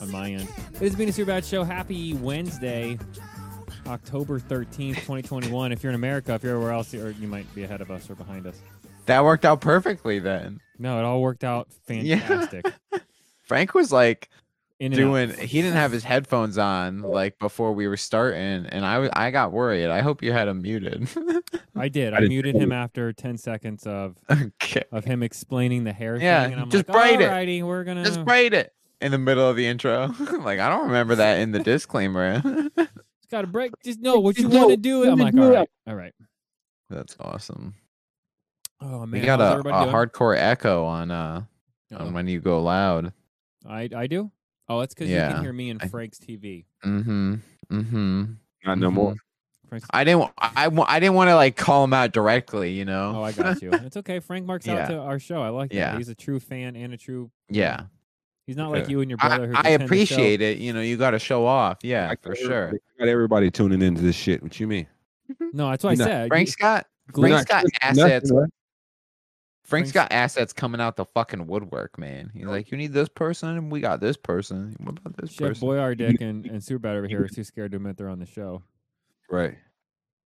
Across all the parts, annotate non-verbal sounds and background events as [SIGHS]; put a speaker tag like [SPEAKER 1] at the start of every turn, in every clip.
[SPEAKER 1] on my end. It has been a Super Bad Show. Happy Wednesday, October 13th, 2021. If you're in America, if you're everywhere else, or you might be ahead of us or behind us.
[SPEAKER 2] That worked out perfectly then.
[SPEAKER 1] No, it all worked out
[SPEAKER 2] [LAUGHS]
[SPEAKER 1] fantastic.
[SPEAKER 2] Frank was like
[SPEAKER 1] In and out.
[SPEAKER 2] doing he didn't have his headphones on like before we were starting and I was I got worried. I hope you had him muted. [LAUGHS]
[SPEAKER 1] I did.
[SPEAKER 3] I
[SPEAKER 1] I,
[SPEAKER 3] didn't-
[SPEAKER 1] muted him after 10 seconds of
[SPEAKER 2] okay.
[SPEAKER 1] of him explaining the hair
[SPEAKER 2] Yeah,
[SPEAKER 1] thing. And I'm
[SPEAKER 2] just
[SPEAKER 1] like,
[SPEAKER 2] braid it.
[SPEAKER 1] Alrighty, we're gonna
[SPEAKER 2] Just braid it in the middle of the intro. [LAUGHS] like I don't remember that in the disclaimer. [LAUGHS]
[SPEAKER 1] Just gotta break. Just know what you
[SPEAKER 3] No,
[SPEAKER 1] want to do.
[SPEAKER 3] what
[SPEAKER 1] I'm
[SPEAKER 3] you
[SPEAKER 1] like,
[SPEAKER 3] do.
[SPEAKER 1] all right, all right.
[SPEAKER 2] That's awesome.
[SPEAKER 1] Oh man,
[SPEAKER 2] we got
[SPEAKER 1] how's
[SPEAKER 2] a, a
[SPEAKER 1] everybody doing? Oh.
[SPEAKER 2] hardcore echo on uh
[SPEAKER 1] Uh-oh.
[SPEAKER 2] on when you go loud.
[SPEAKER 1] I I do. Oh, that's because you
[SPEAKER 2] Yeah.
[SPEAKER 1] can hear me and
[SPEAKER 2] I-
[SPEAKER 1] Frank's TV.
[SPEAKER 2] Mm-hmm. Mm-hmm.
[SPEAKER 3] Not no more.
[SPEAKER 1] Frank's
[SPEAKER 2] I didn't I, I wa- I didn't want to like call him out directly, you know. [LAUGHS]
[SPEAKER 1] Oh, I got you. It's okay. Frank marks
[SPEAKER 2] Yeah.
[SPEAKER 1] out to our show. I like that.
[SPEAKER 2] Yeah.
[SPEAKER 1] He's a true fan and a true.
[SPEAKER 2] yeah.
[SPEAKER 1] He's not like
[SPEAKER 3] Okay.
[SPEAKER 1] you and your brother.
[SPEAKER 2] I,
[SPEAKER 1] who
[SPEAKER 2] I
[SPEAKER 1] pretend to show-
[SPEAKER 2] appreciate it. You know, you got to show off. Yeah,
[SPEAKER 3] I got
[SPEAKER 2] for
[SPEAKER 3] every-
[SPEAKER 2] sure.
[SPEAKER 3] I got everybody tuning into this shit. What you mean?
[SPEAKER 1] No, that's what I
[SPEAKER 3] No.
[SPEAKER 1] said.
[SPEAKER 2] Frank's got
[SPEAKER 1] You-
[SPEAKER 2] Frank's
[SPEAKER 3] not
[SPEAKER 2] got
[SPEAKER 3] Nothing,
[SPEAKER 2] assets.
[SPEAKER 3] right?
[SPEAKER 1] Frank's-
[SPEAKER 2] Frank's got assets coming out the fucking woodwork, man. He's like, you need this person, we got this person. What about this
[SPEAKER 1] Chef
[SPEAKER 2] person?
[SPEAKER 1] Boyardick and, and Superbad over here are too scared to admit they're on the show.
[SPEAKER 3] Right.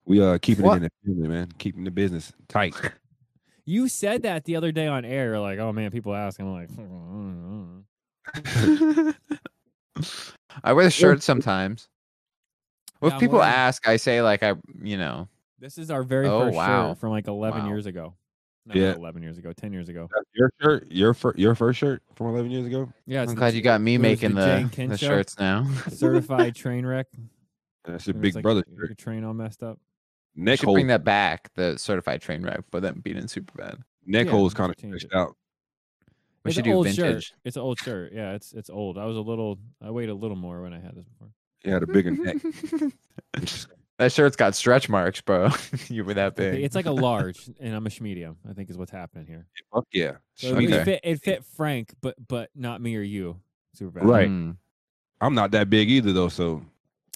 [SPEAKER 3] We uh keeping
[SPEAKER 2] What?
[SPEAKER 3] it in the family, man. Keeping the business
[SPEAKER 2] [LAUGHS]
[SPEAKER 3] tight.
[SPEAKER 1] You said that the other day on air. You're like, oh man, people ask. I'm like, hmm, "Mm-mm-mm."
[SPEAKER 2] [LAUGHS] I wear the shirt sometimes. If
[SPEAKER 1] Yeah, I'm
[SPEAKER 2] people
[SPEAKER 1] wondering-
[SPEAKER 2] ask, I say like I, you know,
[SPEAKER 1] this is our very
[SPEAKER 2] Oh,
[SPEAKER 1] first
[SPEAKER 2] wow.
[SPEAKER 1] shirt from like 11
[SPEAKER 2] Wow.
[SPEAKER 1] years ago. No,
[SPEAKER 3] Yeah.
[SPEAKER 1] not 11 years ago, 10 years ago.
[SPEAKER 3] That's your shirt, your fir- your first shirt from 11 years ago.
[SPEAKER 1] Yeah, it's
[SPEAKER 2] I'm
[SPEAKER 1] the
[SPEAKER 2] glad you got me
[SPEAKER 1] it was
[SPEAKER 2] making
[SPEAKER 1] the Jane
[SPEAKER 2] the,
[SPEAKER 1] Ken
[SPEAKER 2] the
[SPEAKER 1] show.
[SPEAKER 2] shirts now. [LAUGHS]
[SPEAKER 1] certified train wreck.
[SPEAKER 3] That's your
[SPEAKER 1] It was
[SPEAKER 3] big
[SPEAKER 1] like
[SPEAKER 3] brother
[SPEAKER 1] your-
[SPEAKER 3] shirt.
[SPEAKER 1] Your train all messed up.
[SPEAKER 2] I
[SPEAKER 3] Neck
[SPEAKER 2] should
[SPEAKER 3] hole,
[SPEAKER 2] bring that back, the certified train wreck, but then beating super bad.
[SPEAKER 3] neck
[SPEAKER 1] Yeah,
[SPEAKER 3] hole's
[SPEAKER 1] just
[SPEAKER 3] kind of
[SPEAKER 1] change
[SPEAKER 3] stretched
[SPEAKER 1] it.
[SPEAKER 3] out.
[SPEAKER 2] We
[SPEAKER 1] it's
[SPEAKER 2] should
[SPEAKER 1] an
[SPEAKER 2] do
[SPEAKER 1] old
[SPEAKER 2] vintage.
[SPEAKER 1] shirt. It's an old shirt. Yeah, it's it's old. I was a little. I weighed a little more when I had this before.
[SPEAKER 3] It had
[SPEAKER 1] [LAUGHS]
[SPEAKER 3] a bigger neck. [LAUGHS]
[SPEAKER 2] that shirt's got stretch marks, bro. [LAUGHS] you were that
[SPEAKER 1] Okay,
[SPEAKER 2] big.
[SPEAKER 1] It's like
[SPEAKER 3] [LAUGHS]
[SPEAKER 1] a large, and I'm a schmedium. I think is what's happening here.
[SPEAKER 3] Fuck yeah.
[SPEAKER 1] So
[SPEAKER 3] Shit.
[SPEAKER 1] it,
[SPEAKER 2] Okay.
[SPEAKER 1] fit, it fit Frank, but but not me or you. Super bad.
[SPEAKER 3] Right.
[SPEAKER 2] Mm.
[SPEAKER 3] I'm not that big either though. So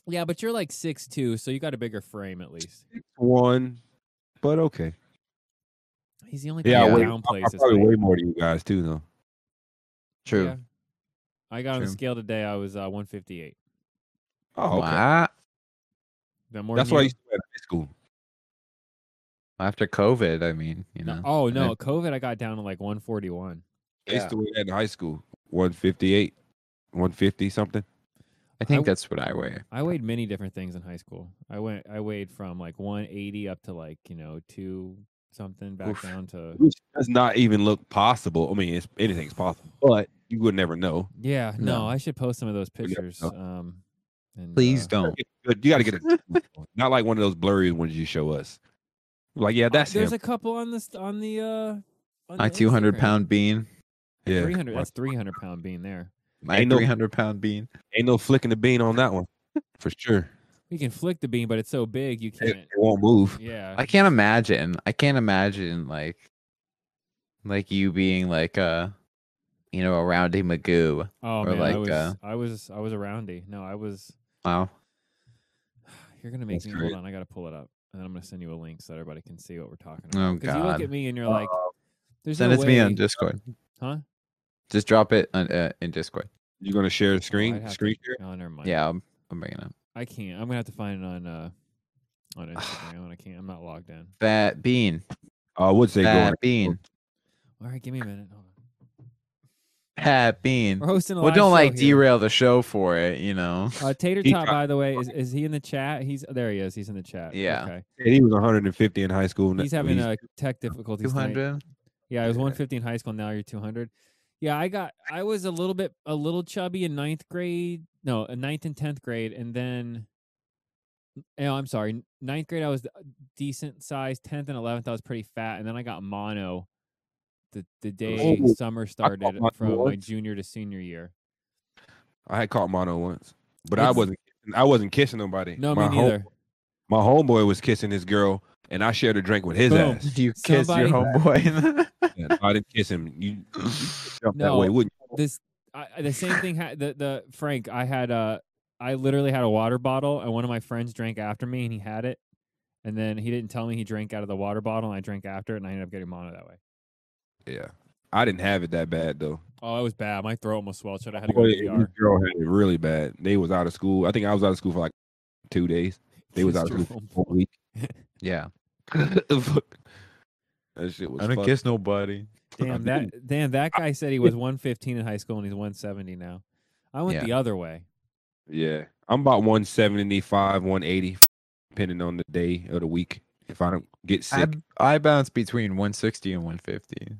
[SPEAKER 1] Yeah, but you're like six two, so you got a bigger frame at least.
[SPEAKER 3] one, but okay.
[SPEAKER 1] He's the only guy
[SPEAKER 3] Yeah,
[SPEAKER 1] who
[SPEAKER 3] I
[SPEAKER 2] Yeah.
[SPEAKER 3] weigh-
[SPEAKER 1] downplays
[SPEAKER 3] I
[SPEAKER 1] his
[SPEAKER 3] probably
[SPEAKER 1] weight.
[SPEAKER 3] weigh more than you guys too though.
[SPEAKER 2] True.
[SPEAKER 1] Yeah. I got on the
[SPEAKER 2] True.
[SPEAKER 1] scale today. I was uh, 158. Is
[SPEAKER 3] Oh, okay.
[SPEAKER 2] Wow.
[SPEAKER 1] that more
[SPEAKER 3] That's
[SPEAKER 1] than
[SPEAKER 3] why I
[SPEAKER 1] you?
[SPEAKER 3] used to wear in high school.
[SPEAKER 2] After COVID, I mean, you know.
[SPEAKER 1] No, oh
[SPEAKER 2] and then-
[SPEAKER 1] no, COVID. I got down to like 141.
[SPEAKER 3] I used to wear that in high school. 158, 150 something.
[SPEAKER 2] I think
[SPEAKER 1] w-
[SPEAKER 2] that's what I wear.
[SPEAKER 1] I weighed many different things in high school. I went. I weighed from like 180 up to like you know two something back
[SPEAKER 2] Oof.
[SPEAKER 1] down to
[SPEAKER 3] Which does not even look possible. I mean, it's, anything's possible, but you would never know.
[SPEAKER 1] Yeah, no,
[SPEAKER 2] No.
[SPEAKER 1] I should post some of those
[SPEAKER 3] yeah,
[SPEAKER 1] pictures.
[SPEAKER 3] no.
[SPEAKER 1] Um, and, uh,
[SPEAKER 2] Oh. don't.
[SPEAKER 3] But you got to [LAUGHS] get a not like one of those blurry ones you show us. Like, yeah, that's
[SPEAKER 1] There's
[SPEAKER 3] him.
[SPEAKER 1] a couple on this on the uh, on
[SPEAKER 2] My
[SPEAKER 1] the
[SPEAKER 2] 200
[SPEAKER 1] Instagram.
[SPEAKER 2] pound bean.
[SPEAKER 3] yeah,
[SPEAKER 1] 300. That's 300 pound bean there.
[SPEAKER 2] My
[SPEAKER 3] Ain't no-
[SPEAKER 2] 300 pound bean.
[SPEAKER 3] ain't no flicking the bean on that [LAUGHS] one for sure.
[SPEAKER 1] You can flick the bean, but it's so big you
[SPEAKER 3] It,
[SPEAKER 1] can't.
[SPEAKER 3] it won't move.
[SPEAKER 1] Yeah,
[SPEAKER 2] I can't imagine. I can't imagine like like you being like uh you know, a roundy Magoo.
[SPEAKER 1] Oh
[SPEAKER 2] Or
[SPEAKER 1] man, I
[SPEAKER 2] like,
[SPEAKER 1] was
[SPEAKER 2] uh,
[SPEAKER 1] I was I was a roundy. No, I was. [SIGHS]
[SPEAKER 2] Wow.
[SPEAKER 1] You're gonna make
[SPEAKER 3] That's
[SPEAKER 1] me
[SPEAKER 3] great.
[SPEAKER 1] hold on. I gotta pull it up, and then I'm gonna send you a link so that everybody can see what we're talking about.
[SPEAKER 2] Oh
[SPEAKER 1] 'Cause you look
[SPEAKER 2] god.
[SPEAKER 1] at me and you're like, "There's
[SPEAKER 2] Send
[SPEAKER 1] no
[SPEAKER 2] it to me on
[SPEAKER 1] way-
[SPEAKER 2] Discord.
[SPEAKER 1] huh?"
[SPEAKER 2] Just drop it on, uh, in Discord.
[SPEAKER 3] You're gonna share the
[SPEAKER 1] I'd
[SPEAKER 3] screen,
[SPEAKER 1] have to-
[SPEAKER 3] screen share.
[SPEAKER 1] Oh, never mind.
[SPEAKER 2] Yeah, I'm, I'm bringing it up.
[SPEAKER 1] I can't. I'm gonna have to find it on uh
[SPEAKER 2] [SIGHS]
[SPEAKER 1] on Instagram. I can't. I'm not logged in.
[SPEAKER 2] Fat bean.
[SPEAKER 3] I would say go.
[SPEAKER 2] Fat bean.
[SPEAKER 1] All right, give me a minute. Hold on.
[SPEAKER 2] Fat bean.
[SPEAKER 1] We're hosting a
[SPEAKER 2] Well,
[SPEAKER 1] live
[SPEAKER 2] don't
[SPEAKER 1] show
[SPEAKER 2] like
[SPEAKER 1] here.
[SPEAKER 2] derail the show for it, you know.
[SPEAKER 1] Uh, Tater
[SPEAKER 3] He
[SPEAKER 1] Tot,
[SPEAKER 3] tried-
[SPEAKER 1] by the way, is, is he in the chat? He's there. He is. He's in the chat.
[SPEAKER 2] Yeah.
[SPEAKER 1] Okay.
[SPEAKER 3] And he was 150 in high school. and
[SPEAKER 1] He's having
[SPEAKER 3] he's-
[SPEAKER 1] uh, tech difficulties.
[SPEAKER 2] Two
[SPEAKER 1] tonight.
[SPEAKER 2] hundred.
[SPEAKER 1] Yeah, I was
[SPEAKER 2] Yeah.
[SPEAKER 1] 150 in high school. Now you're 200. Yeah, I got. I was a little bit, a little chubby in ninth grade. No, in ninth and tenth grade, and then. Oh, I'm sorry. Ninth grade, I was uh, decent size. Tenth and eleventh, I was pretty fat, and then I got mono. The the day
[SPEAKER 3] Oh,
[SPEAKER 1] summer started
[SPEAKER 3] mono
[SPEAKER 1] from my
[SPEAKER 3] once.
[SPEAKER 1] junior to senior year.
[SPEAKER 3] I had caught mono once, but I
[SPEAKER 1] It's-
[SPEAKER 3] wasn't. I wasn't kissing nobody.
[SPEAKER 1] No,
[SPEAKER 3] my
[SPEAKER 1] me
[SPEAKER 3] home-
[SPEAKER 1] neither.
[SPEAKER 3] my homeboy was kissing his girl, and I shared a drink with his
[SPEAKER 1] Boom.
[SPEAKER 3] ass.
[SPEAKER 2] You kiss
[SPEAKER 1] Somebody-
[SPEAKER 2] your homeboy.
[SPEAKER 3] Yeah, I didn't kiss him. You jump that
[SPEAKER 1] No.
[SPEAKER 3] way, wouldn't you?
[SPEAKER 1] this I, I- the same thing ha- the the Frank I had uh I literally had a water bottle and one of my friends drank after me and he had it and then he didn't tell me he drank out of the water bottle and I drank after it and I ended up getting mono that way.
[SPEAKER 3] Yeah, I didn't have it that bad though.
[SPEAKER 1] Oh, it was bad. My throat almost swelled. Shut. I had to go
[SPEAKER 3] Boy,
[SPEAKER 1] to
[SPEAKER 3] it-
[SPEAKER 1] the
[SPEAKER 3] this
[SPEAKER 1] ER.
[SPEAKER 3] girl had it really bad. They was out of school. I think I was out of school for like two days. They
[SPEAKER 1] [LAUGHS]
[SPEAKER 3] was out of school
[SPEAKER 1] Jerome.
[SPEAKER 3] for a week.
[SPEAKER 2] [LAUGHS]
[SPEAKER 3] [LAUGHS]
[SPEAKER 2] Yeah.
[SPEAKER 3] Fuck. that shit was.
[SPEAKER 4] I don't
[SPEAKER 3] fucked.
[SPEAKER 4] kiss nobody.
[SPEAKER 2] [LAUGHS]
[SPEAKER 1] Damn that! Damn that guy said he was 115 in high school and he's 170 now. I went
[SPEAKER 2] Yeah.
[SPEAKER 1] the other way.
[SPEAKER 3] Yeah, I'm about 175, 180, depending on the day of the week. If I don't get sick,
[SPEAKER 2] I, I bounce between 160 and 150.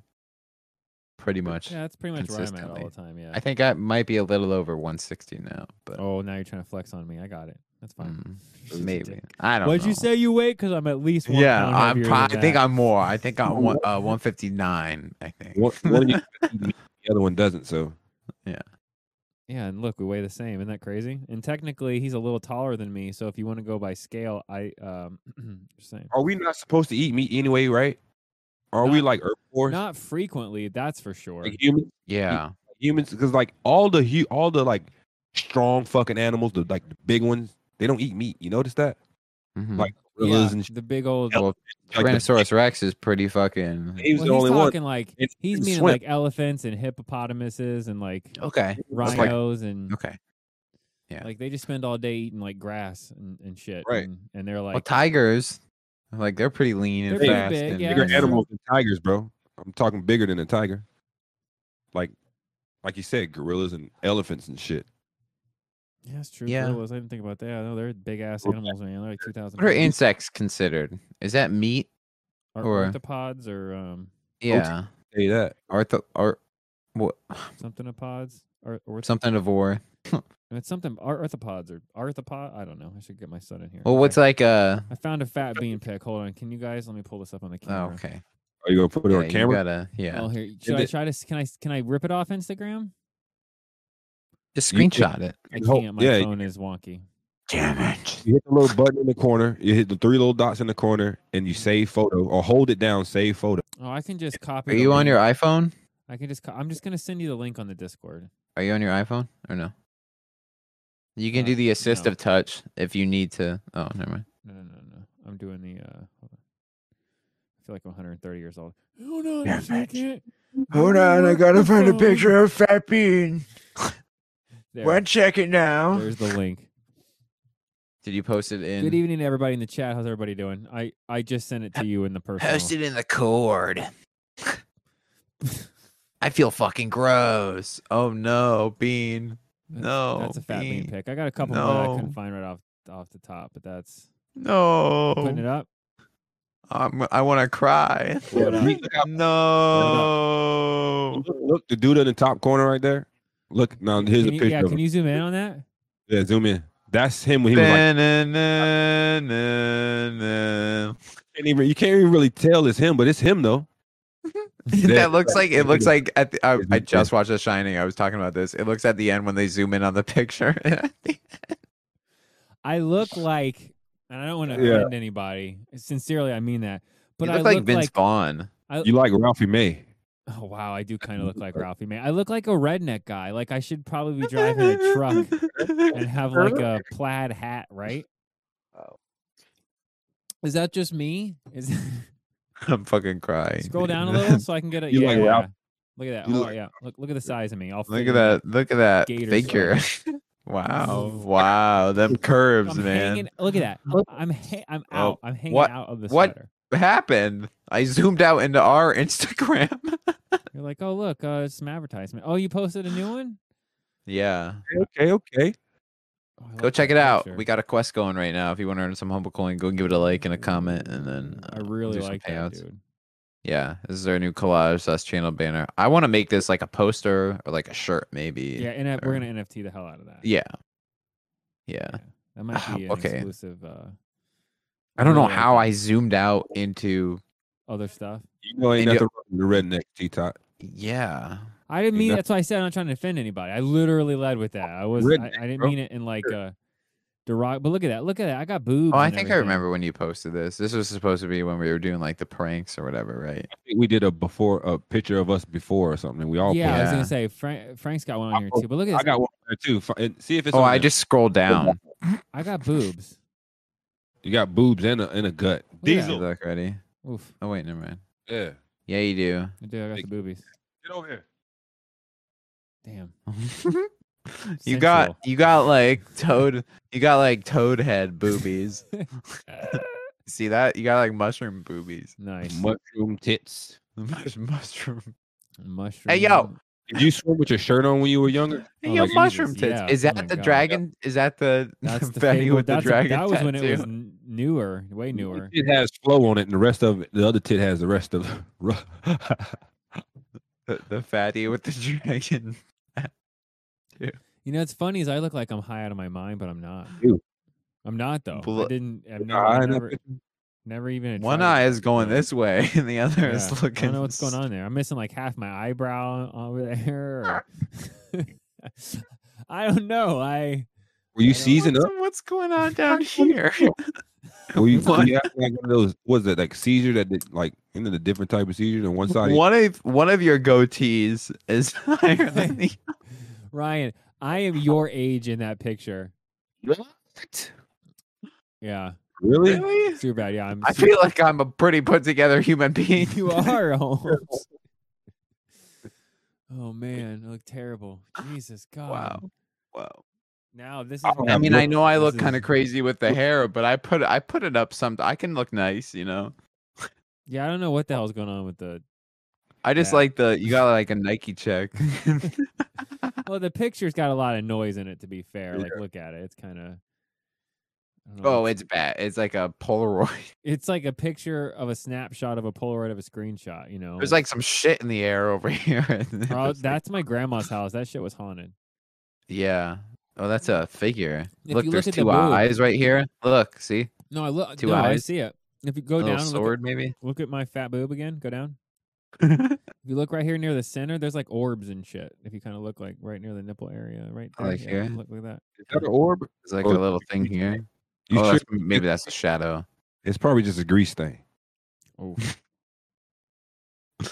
[SPEAKER 2] Pretty much.
[SPEAKER 1] Yeah, that's pretty much where I'm at all
[SPEAKER 2] Consistently.
[SPEAKER 1] the time. Yeah.
[SPEAKER 2] I think I might be a little over 160 now, but
[SPEAKER 1] oh, now you're trying to flex on me. I got it. That's fine.
[SPEAKER 2] mm,
[SPEAKER 1] [LAUGHS] She's a
[SPEAKER 2] maybe.
[SPEAKER 1] dick.
[SPEAKER 2] I don't
[SPEAKER 1] What'd
[SPEAKER 2] know.
[SPEAKER 1] you say you weigh? Because I'm at least one
[SPEAKER 2] Yeah,
[SPEAKER 1] pound
[SPEAKER 2] I'm
[SPEAKER 1] heavier
[SPEAKER 2] pro- I
[SPEAKER 1] than
[SPEAKER 2] think
[SPEAKER 1] that.
[SPEAKER 2] I'm more. I think I'm
[SPEAKER 3] [LAUGHS]
[SPEAKER 2] one, uh, 159, I think.
[SPEAKER 3] one, one of you the other one doesn't. So
[SPEAKER 1] Yeah, and look, we weigh the same. Isn't that crazy? And technically, he's a little taller than me. So if you want to go by scale, I um, [CLEARS THROAT] just saying.
[SPEAKER 3] are we not supposed to eat meat anyway? Right? Are we
[SPEAKER 1] Not-
[SPEAKER 3] like herbivores?
[SPEAKER 1] Not frequently, that's for sure.
[SPEAKER 3] like humans?
[SPEAKER 2] [LAUGHS] yeah.
[SPEAKER 3] Humans, because like all the hu- all the like strong fucking animals, the like the big ones, they don't eat meat. You notice that?
[SPEAKER 2] mhm.
[SPEAKER 3] Like
[SPEAKER 1] Yeah,
[SPEAKER 3] gorillas and shit.
[SPEAKER 1] the big old.
[SPEAKER 3] Well, Like the-
[SPEAKER 2] Tyrannosaurus Rex is pretty fucking.
[SPEAKER 3] he was
[SPEAKER 1] well,
[SPEAKER 3] the only
[SPEAKER 1] he's
[SPEAKER 3] one.
[SPEAKER 1] talking like
[SPEAKER 3] It-
[SPEAKER 1] he's
[SPEAKER 3] it
[SPEAKER 1] meaning
[SPEAKER 3] swim.
[SPEAKER 1] like elephants and hippopotamuses and like
[SPEAKER 2] Okay.
[SPEAKER 3] like-
[SPEAKER 1] rhinos and
[SPEAKER 2] Okay. yeah.
[SPEAKER 1] like they just spend all day eating like grass and, and shit.
[SPEAKER 3] Right.
[SPEAKER 1] And, and they're
[SPEAKER 2] well,
[SPEAKER 1] like
[SPEAKER 2] tigers, like they're pretty lean and
[SPEAKER 1] They're pretty
[SPEAKER 2] fast.
[SPEAKER 1] big,
[SPEAKER 2] and
[SPEAKER 1] yeah,
[SPEAKER 3] bigger
[SPEAKER 1] that's true.
[SPEAKER 3] animals than tigers, bro. I'm talking bigger than a tiger. Like, like you said, gorillas and elephants and shit.
[SPEAKER 1] Yeah, that's true.
[SPEAKER 2] Yeah.
[SPEAKER 1] gorillas. I didn't think about that. No, they're big ass
[SPEAKER 3] Or-
[SPEAKER 1] animals, man. They're like two thousand.
[SPEAKER 2] What are insects considered? Is that meat? or-
[SPEAKER 1] arthropods or um
[SPEAKER 2] Yeah.
[SPEAKER 3] Say that.
[SPEAKER 2] Arthro or what? [SIGHS]
[SPEAKER 1] something of pods or or
[SPEAKER 2] Something avore.
[SPEAKER 1] it's something ar- arthropods or arthropod. I don't know. I should get my son in here.
[SPEAKER 2] Well, what's
[SPEAKER 1] I,
[SPEAKER 2] like uh, a?
[SPEAKER 1] I found a fat bean pick. Hold on. Can you guys let me pull this up on the
[SPEAKER 2] Oh,
[SPEAKER 1] camera?
[SPEAKER 2] okay.
[SPEAKER 3] Are you gonna put it
[SPEAKER 2] yeah,
[SPEAKER 3] on
[SPEAKER 2] you
[SPEAKER 3] camera?
[SPEAKER 2] gotta- yeah.
[SPEAKER 1] Oh, here. Should I
[SPEAKER 3] it-
[SPEAKER 1] try to? s- Can I? s- Can I rip it off Instagram?
[SPEAKER 2] Just
[SPEAKER 3] you-
[SPEAKER 2] screenshot it.
[SPEAKER 1] I
[SPEAKER 3] You hold-
[SPEAKER 1] can't. My
[SPEAKER 3] yeah,
[SPEAKER 1] phone is wonky.
[SPEAKER 2] Damn it.
[SPEAKER 3] you hit the little button in the corner. You hit the three little dots in the corner, and you save photo or hold it down. Save photo.
[SPEAKER 1] Oh, I can just copy.
[SPEAKER 2] Are
[SPEAKER 1] the
[SPEAKER 2] you on
[SPEAKER 1] link.
[SPEAKER 2] your iPhone?
[SPEAKER 1] I can just. Co- I'm just gonna send you the link on the Discord.
[SPEAKER 2] Are you on your iPhone or no? You can
[SPEAKER 1] Uh,
[SPEAKER 2] do the assist
[SPEAKER 1] no.
[SPEAKER 2] of touch if you need to. Oh, never mind.
[SPEAKER 1] No, no, no, no. I'm doing the. uh hold on. I feel like I'm 130 years old. Hold on a
[SPEAKER 2] Damn it.
[SPEAKER 1] second. Where's the phone?
[SPEAKER 2] of Fat Bean.
[SPEAKER 1] There,
[SPEAKER 2] second now.
[SPEAKER 1] There's the link.
[SPEAKER 2] Did you post it in?
[SPEAKER 1] Good evening, to everybody in the chat. How's everybody doing? I I just sent it to you in the person.
[SPEAKER 2] Post it in the cord. [LAUGHS] I feel fucking gross. Oh no, Bean. No,
[SPEAKER 1] that's a fat bean
[SPEAKER 2] Bean.
[SPEAKER 1] pick. I got a couple more that I couldn't
[SPEAKER 2] No.
[SPEAKER 1] find right off off the top, but that's putting it
[SPEAKER 2] No,
[SPEAKER 1] up.
[SPEAKER 2] I'm, I want to cry.
[SPEAKER 1] Pull it up.
[SPEAKER 2] No.
[SPEAKER 3] Look, look, the dude in the top corner right there. Look now. Here's
[SPEAKER 1] Can
[SPEAKER 3] a
[SPEAKER 1] you,
[SPEAKER 3] picture
[SPEAKER 1] yeah,
[SPEAKER 3] of
[SPEAKER 1] can
[SPEAKER 3] him.
[SPEAKER 1] you zoom in on that?
[SPEAKER 3] yeah, zoom in. That's him when he was like.
[SPEAKER 2] Da-na-na-na.
[SPEAKER 3] Can't even, you can't even really tell it's him, but it's him though.
[SPEAKER 2] [LAUGHS] that looks like
[SPEAKER 3] [LAUGHS]
[SPEAKER 2] it looks like at the, I,
[SPEAKER 3] Isn't
[SPEAKER 2] I
[SPEAKER 3] it
[SPEAKER 2] just watched The Shining. I was talking about this. It looks at the end when they zoom in on the [LAUGHS] picture.
[SPEAKER 1] I look like, and I don't want to
[SPEAKER 3] Yeah.
[SPEAKER 1] offend anybody. Sincerely, I mean that. But
[SPEAKER 2] you
[SPEAKER 1] I
[SPEAKER 2] look
[SPEAKER 1] look
[SPEAKER 2] like Vince
[SPEAKER 1] like
[SPEAKER 2] Vaughn. [LAUGHS]
[SPEAKER 3] You like Ralphie May.
[SPEAKER 1] Oh wow, I do kind of look like Ralphie Man. I look like a redneck guy. Like I should probably be driving a truck and have like a plaid hat, right?
[SPEAKER 2] Oh.
[SPEAKER 1] Is that just me? Is [LAUGHS]
[SPEAKER 2] I'm fucking crying.
[SPEAKER 1] scroll
[SPEAKER 2] [LAUGHS]
[SPEAKER 1] down a
[SPEAKER 2] dude.
[SPEAKER 1] little so I can get a
[SPEAKER 3] You
[SPEAKER 1] yeah.
[SPEAKER 3] like Ralph-
[SPEAKER 1] Look at that.
[SPEAKER 3] you
[SPEAKER 1] Oh
[SPEAKER 3] look-
[SPEAKER 1] yeah. Look look at the size of me. I'll
[SPEAKER 2] Look
[SPEAKER 1] fit
[SPEAKER 2] at
[SPEAKER 1] in.
[SPEAKER 2] that. Look at that
[SPEAKER 1] Gator
[SPEAKER 2] figure. [LAUGHS] wow. Wow. Them curves,
[SPEAKER 1] [LAUGHS] I'm
[SPEAKER 2] man.
[SPEAKER 1] hanging. Look at that. I'm I'm, ha- I'm
[SPEAKER 2] Oh,
[SPEAKER 1] out. I'm hanging
[SPEAKER 2] what-
[SPEAKER 1] out of the
[SPEAKER 2] what-
[SPEAKER 1] sweater.
[SPEAKER 2] What happened? I zoomed out into our [LAUGHS] Instagram. [LAUGHS]
[SPEAKER 1] You're like, oh look, uh, it's some advertisement. Oh, you posted a new one.
[SPEAKER 2] yeah.
[SPEAKER 3] Okay, okay.
[SPEAKER 1] Oh, I
[SPEAKER 2] Go
[SPEAKER 1] like
[SPEAKER 2] check
[SPEAKER 1] that
[SPEAKER 2] it out.
[SPEAKER 1] picture.
[SPEAKER 2] We got a quest going right now. If you want to earn some humble coin, go give it a like and a comment and then
[SPEAKER 1] I
[SPEAKER 2] uh,
[SPEAKER 1] really
[SPEAKER 2] do some
[SPEAKER 1] like that,
[SPEAKER 2] payouts.
[SPEAKER 1] dude.
[SPEAKER 2] Yeah. This is our new collage slash channel banner. I want to make this like a poster or like a shirt, maybe.
[SPEAKER 1] Yeah, and we're
[SPEAKER 2] or-
[SPEAKER 1] gonna NFT the hell out of that.
[SPEAKER 2] Yeah. Yeah.
[SPEAKER 1] That might
[SPEAKER 2] [LAUGHS]
[SPEAKER 1] be an
[SPEAKER 2] Okay.
[SPEAKER 1] exclusive uh,
[SPEAKER 2] I don't know
[SPEAKER 1] really like
[SPEAKER 2] how
[SPEAKER 1] that.
[SPEAKER 2] I zoomed out into
[SPEAKER 1] other stuff.
[SPEAKER 3] You know, ain't
[SPEAKER 2] And
[SPEAKER 3] nothing wrong with the redneck T top.
[SPEAKER 2] yeah.
[SPEAKER 1] I didn't mean
[SPEAKER 3] know-
[SPEAKER 1] that's why I said I'm not trying to offend anybody. I literally led with that. I was I,
[SPEAKER 3] Redneck,
[SPEAKER 1] I didn't
[SPEAKER 3] bro.
[SPEAKER 1] mean it in like uh derog but look at that. Look at that. I got boobs.
[SPEAKER 2] Oh, I
[SPEAKER 1] and
[SPEAKER 2] think I
[SPEAKER 1] everything.
[SPEAKER 2] remember when you posted this. This was supposed to be when we were doing like the pranks or whatever, right?
[SPEAKER 3] I think we did a before a picture of us before or something. and We all
[SPEAKER 1] Yeah, I was
[SPEAKER 2] Yeah.
[SPEAKER 1] gonna say Frank Frank's got one
[SPEAKER 3] I
[SPEAKER 1] on here
[SPEAKER 3] post-
[SPEAKER 1] too. But look at
[SPEAKER 3] I
[SPEAKER 1] this.
[SPEAKER 3] got one there too. F- and See if it's.
[SPEAKER 2] oh,
[SPEAKER 3] on
[SPEAKER 2] I
[SPEAKER 3] there.
[SPEAKER 2] just scrolled down.
[SPEAKER 1] I got boobs.
[SPEAKER 3] You got boobs and a and a gut.
[SPEAKER 1] Yeah.
[SPEAKER 2] Does it
[SPEAKER 3] Diesel.
[SPEAKER 2] Look ready.
[SPEAKER 1] Oof.
[SPEAKER 2] Oh wait, never mind.
[SPEAKER 3] Yeah.
[SPEAKER 2] Yeah, you do.
[SPEAKER 1] I do, I got
[SPEAKER 3] Big-
[SPEAKER 1] the boobies.
[SPEAKER 3] Get over here.
[SPEAKER 1] Damn. Mm-hmm.
[SPEAKER 2] you got
[SPEAKER 1] Sensual.
[SPEAKER 2] you got like toad you got like toad head boobies. See that? You got like mushroom boobies.
[SPEAKER 1] Uh,
[SPEAKER 2] [LAUGHS]
[SPEAKER 1] nice.
[SPEAKER 3] Mushroom tits.
[SPEAKER 2] Mush- [LAUGHS] mushroom. Oh
[SPEAKER 1] Mushroom.
[SPEAKER 2] Hey, yo,
[SPEAKER 3] Did you swim with your shirt on when you were younger?
[SPEAKER 2] Hey,
[SPEAKER 1] Oh
[SPEAKER 2] yo,
[SPEAKER 1] my
[SPEAKER 2] mushroom
[SPEAKER 1] Jesus,
[SPEAKER 2] tits.
[SPEAKER 1] yeah.
[SPEAKER 2] Is
[SPEAKER 1] Oh
[SPEAKER 2] that
[SPEAKER 1] my
[SPEAKER 2] the
[SPEAKER 1] God.
[SPEAKER 2] dragon? Is that the [LAUGHS]
[SPEAKER 1] That's the
[SPEAKER 2] fatty
[SPEAKER 1] fable-
[SPEAKER 2] with the
[SPEAKER 1] that's-
[SPEAKER 2] dragon?
[SPEAKER 1] That was when it was
[SPEAKER 2] tattoo? Mm-hmm.
[SPEAKER 1] n- newer, way newer.
[SPEAKER 3] It has flow on it, and the rest of it, the other tit has the rest of the. [LAUGHS]
[SPEAKER 2] the, [LAUGHS] the fatty with the
[SPEAKER 1] [LAUGHS]
[SPEAKER 2] dragon.
[SPEAKER 1] You know, it's funny is I look like I'm high out of my mind, but I'm not.
[SPEAKER 3] Ew.
[SPEAKER 1] I'm not though.
[SPEAKER 2] Blo-
[SPEAKER 1] I didn't. I've never,
[SPEAKER 3] Nah, I
[SPEAKER 1] I've
[SPEAKER 3] ain't
[SPEAKER 1] never,
[SPEAKER 3] up-
[SPEAKER 1] never even.
[SPEAKER 2] One
[SPEAKER 1] tried it.
[SPEAKER 2] eye is going
[SPEAKER 1] Yeah.
[SPEAKER 2] [LAUGHS] this way, and the other
[SPEAKER 1] Yeah.
[SPEAKER 2] is looking.
[SPEAKER 1] I don't know what's going on there. I'm missing like half my eyebrow over there.
[SPEAKER 2] [LAUGHS]
[SPEAKER 1] or- [LAUGHS] I don't know. I
[SPEAKER 3] Were
[SPEAKER 1] I
[SPEAKER 3] you
[SPEAKER 1] don't-
[SPEAKER 3] seasoned up?
[SPEAKER 2] What's, what's going on [LAUGHS] down here?
[SPEAKER 3] Were you,
[SPEAKER 2] What?
[SPEAKER 3] you had like one of those? Was it like seizure that did, like into the different type of seizure on one side?
[SPEAKER 2] One of one of your goatees is [LAUGHS]
[SPEAKER 1] [LAUGHS]
[SPEAKER 2] higher than the
[SPEAKER 1] Ryan, I am your age in that picture.
[SPEAKER 2] What?
[SPEAKER 1] Yeah,
[SPEAKER 3] Really?
[SPEAKER 2] Really?
[SPEAKER 1] too bad. Yeah, I'm.
[SPEAKER 2] I
[SPEAKER 1] su-
[SPEAKER 2] feel like I'm a pretty put together human [LAUGHS] being.
[SPEAKER 1] you are. Holmes. [LAUGHS] oh man, I look terrible. Jesus God.
[SPEAKER 2] Wow. Wow.
[SPEAKER 1] Now this is.
[SPEAKER 3] I
[SPEAKER 1] what-
[SPEAKER 2] I
[SPEAKER 3] I'm
[SPEAKER 2] mean, I
[SPEAKER 3] looking-
[SPEAKER 2] know I
[SPEAKER 1] this
[SPEAKER 2] look
[SPEAKER 1] is-
[SPEAKER 2] kind of crazy with the hair, but I put I put it up some. I can look nice, you know.
[SPEAKER 1] Yeah, I don't know what the hell's going on with the.
[SPEAKER 2] I just
[SPEAKER 1] Yeah.
[SPEAKER 2] like the you got like a
[SPEAKER 1] [LAUGHS]
[SPEAKER 2] Nike check. [LAUGHS]
[SPEAKER 1] Well, the picture's got a lot of noise in it. To be fair,
[SPEAKER 3] Yeah.
[SPEAKER 1] like look at it. It's kind of.
[SPEAKER 2] oh, it's bad. It's like a Polaroid. [LAUGHS]
[SPEAKER 1] it's like a picture of a snapshot of a Polaroid of a screenshot. You know,
[SPEAKER 2] There's like some shit in the air over [LAUGHS] here. and it [LAUGHS]
[SPEAKER 1] Bro,
[SPEAKER 2] was like-
[SPEAKER 1] that's my grandma's house. That shit was haunted.
[SPEAKER 2] yeah. Oh, that's a figure.
[SPEAKER 1] If
[SPEAKER 2] look,
[SPEAKER 1] you
[SPEAKER 2] there's
[SPEAKER 1] look at the
[SPEAKER 2] two
[SPEAKER 1] boob-
[SPEAKER 2] eyes right here. Look, see,
[SPEAKER 1] No, I look.
[SPEAKER 2] Two
[SPEAKER 1] no, I
[SPEAKER 2] eyes?
[SPEAKER 1] see it. If you go
[SPEAKER 2] a little
[SPEAKER 1] down, and look
[SPEAKER 2] sword
[SPEAKER 1] at,
[SPEAKER 2] maybe.
[SPEAKER 1] look at my fat boob again. Go
[SPEAKER 2] [LAUGHS]
[SPEAKER 1] down. If you look right here near the center, there's like orbs and shit. If you kind of look like right near the nipple area, right
[SPEAKER 2] Oh,
[SPEAKER 1] there.
[SPEAKER 2] like
[SPEAKER 1] yeah,
[SPEAKER 2] here?
[SPEAKER 1] Look like that.
[SPEAKER 3] Is that an orb?
[SPEAKER 2] It's like
[SPEAKER 3] Oh,
[SPEAKER 2] a little thing here.
[SPEAKER 3] You
[SPEAKER 2] oh,
[SPEAKER 3] sure?
[SPEAKER 2] that's, maybe that's a shadow.
[SPEAKER 3] It's probably just a grease thing.
[SPEAKER 1] Oh,
[SPEAKER 3] [LAUGHS]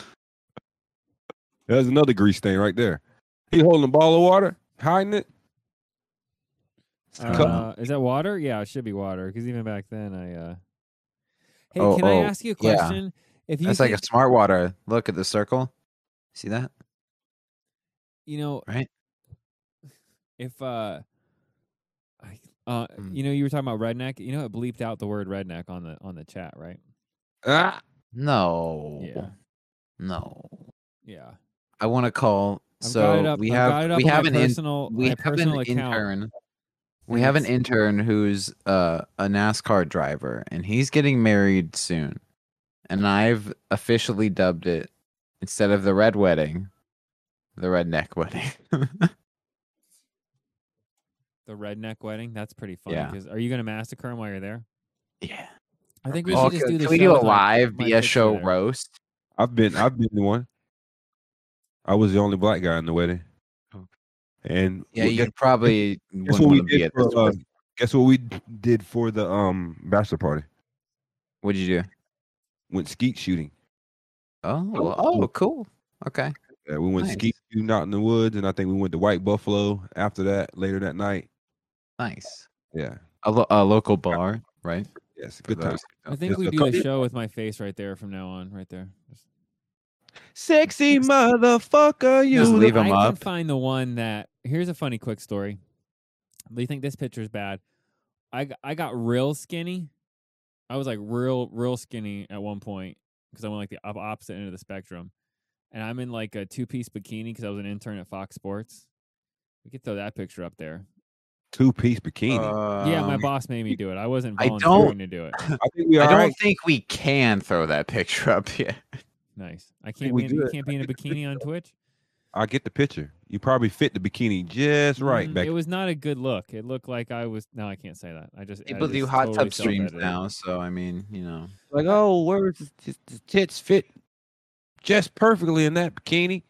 [SPEAKER 3] There's another grease stain right there. He holding a ball of water, hiding it. It's a cup.
[SPEAKER 1] uh, is that water? Yeah, it should be water because even back then I. uh Hey,
[SPEAKER 2] Oh,
[SPEAKER 1] can I
[SPEAKER 2] oh,
[SPEAKER 1] ask you a
[SPEAKER 2] yeah.
[SPEAKER 1] question? If you
[SPEAKER 2] That's
[SPEAKER 1] could,
[SPEAKER 2] like a smart water. Look at the circle. See that?
[SPEAKER 1] you know,
[SPEAKER 2] [LAUGHS] right?
[SPEAKER 1] If uh, I, uh,
[SPEAKER 2] Mm.
[SPEAKER 1] you know, you were talking about redneck. You know, it bleeped out the word redneck on the on the chat, right?
[SPEAKER 3] Ah,
[SPEAKER 2] No.
[SPEAKER 1] Yeah.
[SPEAKER 2] No.
[SPEAKER 1] Yeah.
[SPEAKER 2] I want to call.
[SPEAKER 1] I've
[SPEAKER 2] so
[SPEAKER 1] got it up.
[SPEAKER 2] we
[SPEAKER 1] I've
[SPEAKER 2] have
[SPEAKER 1] got it up
[SPEAKER 2] we
[SPEAKER 1] on
[SPEAKER 2] have
[SPEAKER 1] my
[SPEAKER 2] an in,
[SPEAKER 1] personal
[SPEAKER 2] we
[SPEAKER 1] my
[SPEAKER 2] have an
[SPEAKER 1] personal account.
[SPEAKER 2] intern. We
[SPEAKER 1] and
[SPEAKER 2] have an
[SPEAKER 1] it's-
[SPEAKER 2] intern who's uh, a NASCAR driver, and he's getting married soon. And I've officially dubbed it instead of the red wedding, the redneck wedding. [LAUGHS]
[SPEAKER 1] The redneck wedding. That's pretty funny.
[SPEAKER 2] Yeah.
[SPEAKER 1] 'cause- are you gonna massacre him while you're there?
[SPEAKER 2] yeah.
[SPEAKER 1] I think we
[SPEAKER 2] Oh,
[SPEAKER 1] should
[SPEAKER 2] can,
[SPEAKER 1] just do the
[SPEAKER 2] can we
[SPEAKER 1] show
[SPEAKER 2] do a
[SPEAKER 1] with my-
[SPEAKER 2] live
[SPEAKER 1] my
[SPEAKER 2] via
[SPEAKER 1] picture
[SPEAKER 2] show
[SPEAKER 1] there.
[SPEAKER 2] roast?
[SPEAKER 3] I've been, I've been the one. I was the only black guy in the wedding.
[SPEAKER 2] Oh.
[SPEAKER 3] And
[SPEAKER 2] Yeah,
[SPEAKER 3] well,
[SPEAKER 2] you
[SPEAKER 3] guess, [LAUGHS]
[SPEAKER 2] probably
[SPEAKER 3] guess
[SPEAKER 2] wouldn't
[SPEAKER 3] what we
[SPEAKER 2] want to be
[SPEAKER 3] did
[SPEAKER 2] at this.
[SPEAKER 3] for, uh,
[SPEAKER 2] wedding.
[SPEAKER 3] guess what we d- did for the um bachelor party?
[SPEAKER 2] What'd you do?
[SPEAKER 3] Went skeet shooting.
[SPEAKER 2] Oh,
[SPEAKER 3] Oh,
[SPEAKER 2] well, oh, cool. Okay.
[SPEAKER 3] Yeah, we went
[SPEAKER 2] Nice.
[SPEAKER 3] skeet shooting out in the woods, and I think we went to White Buffalo after that later that night.
[SPEAKER 2] Nice.
[SPEAKER 3] Yeah,
[SPEAKER 2] A, lo- a local bar, right?
[SPEAKER 3] yes,
[SPEAKER 2] For
[SPEAKER 3] Oh. good time.
[SPEAKER 2] those-
[SPEAKER 1] I think
[SPEAKER 3] Just
[SPEAKER 1] we
[SPEAKER 3] a
[SPEAKER 1] do the
[SPEAKER 3] couple-
[SPEAKER 1] show with my face right there from now on, right there. Just-
[SPEAKER 3] Sexy motherfucker,
[SPEAKER 2] Just
[SPEAKER 3] you.
[SPEAKER 2] leave 'em
[SPEAKER 1] I can
[SPEAKER 2] up.
[SPEAKER 1] find the one that. Here's a funny quick story. Do you think this picture is bad? I g- I got real skinny. I was like real real skinny at one point because I went like the op- opposite end of the spectrum, and I'm in like a two piece bikini because I was an intern at Fox Sports. We could throw that picture up there.
[SPEAKER 3] Two piece bikini.
[SPEAKER 1] yeah, my
[SPEAKER 2] Um,
[SPEAKER 1] boss made me do it. I wasn't
[SPEAKER 2] I don't-
[SPEAKER 1] volunteering to
[SPEAKER 2] [LAUGHS]
[SPEAKER 1] do it.
[SPEAKER 3] I think we
[SPEAKER 2] I
[SPEAKER 3] all
[SPEAKER 2] don't
[SPEAKER 3] right.
[SPEAKER 2] think we can throw that [LAUGHS] picture up yet.
[SPEAKER 1] Nice. I can't
[SPEAKER 3] we
[SPEAKER 1] be in,
[SPEAKER 3] do
[SPEAKER 1] you
[SPEAKER 3] it.
[SPEAKER 1] can't be in a bikini on Twitch.
[SPEAKER 2] [LAUGHS]
[SPEAKER 3] I get the picture. You probably fit the bikini just right.
[SPEAKER 1] Mm,
[SPEAKER 3] Back
[SPEAKER 1] It was not a good look. It looked like I was. No, I can't say that. I just
[SPEAKER 2] People
[SPEAKER 1] I
[SPEAKER 2] do
[SPEAKER 1] just
[SPEAKER 2] hot
[SPEAKER 1] totally
[SPEAKER 2] tub streams
[SPEAKER 1] self-edited.
[SPEAKER 2] now, so I mean, you know.
[SPEAKER 3] like, oh, where's the tits fit just perfectly in that bikini?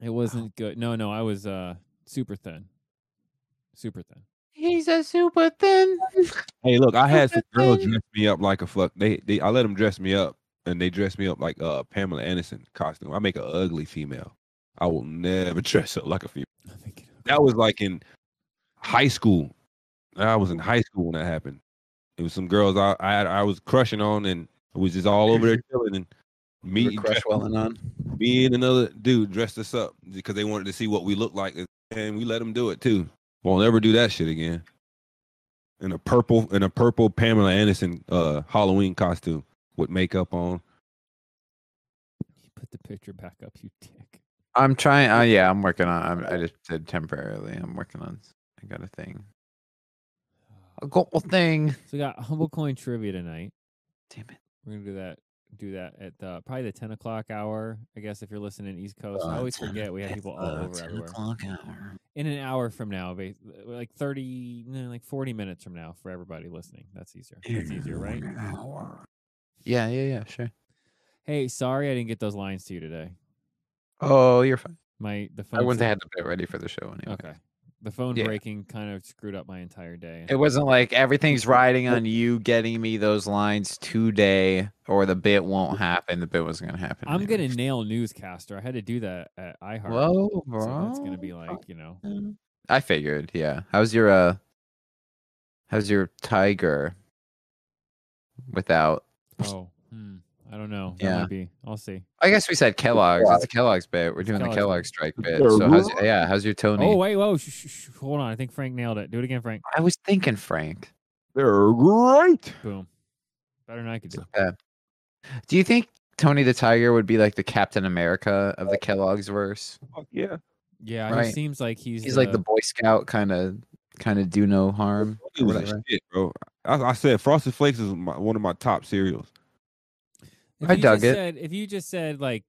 [SPEAKER 1] It wasn't good. No, no, I was uh super thin. Super thin. [LAUGHS]
[SPEAKER 2] He's a super thin.
[SPEAKER 3] Hey, look, I had some girls
[SPEAKER 2] Nothing.
[SPEAKER 3] dress me up like a fuck. They, they, I let them dress me up, and they dress me up like uh Pamela Anderson costume. I make an ugly female. I will never [LAUGHS] dress up like a female.
[SPEAKER 1] I'm thinking of-
[SPEAKER 3] That was like in high school. I was in high school when that happened. It was some girls I, I, I was crushing on, and it was just all over there chilling. And
[SPEAKER 2] Were
[SPEAKER 3] Me,
[SPEAKER 2] Crushwell on.
[SPEAKER 3] me and another dude dressed us up because they wanted to see what we looked like, and we let them do it too. Won't ever do that shit again. In a purple, in a purple Pamela Anderson uh, Halloween costume with makeup on.
[SPEAKER 1] You put the picture back up, you dick.
[SPEAKER 2] I'm trying. Uh, yeah, I'm working on. I'm, I just said temporarily. I'm working on. I got a thing. A goal thing.
[SPEAKER 1] So we got humble coin trivia tonight.
[SPEAKER 2] Damn it.
[SPEAKER 1] We're gonna do that. Do that at the, probably the ten o'clock hour. I guess if you're listening East Coast,
[SPEAKER 2] Uh,
[SPEAKER 1] I always
[SPEAKER 2] 10
[SPEAKER 1] forget we have
[SPEAKER 2] It's
[SPEAKER 1] people all
[SPEAKER 2] the
[SPEAKER 1] over
[SPEAKER 2] 10
[SPEAKER 1] everywhere.
[SPEAKER 2] o'clock hour.
[SPEAKER 1] In an hour from now, ba- like thirty, no, like forty minutes from now for everybody listening. That's easier. That's easier, right?
[SPEAKER 2] An hour. Yeah, yeah, yeah. Sure.
[SPEAKER 1] Hey, sorry I didn't get those lines to you today.
[SPEAKER 2] Oh, you're fine.
[SPEAKER 1] My the phone.
[SPEAKER 2] I wouldn't
[SPEAKER 1] fr-
[SPEAKER 2] have had to get ready for the show anyway.
[SPEAKER 1] Okay. The phone
[SPEAKER 2] Yeah.
[SPEAKER 1] breaking kind of screwed up my entire day.
[SPEAKER 2] It wasn't like everything's riding on you getting me those lines today, or the bit won't happen. The bit wasn't gonna happen. [LAUGHS]
[SPEAKER 1] I'm
[SPEAKER 2] anyway.
[SPEAKER 1] gonna nail newscaster. I had to do that at iHeart.
[SPEAKER 2] Whoa, bro.
[SPEAKER 1] so that's gonna be like you know.
[SPEAKER 2] Mm. I figured, yeah. How's your uh how's your tiger without
[SPEAKER 1] Oh, hmm, I don't know. That
[SPEAKER 2] Yeah.
[SPEAKER 1] might be. I'll see.
[SPEAKER 2] I guess we said Kellogg's. It's a Kellogg's bit. We're doing the
[SPEAKER 1] Kellogg's
[SPEAKER 2] Kellogg's strike bit. So how's yeah, how's your Tony?
[SPEAKER 1] Oh wait, whoa, sh- sh- sh- hold on. I think Frank nailed it. Do it again, Frank.
[SPEAKER 2] I was thinking Frank.
[SPEAKER 3] They're great.
[SPEAKER 1] Boom. Better than I could do.
[SPEAKER 2] Do you think Tony the Tiger would be like the Captain America of the Kellogg's verse?
[SPEAKER 3] Fuck yeah.
[SPEAKER 1] Yeah, he
[SPEAKER 2] Right.
[SPEAKER 1] seems like he's uh,
[SPEAKER 2] He's like the Boy Scout kind of kind of do no harm.
[SPEAKER 3] It was the shit, bro. I, I said Frosted Flakes is my, one of my top cereals.
[SPEAKER 1] If
[SPEAKER 2] I
[SPEAKER 1] you
[SPEAKER 2] dug
[SPEAKER 1] just
[SPEAKER 2] it.
[SPEAKER 1] Said, if you just said like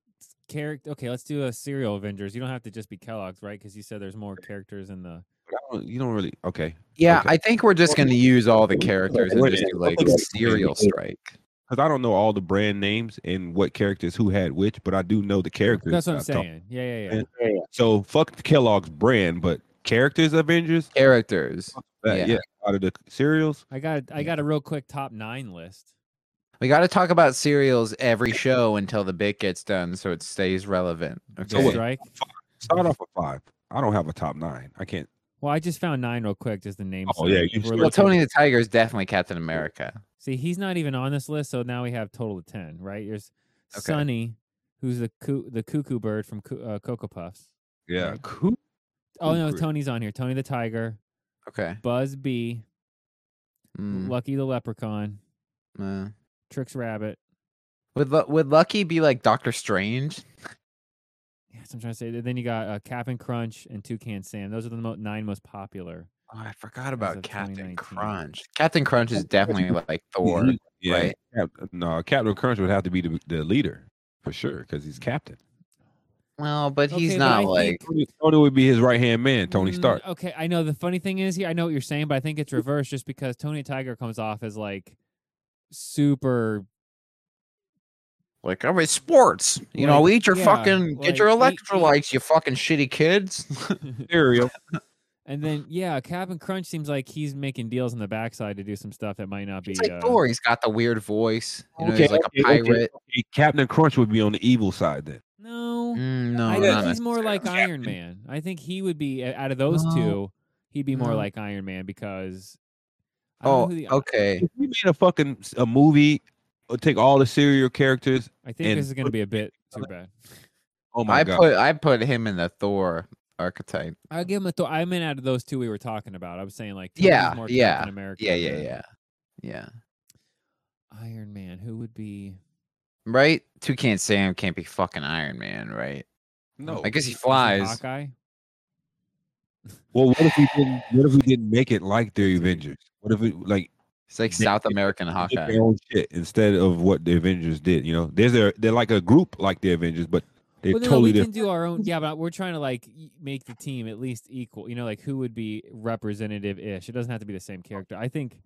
[SPEAKER 1] character, okay, let's do a serial Avengers. You don't have to just be Kellogg's, right? Because you said there's more characters in the.
[SPEAKER 3] But I don't, you don't really okay
[SPEAKER 2] Yeah,
[SPEAKER 3] Okay.
[SPEAKER 2] I think we're just going to use all the characters and
[SPEAKER 3] Wait a
[SPEAKER 2] just do like
[SPEAKER 3] minute.
[SPEAKER 2] serial strike.
[SPEAKER 3] because I don't know all the brand names and what characters who had which, but I do know the characters.
[SPEAKER 1] That's what I'm
[SPEAKER 3] that I talk-
[SPEAKER 1] saying. Yeah, yeah, yeah.
[SPEAKER 3] And- So fuck Kellogg's brand, but characters Avengers.
[SPEAKER 2] Characters.
[SPEAKER 3] That,
[SPEAKER 2] Yeah.
[SPEAKER 3] yeah. out of the cereals.
[SPEAKER 1] I got I got a real quick top nine list.
[SPEAKER 2] We got to talk about serials every show until the bit gets done, so it stays relevant.
[SPEAKER 1] Big
[SPEAKER 2] Okay.
[SPEAKER 3] what?
[SPEAKER 1] Strike. Mm-hmm.
[SPEAKER 3] Start off with five. I don't have a top nine. I can't.
[SPEAKER 1] Well, I just found nine real quick. Just the name.
[SPEAKER 3] Oh, yeah, you
[SPEAKER 1] If we're
[SPEAKER 3] still-
[SPEAKER 2] Well,
[SPEAKER 1] looking-
[SPEAKER 2] Tony the Tiger is definitely Captain America.
[SPEAKER 1] See, he's not even on this list, so now we have total of ten, right? There's
[SPEAKER 2] Okay.
[SPEAKER 1] Sunny, who's the coo- the cuckoo bird from Coo- uh, Cocoa Puffs.
[SPEAKER 3] Yeah,
[SPEAKER 1] Oh no,
[SPEAKER 3] Cuckoo.
[SPEAKER 1] Tony's on here. Tony the tiger,
[SPEAKER 2] Okay.
[SPEAKER 1] Buzz Bee,
[SPEAKER 2] Mm,
[SPEAKER 1] Lucky the leprechaun,
[SPEAKER 2] uh,
[SPEAKER 1] Tricks rabbit.
[SPEAKER 2] would Lu- Would Lucky be like Doctor Strange?
[SPEAKER 1] Yeah, that's what I'm trying to say. Then you got uh, Captain Crunch and Toucan Sam. Those are the mo- nine most popular.
[SPEAKER 2] Oh, I forgot
[SPEAKER 1] of
[SPEAKER 2] about Captain
[SPEAKER 1] 2019.
[SPEAKER 2] Crunch. Captain Crunch is definitely like Thor.
[SPEAKER 3] Mm-hmm. yeah.
[SPEAKER 2] right?
[SPEAKER 3] Cap- no, Captain Crunch would have to be the, the leader for sure because he's captain.
[SPEAKER 2] Well, but he's
[SPEAKER 1] Okay, but I
[SPEAKER 2] not
[SPEAKER 1] think-
[SPEAKER 2] like.
[SPEAKER 3] Tony, Tony would be his right hand man, Tony
[SPEAKER 1] Mm,
[SPEAKER 3] Stark.
[SPEAKER 1] Okay, I know. The funny thing is here, I know what you're saying, but I think it's reversed just because Tony the Tiger comes off as like super
[SPEAKER 2] Like, I'm at sports. You know,
[SPEAKER 1] Like,
[SPEAKER 2] eat your
[SPEAKER 1] yeah,
[SPEAKER 2] fucking, get your
[SPEAKER 1] like, eat- eat-
[SPEAKER 2] electrolytes, you fucking shitty kids. [LAUGHS]
[SPEAKER 3] Cereal.
[SPEAKER 1] And
[SPEAKER 2] [SIGHS]
[SPEAKER 1] then yeah, Captain Crunch seems like he's making deals on the backside to do some stuff that might not be.
[SPEAKER 2] It's like
[SPEAKER 1] uh,
[SPEAKER 2] Thor. He's got the weird voice. You know, he's like a
[SPEAKER 3] okay, okay,
[SPEAKER 2] pirate.
[SPEAKER 3] okay. Captain Crunch would be on the evil side then.
[SPEAKER 1] No,
[SPEAKER 2] Mm, no,
[SPEAKER 1] I
[SPEAKER 2] not
[SPEAKER 1] think he's more like
[SPEAKER 2] necessarily.
[SPEAKER 1] Iron Man. I think he would be uh, out of those
[SPEAKER 2] No.
[SPEAKER 1] two, he'd be more
[SPEAKER 2] No.
[SPEAKER 1] like Iron Man because. I don't know
[SPEAKER 2] Oh,
[SPEAKER 1] who the-
[SPEAKER 2] okay.
[SPEAKER 3] If we made a fucking s- a movie, or take all the serial characters.
[SPEAKER 1] I think
[SPEAKER 3] and
[SPEAKER 1] this is going to
[SPEAKER 3] put-
[SPEAKER 1] be a
[SPEAKER 2] [LAUGHS]
[SPEAKER 1] bit too bad.
[SPEAKER 3] Oh my
[SPEAKER 2] I
[SPEAKER 3] god!
[SPEAKER 2] put I put him in the Thor archetype.
[SPEAKER 1] I'll give him a Thor. I meant out of those two we were talking about. I was saying like Tony's
[SPEAKER 2] Yeah,
[SPEAKER 1] more
[SPEAKER 2] yeah,
[SPEAKER 1] Captain America
[SPEAKER 2] Yeah, yeah,
[SPEAKER 1] than
[SPEAKER 2] yeah, yeah.
[SPEAKER 1] Iron Man. Who would be?
[SPEAKER 2] Right? Toucan Sam can't be fucking Iron Man, right?
[SPEAKER 3] no.
[SPEAKER 2] I guess he
[SPEAKER 1] is it
[SPEAKER 2] flies.
[SPEAKER 1] Hawkeye.
[SPEAKER 3] Well, what if we didn't? What if we didn't make it like the Avengers? What if we like
[SPEAKER 2] He's like
[SPEAKER 3] They-
[SPEAKER 2] South American
[SPEAKER 3] make
[SPEAKER 2] Hawkeye.
[SPEAKER 3] their own shit instead of what the Avengers did? You know, there's a they're like a group like the Avengers, but they're
[SPEAKER 1] Well, no,
[SPEAKER 3] totally
[SPEAKER 1] we
[SPEAKER 3] different.
[SPEAKER 1] can do our own. Yeah, but we're trying to like y- make the team at least equal. You know, like who would be representative ish. It doesn't have to be the same character. I think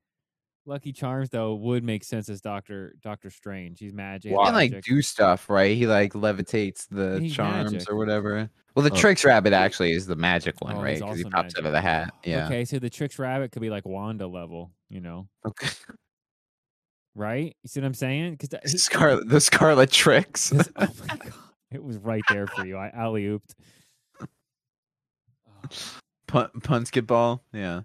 [SPEAKER 1] Lucky Charms though would make sense as Doctor Doctor Strange. He's magic.
[SPEAKER 2] He
[SPEAKER 3] Why?
[SPEAKER 2] can like
[SPEAKER 1] magic.
[SPEAKER 2] do stuff, right? He like levitates the
[SPEAKER 1] He's
[SPEAKER 2] charms
[SPEAKER 1] magic.
[SPEAKER 2] or whatever. Well, the
[SPEAKER 3] Oh.
[SPEAKER 2] Tricks Rabbit actually is the magic one,
[SPEAKER 1] Oh,
[SPEAKER 2] right?
[SPEAKER 1] he's
[SPEAKER 2] Because he
[SPEAKER 1] also
[SPEAKER 2] pops out of the hat. Yeah.
[SPEAKER 1] Okay, so the Tricks Rabbit could be like Wanda level. You know,
[SPEAKER 2] Okay. [LAUGHS]
[SPEAKER 1] right? You see what I'm saying? Because
[SPEAKER 2] Scarlet, the
[SPEAKER 1] [LAUGHS]
[SPEAKER 2] Scarlet Tricks.
[SPEAKER 1] oh my god, it was right there for you. I alley ooped.
[SPEAKER 2] Pun- Punsketball. Yeah.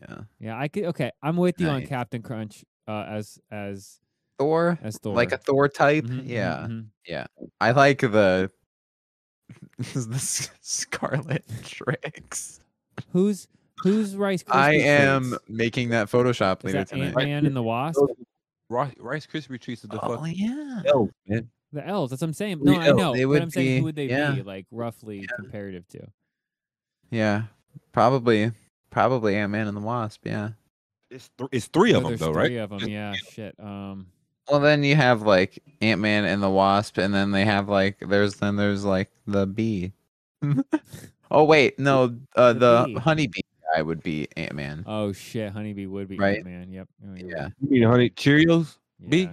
[SPEAKER 2] Yeah.
[SPEAKER 1] Yeah, I could. Okay, I'm with you on
[SPEAKER 2] Nice.
[SPEAKER 1] Captain Crunch uh, as as
[SPEAKER 2] Thor,
[SPEAKER 1] as Thor.
[SPEAKER 2] like a Thor type.
[SPEAKER 1] Mhm, mhm,
[SPEAKER 2] yeah,
[SPEAKER 1] mhm.
[SPEAKER 2] I like the [LAUGHS] the S- Scarlet Tricks.
[SPEAKER 1] Who's who's Rice Krispie
[SPEAKER 2] I am
[SPEAKER 1] treats?
[SPEAKER 2] making that Photoshop
[SPEAKER 1] Is
[SPEAKER 2] later
[SPEAKER 1] that
[SPEAKER 2] tonight.
[SPEAKER 1] Ant Man and the Wasp?
[SPEAKER 3] Rice, Rice Krispie treats are the
[SPEAKER 2] Oh
[SPEAKER 3] fucking
[SPEAKER 2] yeah,
[SPEAKER 3] elves, man.
[SPEAKER 1] The elves. That's what I'm saying.
[SPEAKER 2] The
[SPEAKER 1] No, I
[SPEAKER 2] elves,
[SPEAKER 1] know.
[SPEAKER 2] they
[SPEAKER 1] but
[SPEAKER 2] would
[SPEAKER 1] I'm saying
[SPEAKER 2] be-
[SPEAKER 1] who would they
[SPEAKER 2] yeah.
[SPEAKER 1] be like roughly comparative to?
[SPEAKER 2] yeah, probably, probably Ant Man and the Wasp. Yeah.
[SPEAKER 3] It's th- it's three
[SPEAKER 1] Oh,
[SPEAKER 3] of them
[SPEAKER 1] there's
[SPEAKER 3] though,
[SPEAKER 1] three
[SPEAKER 3] right?
[SPEAKER 1] of them. Yeah. Shit. Um.
[SPEAKER 2] Well, then you have like Ant Man and the Wasp, and then they have like there's then there's like the bee. [LAUGHS] oh wait, no, uh,
[SPEAKER 1] The
[SPEAKER 2] the,
[SPEAKER 1] bee.
[SPEAKER 2] honeybee guy would be Ant Man.
[SPEAKER 1] Oh shit. Honeybee would be
[SPEAKER 2] Right?
[SPEAKER 1] Man. Yep. oh, you're
[SPEAKER 2] Yeah,
[SPEAKER 1] right.
[SPEAKER 3] You mean honey Cheerios? Bee?
[SPEAKER 1] Yeah.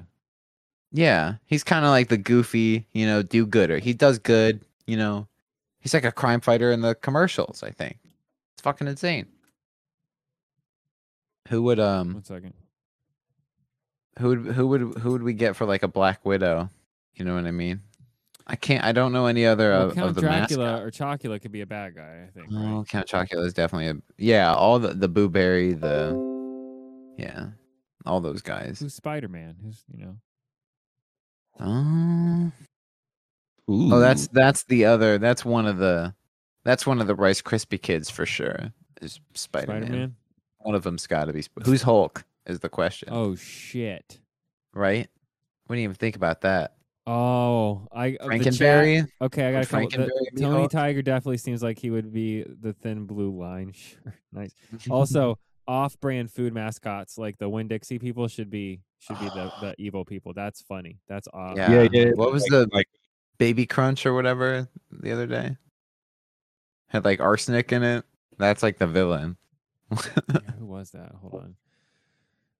[SPEAKER 2] yeah, he's kind of like the goofy, you know, do gooder. He does good, you know. He's like a crime fighter in the commercials. I think it's fucking insane. Who would um
[SPEAKER 1] One second.
[SPEAKER 2] who would who would who would we get for like a Black Widow? You know what I mean? I can't. I don't know any other
[SPEAKER 1] Well,
[SPEAKER 2] of, of
[SPEAKER 1] Count
[SPEAKER 2] the
[SPEAKER 1] Dracula
[SPEAKER 2] mascots.
[SPEAKER 1] or Chocula could be a bad guy. I think. right?
[SPEAKER 2] Oh, Count Chocula is definitely a yeah. All the the Boo Berry, the yeah, all those guys.
[SPEAKER 1] Who's Spider Man? Who's you know?
[SPEAKER 2] Oh,
[SPEAKER 3] Ooh.
[SPEAKER 2] oh, that's that's the other. That's one of the that's one of the Rice Krispie kids for sure. Is Spider
[SPEAKER 1] Spider
[SPEAKER 2] Man?
[SPEAKER 1] Man.
[SPEAKER 2] One of them's got to be. Sp- Who's Hulk? Is the question
[SPEAKER 1] Oh shit.
[SPEAKER 2] right? We didn't even think about that.
[SPEAKER 1] Oh, I uh, the chat-
[SPEAKER 2] Frankenberry.
[SPEAKER 1] Okay, I got a
[SPEAKER 2] Would
[SPEAKER 1] couple. the-
[SPEAKER 2] Frankenberry be
[SPEAKER 1] Tony
[SPEAKER 2] Hulk?
[SPEAKER 1] Tiger definitely seems like he would be the thin blue line. [LAUGHS] Sure, nice.
[SPEAKER 2] [LAUGHS]
[SPEAKER 1] Also, off-brand food mascots like the Winn Dixie people should be should be the, the evil people. That's funny. That's odd.
[SPEAKER 2] Yeah.
[SPEAKER 3] yeah, yeah.
[SPEAKER 2] What was
[SPEAKER 3] like,
[SPEAKER 2] the-
[SPEAKER 3] like
[SPEAKER 2] Baby Crunch or whatever the other day had like arsenic in it. That's like the villain.
[SPEAKER 1] Yeah, Who was that? Hold on.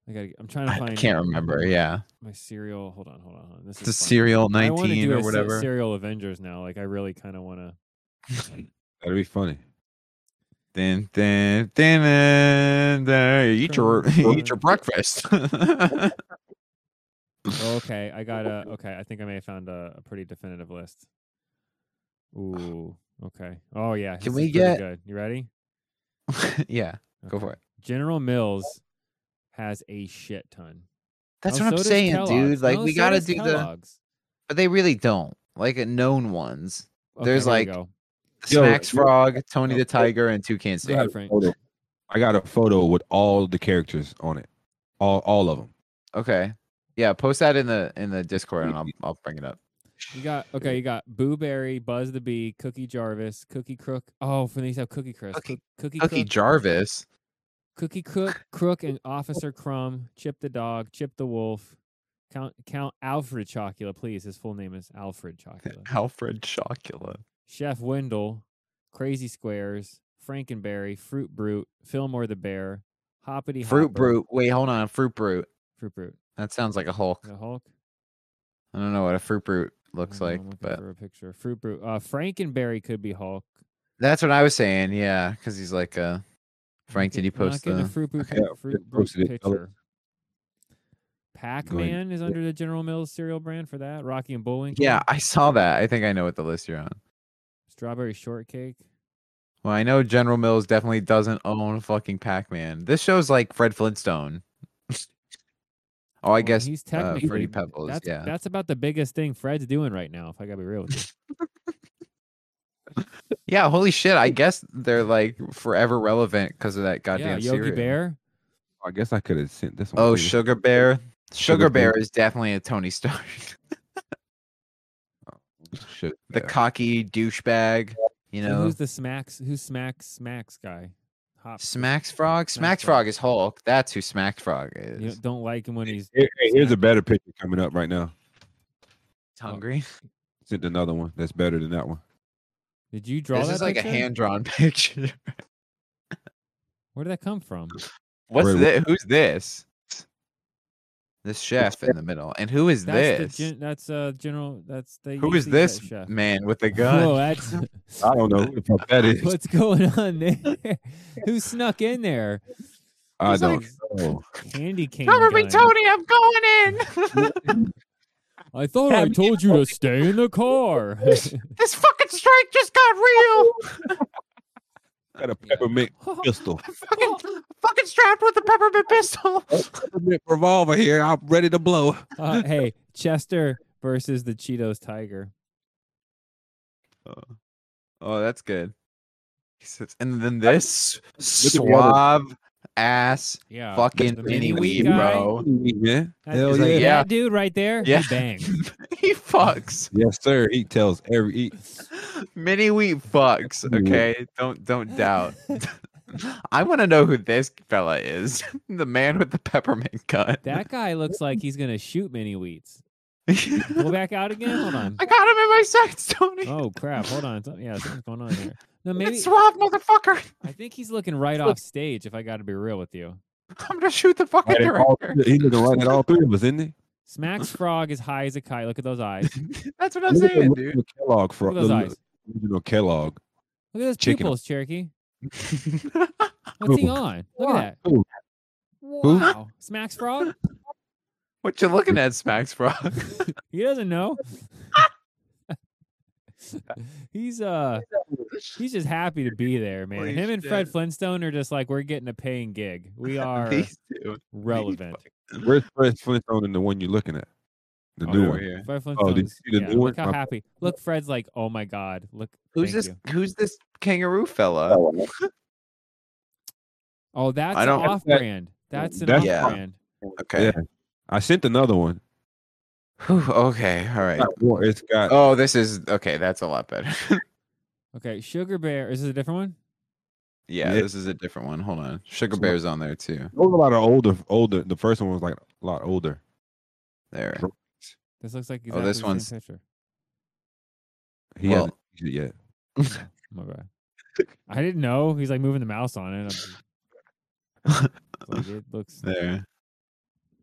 [SPEAKER 1] I got. I'm trying to
[SPEAKER 2] I
[SPEAKER 1] find.
[SPEAKER 2] can't remember. Yeah.
[SPEAKER 1] my cereal. Hold on, hold on, hold on. This
[SPEAKER 2] the
[SPEAKER 1] is funny.
[SPEAKER 2] serial
[SPEAKER 1] I wanna
[SPEAKER 2] 19
[SPEAKER 1] do
[SPEAKER 2] or
[SPEAKER 1] a se-
[SPEAKER 2] whatever
[SPEAKER 1] Serial Avengers now. Like I really kind of want to.
[SPEAKER 3] that'd be funny.
[SPEAKER 2] dun, dun, dun, dun, dun. eat [LAUGHS] your eat your breakfast [LAUGHS]
[SPEAKER 1] Oh, okay, I got a. Okay, I think I may have found a, a pretty definitive list. Ooh. Okay. Oh yeah.
[SPEAKER 2] Can
[SPEAKER 1] this
[SPEAKER 2] we
[SPEAKER 1] is pretty
[SPEAKER 2] get-
[SPEAKER 1] good? You ready?
[SPEAKER 2] yeah go
[SPEAKER 1] Okay.
[SPEAKER 2] for it
[SPEAKER 1] General Mills has a shit ton.
[SPEAKER 2] that's
[SPEAKER 1] Oh,
[SPEAKER 2] what i'm
[SPEAKER 1] so does
[SPEAKER 2] saying dude
[SPEAKER 1] Kellogg's.
[SPEAKER 2] like
[SPEAKER 1] No,
[SPEAKER 2] we
[SPEAKER 1] so
[SPEAKER 2] gotta
[SPEAKER 1] does
[SPEAKER 2] do the
[SPEAKER 1] Kellogg's.
[SPEAKER 2] but they really don't like uh, known ones
[SPEAKER 1] Okay,
[SPEAKER 2] there's,
[SPEAKER 1] here we
[SPEAKER 2] like-
[SPEAKER 1] go.
[SPEAKER 3] Yo,
[SPEAKER 2] smacks [LAUGHS]
[SPEAKER 3] yo,
[SPEAKER 2] frog tony
[SPEAKER 3] yo,
[SPEAKER 2] the
[SPEAKER 3] yo.
[SPEAKER 2] tiger and toucan
[SPEAKER 1] Go
[SPEAKER 2] sam
[SPEAKER 1] ahead, Frank.
[SPEAKER 3] Photo. I got a photo with all the characters on it, all all of them.
[SPEAKER 2] okay yeah post that in the in the discord and i'll, I'll bring it up
[SPEAKER 1] You
[SPEAKER 2] [LAUGHS]
[SPEAKER 1] got okay. You got Boo Berry, Buzz the Bee, Cookie Jarvis, Cookie Crook. Oh, for these have Cookie Crisp,
[SPEAKER 2] Cookie-
[SPEAKER 1] Cookie,
[SPEAKER 2] cookie
[SPEAKER 1] Crook,
[SPEAKER 2] jarvis
[SPEAKER 1] Cookie Crook, Crook, and Officer Crumb, Chip the Dog, Chip the Wolf, Count Count Alfred Chocula. Please, his full name is Alfred Chocula.
[SPEAKER 2] [LAUGHS] alfred chocula
[SPEAKER 1] Chef Wendell, Crazy Squares, Frankenberry, Fruit Brute, Fillmore the Bear, Hoppity
[SPEAKER 2] fruit
[SPEAKER 1] Hopper,
[SPEAKER 2] brute wait hold on fruit brute
[SPEAKER 1] Fruit Brute,
[SPEAKER 2] that sounds like a hulk
[SPEAKER 1] the Hulk.
[SPEAKER 2] i don't know what a fruit brute looks
[SPEAKER 1] Hold on,
[SPEAKER 2] like
[SPEAKER 1] I'm looking
[SPEAKER 2] but
[SPEAKER 1] for a picture. Fruit Brute. Uh, Frankenberry could be Hulk.
[SPEAKER 2] That's what I was saying. Yeah, because he's like, uh,
[SPEAKER 1] I'm
[SPEAKER 2] Frank,
[SPEAKER 1] not
[SPEAKER 2] did you
[SPEAKER 1] get- I'm not
[SPEAKER 2] post
[SPEAKER 1] getting
[SPEAKER 2] the?
[SPEAKER 1] a Fruit
[SPEAKER 2] [LAUGHS]
[SPEAKER 1] Brute,
[SPEAKER 3] Okay, yeah,
[SPEAKER 1] fruit
[SPEAKER 3] just
[SPEAKER 1] Brute
[SPEAKER 3] posted it. I'll-
[SPEAKER 1] picture? Pac Man is under the General Mills cereal brand for that. Rocky and Bullwinkle.
[SPEAKER 2] Yeah, I saw that. I think I know what the list you're on.
[SPEAKER 1] Strawberry shortcake.
[SPEAKER 2] Oh, Well, I know General Mills definitely doesn't own fucking Pac-Man. This show's like Fred Flintstone. [LAUGHS] oh, I
[SPEAKER 1] Well,
[SPEAKER 2] guess
[SPEAKER 1] he's
[SPEAKER 2] uh,
[SPEAKER 1] technically
[SPEAKER 2] Fruity
[SPEAKER 1] th-
[SPEAKER 2] Pebbles.
[SPEAKER 1] That's,
[SPEAKER 2] yeah,
[SPEAKER 1] that's about the biggest thing Fred's doing right now. If I gotta be real with you.
[SPEAKER 2] yeah. Holy shit! I guess they're like forever relevant because of that
[SPEAKER 1] yeah,
[SPEAKER 2] [LAUGHS] goddamn
[SPEAKER 1] Yogi
[SPEAKER 2] cereal.
[SPEAKER 1] Bear.
[SPEAKER 3] I guess I could have sent this one.
[SPEAKER 2] Oh,
[SPEAKER 3] to you.
[SPEAKER 2] Sugar Bear. Sugar
[SPEAKER 3] Sugar Bear.
[SPEAKER 2] Bear is definitely a Tony Stark. [LAUGHS]
[SPEAKER 3] Sugar
[SPEAKER 2] the
[SPEAKER 3] Bear.
[SPEAKER 2] cocky douchebag. You
[SPEAKER 1] And
[SPEAKER 2] know,
[SPEAKER 1] who's the Smacks? Who's Smacks? Smacks guy. Hop.
[SPEAKER 2] Smacks Frog.
[SPEAKER 1] Smacks
[SPEAKER 2] Smacks
[SPEAKER 1] Frog.
[SPEAKER 2] Frog is Hulk. That's who Smacks Frog is.
[SPEAKER 1] You don't like him when he's
[SPEAKER 3] Here- hey, here's a better picture coming up right now.
[SPEAKER 2] hungry.
[SPEAKER 3] Sent another one that's better than that one.
[SPEAKER 1] Did you draw
[SPEAKER 2] [LAUGHS] this
[SPEAKER 1] that?
[SPEAKER 2] is like
[SPEAKER 1] picture?
[SPEAKER 2] a hand drawn [LAUGHS] picture.
[SPEAKER 1] Where did that come from?
[SPEAKER 2] What's
[SPEAKER 3] Wait,
[SPEAKER 2] thi- Who's this? This chef in the middle, and who is
[SPEAKER 1] That's
[SPEAKER 2] this?
[SPEAKER 1] the gen- that's uh general. That's the
[SPEAKER 2] who is
[SPEAKER 1] UC
[SPEAKER 2] this
[SPEAKER 1] chef.
[SPEAKER 2] man with the
[SPEAKER 1] Whoa,
[SPEAKER 2] gun? [LAUGHS]
[SPEAKER 1] that's [LAUGHS]
[SPEAKER 3] I don't know who the fuck that is.
[SPEAKER 1] what's going on there. Who snuck in there?
[SPEAKER 3] I
[SPEAKER 2] He's like-
[SPEAKER 3] don't know.
[SPEAKER 1] Candy cane.
[SPEAKER 2] Cover me,
[SPEAKER 1] gun.
[SPEAKER 2] Tony!
[SPEAKER 1] [LAUGHS]
[SPEAKER 2] I'm going in.
[SPEAKER 1] I thought I told you to stay in the
[SPEAKER 2] [LAUGHS]
[SPEAKER 1] car. [LAUGHS]
[SPEAKER 2] this fucking strike just [LAUGHS] got real.
[SPEAKER 3] Got a peppermint pistol.
[SPEAKER 2] fucking, fucking strapped with a peppermint pistol.
[SPEAKER 3] revolver here. I'm ready to blow.
[SPEAKER 1] Uh, hey, Chester versus the Cheetos Tiger.
[SPEAKER 2] Oh, that's good. He says, and then
[SPEAKER 3] I-
[SPEAKER 2] this
[SPEAKER 3] at the other-
[SPEAKER 2] suave ass
[SPEAKER 1] Yeah,
[SPEAKER 2] fucking
[SPEAKER 1] Oh, the
[SPEAKER 2] mini
[SPEAKER 1] mini
[SPEAKER 2] weed,
[SPEAKER 1] weed guy.
[SPEAKER 2] bro. [LAUGHS]
[SPEAKER 3] Yeah.
[SPEAKER 1] That,
[SPEAKER 3] Hell
[SPEAKER 1] is
[SPEAKER 2] yeah.
[SPEAKER 1] that
[SPEAKER 2] Yeah.
[SPEAKER 1] dude right there.
[SPEAKER 2] Yeah.
[SPEAKER 1] he banged.
[SPEAKER 2] he fucks.
[SPEAKER 3] Yes, sir. He tells every. He,
[SPEAKER 2] Mini wheat fucks.
[SPEAKER 3] Mini wheat.
[SPEAKER 2] Okay, don't don't [LAUGHS] doubt. I want to know who this fella is. [LAUGHS] the man with the peppermint gun.
[SPEAKER 1] That guy looks like he's gonna shoot mini wheats. Go
[SPEAKER 2] [LAUGHS] I
[SPEAKER 1] back out again. Hold on.
[SPEAKER 2] got him in my sights, Tony.
[SPEAKER 1] Oh crap! Hold on. Some- Yeah, something's going on here. No, maybe
[SPEAKER 2] suave motherfucker.
[SPEAKER 1] I think he's looking right off stage. If I got to be real with you,
[SPEAKER 2] I'm gonna shoot the fucking
[SPEAKER 3] right at all, he looking right at all three of us, isn't he?
[SPEAKER 1] Smacks Frog is high as a kite. Look at those eyes.
[SPEAKER 2] That's what I'm
[SPEAKER 3] Look at the
[SPEAKER 2] saying, dude.
[SPEAKER 3] original Kellogg
[SPEAKER 1] Look
[SPEAKER 3] frog.
[SPEAKER 1] at those
[SPEAKER 3] the
[SPEAKER 1] eyes.
[SPEAKER 3] Original Kellogg.
[SPEAKER 1] Look at those
[SPEAKER 3] Chicken.
[SPEAKER 1] pupils,
[SPEAKER 3] [LAUGHS]
[SPEAKER 1] Cherokee. What's he on? Look at that.
[SPEAKER 3] Who? Who?
[SPEAKER 1] Wow. Smacks Frog?
[SPEAKER 2] what you looking at,
[SPEAKER 1] [LAUGHS]
[SPEAKER 2] Smacks Frog?
[SPEAKER 1] He doesn't know. [LAUGHS] he's uh he's just happy to be there, man.
[SPEAKER 2] Holy
[SPEAKER 1] Him and Fred
[SPEAKER 2] shit.
[SPEAKER 1] Flintstone are just like we're getting a paying gig. We are
[SPEAKER 2] [LAUGHS] These two.
[SPEAKER 1] relevant.
[SPEAKER 3] Where's Fred Flintstone and the one you're looking at? The
[SPEAKER 1] Oh,
[SPEAKER 3] new
[SPEAKER 1] yeah.
[SPEAKER 3] one.
[SPEAKER 2] here.
[SPEAKER 1] Fred
[SPEAKER 3] Oh, did you
[SPEAKER 1] Flintstone's
[SPEAKER 3] see the
[SPEAKER 1] yeah,
[SPEAKER 3] new
[SPEAKER 1] look
[SPEAKER 3] one?
[SPEAKER 1] how
[SPEAKER 3] My-
[SPEAKER 1] happy. Look, Fred's like, oh my god, look.
[SPEAKER 2] Who's
[SPEAKER 1] thank
[SPEAKER 2] this?
[SPEAKER 1] you."
[SPEAKER 2] Who's this kangaroo fella?
[SPEAKER 1] Oh, that's
[SPEAKER 2] don't- That-
[SPEAKER 1] off brand. That's an off
[SPEAKER 3] that's-
[SPEAKER 2] Yeah.
[SPEAKER 1] brand.
[SPEAKER 2] Okay.
[SPEAKER 3] Yeah. I sent another one.
[SPEAKER 2] Whew, okay. All right.
[SPEAKER 3] Got more- It's got
[SPEAKER 2] Oh, this is okay. That's a lot better. [LAUGHS]
[SPEAKER 1] Okay, Sugar Bear. Is this a different one?
[SPEAKER 2] yeah,
[SPEAKER 3] Yeah.
[SPEAKER 2] this is a different one. Hold on. Sugar
[SPEAKER 3] So-
[SPEAKER 2] Bear's on there too.
[SPEAKER 3] those are a lot of older, older. The first one was like a lot older.
[SPEAKER 2] There.
[SPEAKER 1] This looks like
[SPEAKER 2] Oh,
[SPEAKER 1] exactly
[SPEAKER 2] this
[SPEAKER 1] the
[SPEAKER 2] one's-
[SPEAKER 1] same picture.
[SPEAKER 3] He
[SPEAKER 2] Well-
[SPEAKER 3] hasn't used it yet.
[SPEAKER 1] Oh my god. I didn't know. He's like moving the mouse on it.
[SPEAKER 2] [LAUGHS]
[SPEAKER 1] I'm- it's like, it looks
[SPEAKER 2] There.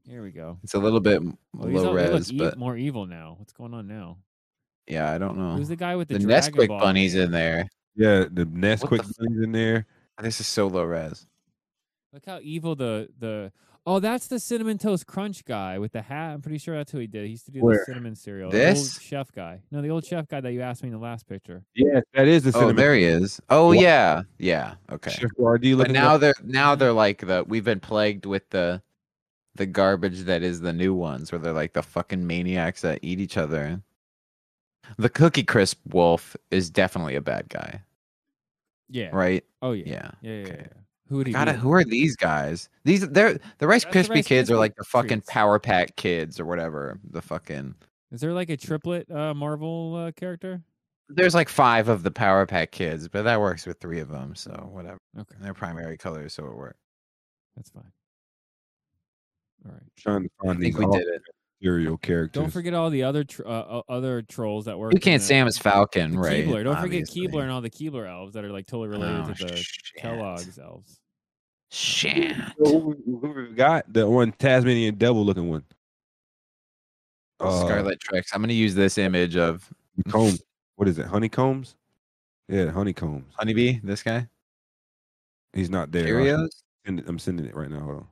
[SPEAKER 1] Here we go.
[SPEAKER 2] It's a little bit m-
[SPEAKER 1] Oh, he's
[SPEAKER 2] low
[SPEAKER 1] all- they look
[SPEAKER 2] res,
[SPEAKER 1] e-
[SPEAKER 2] but
[SPEAKER 1] more evil now. What's going on now?
[SPEAKER 2] yeah, I don't know.
[SPEAKER 1] Who's the guy with the,
[SPEAKER 2] The
[SPEAKER 1] Dragon
[SPEAKER 2] Nesquik
[SPEAKER 1] Ball?
[SPEAKER 2] bunny's in there.
[SPEAKER 3] Yeah, the Nest
[SPEAKER 2] What
[SPEAKER 3] Quick
[SPEAKER 2] the f-
[SPEAKER 3] things in there.
[SPEAKER 2] This is so low res.
[SPEAKER 1] Look how evil the the. Oh, that's the cinnamon toast crunch guy with the hat. I'm pretty sure that's who he did. He used to do the
[SPEAKER 2] Where?
[SPEAKER 1] cinnamon cereal. The
[SPEAKER 2] This?
[SPEAKER 1] old chef guy. No, the old chef guy that you asked me in the last picture.
[SPEAKER 3] Yeah, that is the
[SPEAKER 2] Oh,
[SPEAKER 3] cinnamon.
[SPEAKER 2] there he is. Oh
[SPEAKER 3] Wha-
[SPEAKER 2] yeah, yeah. Okay.
[SPEAKER 3] Chef RD
[SPEAKER 2] But
[SPEAKER 3] looking
[SPEAKER 2] now
[SPEAKER 3] up.
[SPEAKER 2] they're now they're like the we've been plagued with the the garbage that is the new ones where they're like the fucking maniacs that eat each other. The Cookie Crisp Wolf is definitely a bad guy,
[SPEAKER 1] Yeah.
[SPEAKER 2] right?
[SPEAKER 1] Oh yeah.
[SPEAKER 2] Yeah.
[SPEAKER 1] Yeah. Yeah.
[SPEAKER 2] okay.
[SPEAKER 1] yeah, yeah. Who would he
[SPEAKER 2] Gotta,
[SPEAKER 1] be?
[SPEAKER 2] who are these guys? These they're the Rice
[SPEAKER 1] That's the
[SPEAKER 2] Krispie
[SPEAKER 1] Rice
[SPEAKER 2] kids are
[SPEAKER 1] Krispie
[SPEAKER 2] like the fucking
[SPEAKER 1] treats.
[SPEAKER 2] Power Pack kids or whatever. The fucking
[SPEAKER 1] Is there like a triplet uh, Marvel uh, character?
[SPEAKER 2] there's like five of the Power Pack kids, but that works with three of them, so whatever.
[SPEAKER 1] Okay,
[SPEAKER 2] And they're primary colors, so it worked.
[SPEAKER 1] that's fine. All right.
[SPEAKER 3] trying to
[SPEAKER 2] I
[SPEAKER 3] find
[SPEAKER 2] think
[SPEAKER 3] these
[SPEAKER 2] we
[SPEAKER 3] all
[SPEAKER 2] did it.
[SPEAKER 3] serial characters.
[SPEAKER 1] Don't forget all the other tr- uh, uh, other trolls that work.
[SPEAKER 2] You
[SPEAKER 1] in
[SPEAKER 2] can't
[SPEAKER 1] the-
[SPEAKER 2] Samus Falcon,
[SPEAKER 1] the
[SPEAKER 2] right?
[SPEAKER 1] Keebler. Don't
[SPEAKER 2] obviously.
[SPEAKER 1] forget Keebler and all the Keebler elves that are like totally related
[SPEAKER 2] Oh,
[SPEAKER 1] to the
[SPEAKER 2] shit.
[SPEAKER 1] Kellogg's elves.
[SPEAKER 2] Shit.
[SPEAKER 3] So who, who we got? The one Tasmanian devil looking one. Uh,
[SPEAKER 2] Oh, Scarlet Tricks. I'm gonna use this image of
[SPEAKER 3] Comb. What is it? Honeycombs? Yeah, honeycombs.
[SPEAKER 2] Honeybee. This guy.
[SPEAKER 3] He's not there. I'll
[SPEAKER 2] Cheerios.
[SPEAKER 3] send it- I'm sending it right now. Hold on.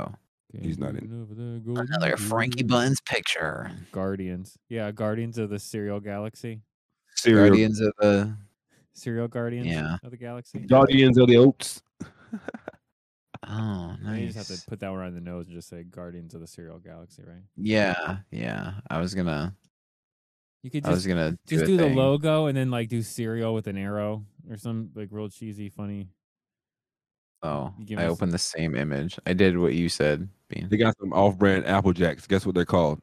[SPEAKER 2] Oh,
[SPEAKER 3] He's not in.
[SPEAKER 1] in.
[SPEAKER 2] another
[SPEAKER 1] mm-hmm.
[SPEAKER 2] Frankie Buns picture.
[SPEAKER 1] Guardians. Yeah, Guardians of the Serial Galaxy.
[SPEAKER 3] Serial Guardians,
[SPEAKER 2] Guardians of the.
[SPEAKER 1] Serial Guardians
[SPEAKER 2] Yeah.
[SPEAKER 1] of the Galaxy.
[SPEAKER 3] of the Oats.
[SPEAKER 2] Oh,
[SPEAKER 1] You
[SPEAKER 2] nice.
[SPEAKER 1] just have to put that one on the nose and just say Guardians of the Serial Galaxy, right?
[SPEAKER 2] Yeah, yeah. I was gonna.
[SPEAKER 1] You could
[SPEAKER 2] I was
[SPEAKER 1] just
[SPEAKER 2] gonna.
[SPEAKER 1] just
[SPEAKER 2] a
[SPEAKER 1] do the
[SPEAKER 2] thing.
[SPEAKER 1] logo and then like do cereal with an arrow or some like real cheesy funny.
[SPEAKER 2] Oh,
[SPEAKER 1] You give
[SPEAKER 2] I
[SPEAKER 1] us-
[SPEAKER 2] opened the same image. I did what you said. Bean.
[SPEAKER 3] They got some off brand Apple Jacks. Guess what they're called?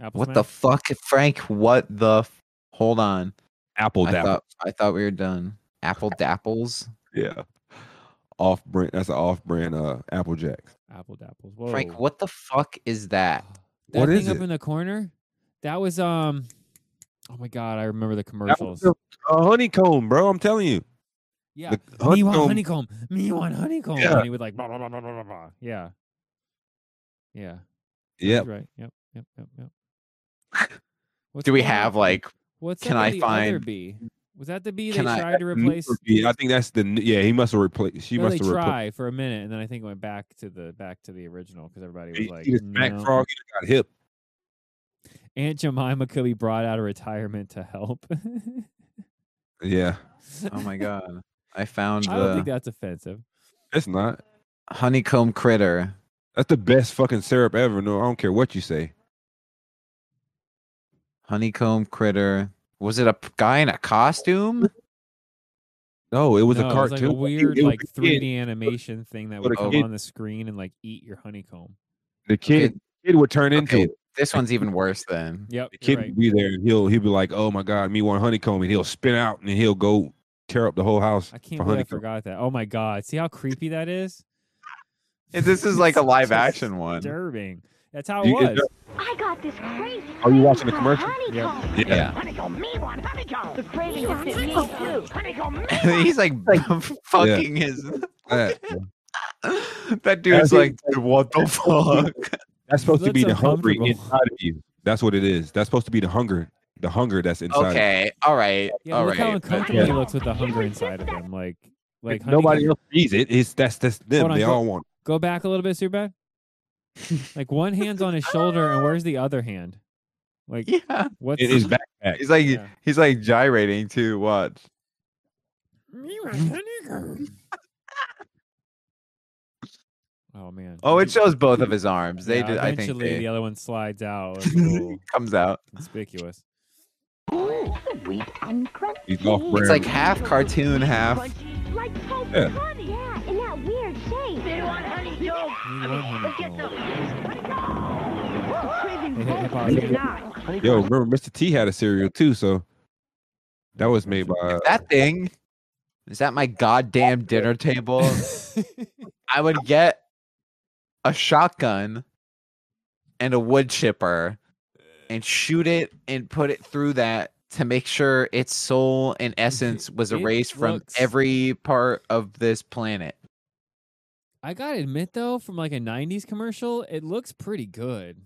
[SPEAKER 1] Apple
[SPEAKER 2] What the
[SPEAKER 1] Smash.
[SPEAKER 2] fuck, Frank? What the? F- Hold on.
[SPEAKER 3] Apple
[SPEAKER 2] I
[SPEAKER 3] Dapple.
[SPEAKER 2] thought I thought we were done. Apple dapples.
[SPEAKER 3] Yeah. Off brand. That's an off brand uh, Apple Jacks.
[SPEAKER 1] Apple Dapples? Whoa. Ah,
[SPEAKER 2] Frank, what the fuck is that?
[SPEAKER 1] That
[SPEAKER 3] What
[SPEAKER 1] thing
[SPEAKER 3] is
[SPEAKER 1] up
[SPEAKER 3] it?
[SPEAKER 1] in the corner? That was um. Oh my god, I remember the
[SPEAKER 3] That was
[SPEAKER 1] commercials.
[SPEAKER 3] a a honeycomb, bro. I'm telling you.
[SPEAKER 1] Yeah,
[SPEAKER 3] The
[SPEAKER 1] me want
[SPEAKER 3] honeycomb-
[SPEAKER 1] honeycomb. Me want honeycomb.
[SPEAKER 3] Yeah.
[SPEAKER 1] And he would like blah blah blah blah blah blah. blah. Yeah, yeah.
[SPEAKER 3] Yeah.
[SPEAKER 1] That's right. Yep. Yep. Yep. Yep.
[SPEAKER 2] [LAUGHS]
[SPEAKER 1] What's
[SPEAKER 2] Do we
[SPEAKER 1] going on-
[SPEAKER 2] have like?
[SPEAKER 1] What's
[SPEAKER 2] can
[SPEAKER 1] up
[SPEAKER 2] I
[SPEAKER 1] with the other
[SPEAKER 2] find-
[SPEAKER 1] bee? Was that the bee they
[SPEAKER 2] Can I-
[SPEAKER 1] tried to replace?
[SPEAKER 3] Yeah, I think that's the. n- Yeah, he must have replaced. She
[SPEAKER 1] No,
[SPEAKER 3] must
[SPEAKER 1] they
[SPEAKER 3] have replaced.
[SPEAKER 1] try for a minute, and then I think it went back to the back to the original because everybody was
[SPEAKER 3] He,
[SPEAKER 1] like,
[SPEAKER 3] he was Mac
[SPEAKER 1] "No."
[SPEAKER 3] Frog. He got hip.
[SPEAKER 1] Aunt Jemima could be brought out of retirement to help. [LAUGHS]
[SPEAKER 3] Yeah,
[SPEAKER 2] [LAUGHS] Oh my god, I found
[SPEAKER 1] I don't think
[SPEAKER 2] the.
[SPEAKER 1] that's offensive.
[SPEAKER 3] it's not.
[SPEAKER 2] honeycomb critter.
[SPEAKER 3] That's the best fucking syrup ever. No, I don't care what you say.
[SPEAKER 2] Honeycomb critter. Was it a p- guy in a costume?
[SPEAKER 3] No, it was
[SPEAKER 1] No,
[SPEAKER 3] a
[SPEAKER 1] it
[SPEAKER 3] cartoon.
[SPEAKER 1] like a weird
[SPEAKER 3] It was
[SPEAKER 1] like
[SPEAKER 3] a kid.
[SPEAKER 1] 3D animation thing that
[SPEAKER 3] What
[SPEAKER 1] would
[SPEAKER 3] a
[SPEAKER 1] come
[SPEAKER 2] kid-
[SPEAKER 1] on the screen and like eat your honeycomb.
[SPEAKER 3] The kid, kid would turn into
[SPEAKER 2] Okay.
[SPEAKER 3] it.
[SPEAKER 2] This one's even worse then.
[SPEAKER 1] Yep, you're
[SPEAKER 3] The kid
[SPEAKER 1] right.
[SPEAKER 3] would be there, and he'll he'll be like, "Oh my god, me want honeycomb," and he'll spin out, and he'll go tear up the whole house
[SPEAKER 1] I can't
[SPEAKER 3] for
[SPEAKER 1] believe I
[SPEAKER 3] honeycomb.
[SPEAKER 1] forgot that. Oh my god, see how creepy that is.
[SPEAKER 2] And
[SPEAKER 1] [LAUGHS]
[SPEAKER 2] this is like a
[SPEAKER 1] It's
[SPEAKER 2] live
[SPEAKER 1] so
[SPEAKER 2] action one. [LAUGHS]
[SPEAKER 1] Disturbing. That's how it
[SPEAKER 3] You-
[SPEAKER 1] was.
[SPEAKER 3] it's-
[SPEAKER 4] I got this crazy.
[SPEAKER 3] Are you watching the
[SPEAKER 4] craving
[SPEAKER 3] commercial?
[SPEAKER 4] for
[SPEAKER 1] Yeah.
[SPEAKER 4] Honeycomb.
[SPEAKER 2] Yeah.
[SPEAKER 4] Honeycomb, me one. Honeycomb. The craving is me too. Honeycomb, me
[SPEAKER 2] He's like,
[SPEAKER 1] [LAUGHS]
[SPEAKER 2] [LAUGHS] fucking his. [LAUGHS]
[SPEAKER 3] That-
[SPEAKER 2] that dude's
[SPEAKER 3] That's
[SPEAKER 2] like, "Dude, [LAUGHS] what the fuck?
[SPEAKER 3] that's supposed to
[SPEAKER 1] That's
[SPEAKER 3] be the hunger
[SPEAKER 1] uncomfortable.
[SPEAKER 3] inside of you. That's what it is. That's supposed to be the hunger, the hunger that's inside. of
[SPEAKER 2] [LAUGHS]
[SPEAKER 3] you.
[SPEAKER 2] Okay, all right,
[SPEAKER 1] Yeah,
[SPEAKER 2] all
[SPEAKER 1] look
[SPEAKER 2] [LAUGHS]
[SPEAKER 1] how
[SPEAKER 2] right.
[SPEAKER 1] uncomfortable he
[SPEAKER 4] Yeah.
[SPEAKER 1] looks with the hunger inside of him. Like, like honey,
[SPEAKER 3] nobody else sees it. It's that's that's them.
[SPEAKER 1] Hold on,
[SPEAKER 3] they
[SPEAKER 1] go-
[SPEAKER 3] all want.
[SPEAKER 1] Go back a little bit,
[SPEAKER 3] [LAUGHS]
[SPEAKER 1] Superbad. like one hand's on his shoulder, and where's the other hand? Like,
[SPEAKER 2] Yeah,
[SPEAKER 1] what's
[SPEAKER 3] It is backpack.
[SPEAKER 2] he's like,
[SPEAKER 1] Yeah.
[SPEAKER 2] he's like gyrating too. Watch. [LAUGHS]
[SPEAKER 1] Oh man.
[SPEAKER 2] Oh, it shows both of his arms. They,
[SPEAKER 1] Yeah,
[SPEAKER 2] did, I think,
[SPEAKER 1] eventually
[SPEAKER 2] they
[SPEAKER 1] the other one slides out. It's a
[SPEAKER 2] [LAUGHS]
[SPEAKER 1] little
[SPEAKER 2] comes out.
[SPEAKER 1] conspicuous.
[SPEAKER 4] Sweet and crunchy.
[SPEAKER 3] He's off
[SPEAKER 2] It's
[SPEAKER 3] brand.
[SPEAKER 2] like half cartoon, half.
[SPEAKER 4] Crunchy, Like toast
[SPEAKER 3] Yeah.
[SPEAKER 4] honey. Yeah, in that weird shape. They want honeycomb.
[SPEAKER 1] You want honeycomb.
[SPEAKER 4] Craving
[SPEAKER 1] Hey, hey, hey,
[SPEAKER 4] both
[SPEAKER 1] pause.
[SPEAKER 4] and not.
[SPEAKER 3] Yo, remember Mr. T had a cereal too, so that was made by.
[SPEAKER 2] That thing is at my goddamn dinner table.
[SPEAKER 1] [LAUGHS]
[SPEAKER 2] I would get a shotgun and a wood chipper and shoot it and put it through that to make sure its soul and essence was
[SPEAKER 1] It
[SPEAKER 2] erased from
[SPEAKER 1] looks-
[SPEAKER 2] every part of this planet.
[SPEAKER 1] I gotta admit though, from like a '90s commercial, it looks pretty
[SPEAKER 2] [LAUGHS]
[SPEAKER 1] good.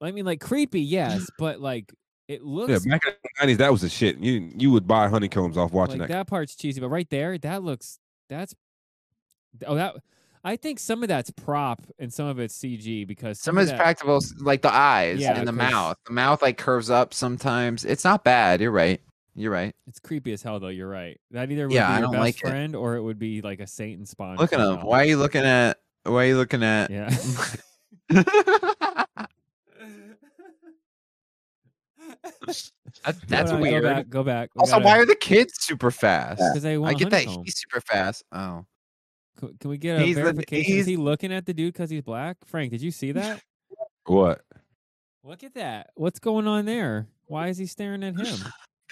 [SPEAKER 1] I mean, like creepy, yes, but like it looks
[SPEAKER 3] Yeah, back in the nineties, that was the shit. You you would buy honeycombs off watching
[SPEAKER 1] like
[SPEAKER 3] that.
[SPEAKER 1] that part's cheesy, but right there, that looks that's oh that I think some of that's prop and some of it's CG because
[SPEAKER 2] Some of it's
[SPEAKER 1] that,
[SPEAKER 2] practical, s- like the eyes
[SPEAKER 1] Yeah,
[SPEAKER 2] and the
[SPEAKER 1] 'cause-
[SPEAKER 2] mouth. The mouth like curves up sometimes. It's not bad. You're right. You're right.
[SPEAKER 1] it's creepy as hell though. You're right. That either would
[SPEAKER 2] Yeah,
[SPEAKER 1] be
[SPEAKER 2] I
[SPEAKER 1] your
[SPEAKER 2] don't
[SPEAKER 1] best
[SPEAKER 2] like it.
[SPEAKER 1] friend or it would be like a Satan spawn.
[SPEAKER 2] Look at him.
[SPEAKER 1] somehow.
[SPEAKER 2] Why are you looking at? Why are you looking at?
[SPEAKER 1] Yeah. [LAUGHS]
[SPEAKER 2] That- [LAUGHS]
[SPEAKER 1] Hold
[SPEAKER 2] that's
[SPEAKER 1] on,
[SPEAKER 2] weird.
[SPEAKER 1] Go back. Go back.
[SPEAKER 2] Also, why are the kids super fast?
[SPEAKER 1] Because I
[SPEAKER 2] I
[SPEAKER 1] want
[SPEAKER 2] get that
[SPEAKER 1] honeycomb.
[SPEAKER 2] he's super fast. Oh,
[SPEAKER 1] C- Can we get a
[SPEAKER 2] He's the-
[SPEAKER 1] verification? Is
[SPEAKER 2] he's-
[SPEAKER 1] he looking at the dude because he's black? Frank, did you see
[SPEAKER 2] [LAUGHS]
[SPEAKER 1] that?
[SPEAKER 3] What?
[SPEAKER 1] Look at that. What's going on there? Why is he staring at
[SPEAKER 2] [LAUGHS]
[SPEAKER 1] him?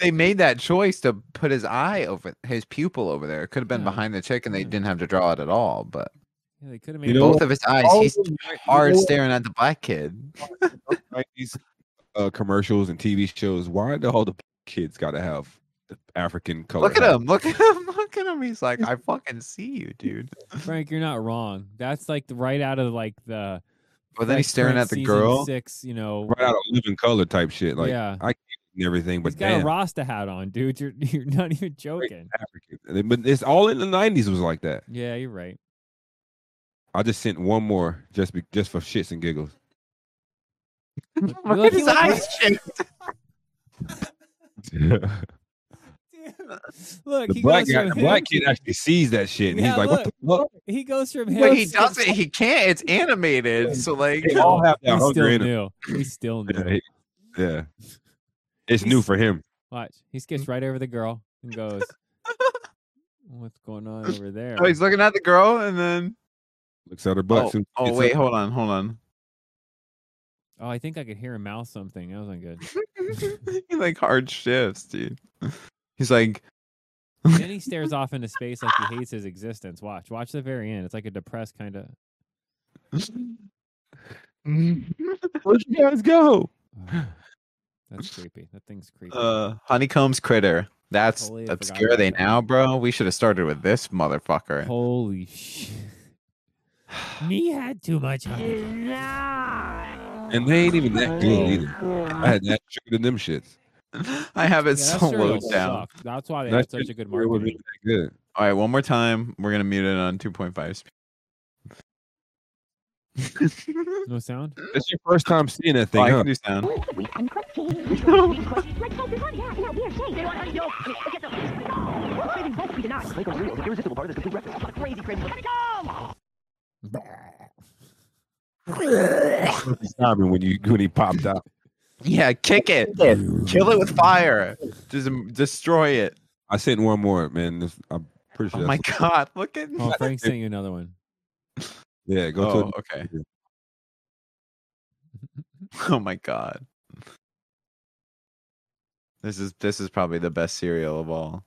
[SPEAKER 2] they made that choice to put his eye over his pupil over there. It could have been
[SPEAKER 1] Yeah.
[SPEAKER 2] behind the chick, and they
[SPEAKER 1] Yeah.
[SPEAKER 2] didn't have to draw it at all. But
[SPEAKER 1] Yeah, they could have made
[SPEAKER 3] You
[SPEAKER 1] it
[SPEAKER 3] know-
[SPEAKER 2] both of his eyes,
[SPEAKER 3] all
[SPEAKER 2] he's
[SPEAKER 3] of them-
[SPEAKER 2] hard
[SPEAKER 3] you know-
[SPEAKER 2] staring at the black kid.
[SPEAKER 3] Nineties uh, commercials and TV shows. Why do all the kids got to have the African color?
[SPEAKER 2] Look at
[SPEAKER 3] hat?
[SPEAKER 2] him! Look at him! [LAUGHS] Look at him! He's like, I fucking see you, dude.
[SPEAKER 1] Frank, you're not wrong. That's like the, right out of like the.
[SPEAKER 2] But then he's
[SPEAKER 1] Fresh
[SPEAKER 2] staring
[SPEAKER 1] Prince
[SPEAKER 2] at the
[SPEAKER 1] season
[SPEAKER 2] girl. [LAUGHS]
[SPEAKER 1] Six, you know.
[SPEAKER 3] Right out of living color type shit, like
[SPEAKER 1] yeah,
[SPEAKER 3] and everything.
[SPEAKER 1] he's
[SPEAKER 3] But
[SPEAKER 1] got
[SPEAKER 3] damn,
[SPEAKER 1] a Rasta hat on, dude. You're [LAUGHS] you're not even joking.
[SPEAKER 3] African. And it- But it's all in the nineties was like that.
[SPEAKER 1] Yeah, you're right.
[SPEAKER 3] I just sent one more just be, just for shits and giggles.
[SPEAKER 2] Look
[SPEAKER 1] Look,
[SPEAKER 2] at
[SPEAKER 1] he
[SPEAKER 2] [LAUGHS] his
[SPEAKER 1] looked
[SPEAKER 2] eyes. shake.
[SPEAKER 3] the
[SPEAKER 2] [LAUGHS]
[SPEAKER 1] Look, he
[SPEAKER 3] black
[SPEAKER 1] goes,
[SPEAKER 3] guy,
[SPEAKER 1] from
[SPEAKER 3] the
[SPEAKER 1] him,
[SPEAKER 3] black kid actually sees that shit and
[SPEAKER 1] Yeah,
[SPEAKER 3] he's like, "What the fuck?"
[SPEAKER 1] he goes from him.
[SPEAKER 2] But he doesn't. He can't. [LAUGHS] It's animated. So like,
[SPEAKER 3] They all have
[SPEAKER 1] He
[SPEAKER 3] that hunger
[SPEAKER 1] still
[SPEAKER 3] in 'em.
[SPEAKER 1] knew. He still
[SPEAKER 3] [LAUGHS] Yeah,
[SPEAKER 1] knew.
[SPEAKER 3] he- yeah. It's new
[SPEAKER 1] He's-
[SPEAKER 3] for him.
[SPEAKER 1] Watch, he skips right over the girl and goes, "What's going on over there?"
[SPEAKER 2] oh, he's looking at the girl, and then
[SPEAKER 3] Looks at her butt.
[SPEAKER 2] oh,
[SPEAKER 3] soon as she
[SPEAKER 2] oh
[SPEAKER 3] gets
[SPEAKER 2] wait,
[SPEAKER 3] up.
[SPEAKER 2] hold on, hold [LAUGHS] on.
[SPEAKER 1] Oh, I think I could hear him mouth something. That wasn't
[SPEAKER 2] [LAUGHS]
[SPEAKER 1] good.
[SPEAKER 2] he like hard shifts, dude. He's like,
[SPEAKER 1] then he stares off into space like he hates his existence. Watch, watch the very end. It's like a depressed kind of.
[SPEAKER 3] Where'd you guys go?
[SPEAKER 1] That's creepy. That thing's creepy.
[SPEAKER 2] uh, honeycombs critter. That's
[SPEAKER 1] Totally
[SPEAKER 2] that's
[SPEAKER 1] forgot
[SPEAKER 2] scare
[SPEAKER 1] about
[SPEAKER 2] they
[SPEAKER 1] that.
[SPEAKER 2] now, bro. We should have started with this motherfucker.
[SPEAKER 1] Holy
[SPEAKER 3] [SIGHS]
[SPEAKER 1] shit! Me had too much. honey.
[SPEAKER 3] And they ain't even that good either. I had that sugar than them shits.
[SPEAKER 2] [LAUGHS] I have it
[SPEAKER 1] Yeah, that
[SPEAKER 2] so
[SPEAKER 1] cereal
[SPEAKER 2] low down.
[SPEAKER 1] sucked. That's why they
[SPEAKER 3] That
[SPEAKER 1] had
[SPEAKER 3] shit
[SPEAKER 1] such a good
[SPEAKER 3] cereal wasn't
[SPEAKER 1] marketing.
[SPEAKER 3] even that good.
[SPEAKER 2] All right, one more time. We're gonna mute it on two point five speed.
[SPEAKER 1] No
[SPEAKER 2] [LAUGHS]
[SPEAKER 1] sound.
[SPEAKER 3] That's your first time seeing that
[SPEAKER 2] Oh,
[SPEAKER 3] thing,
[SPEAKER 2] I
[SPEAKER 3] huh? [LAUGHS]
[SPEAKER 2] can do sound.
[SPEAKER 4] Sweet and crunchy. Like toast honey. Yeah, in that weird shape. They want honeycomb. Get them. Craving both and not.
[SPEAKER 5] Honeycomb's real. It's an irresistible part of this complete breakfast.
[SPEAKER 4] Crazy, crazy. Honeycomb.
[SPEAKER 3] Stopping when you when he popped out.
[SPEAKER 2] Yeah, kick it. Kill it with fire. Just m- destroy it.
[SPEAKER 3] I sent one more, man. This, I'm pretty
[SPEAKER 2] Oh
[SPEAKER 3] sure.
[SPEAKER 2] my [LAUGHS]
[SPEAKER 3] that's-
[SPEAKER 2] god, look at
[SPEAKER 1] Oh, Frank sent you another one.
[SPEAKER 3] Yeah, go
[SPEAKER 2] Oh,
[SPEAKER 3] to.
[SPEAKER 2] okay. [LAUGHS] Oh my god. This is this is probably the best cereal of all.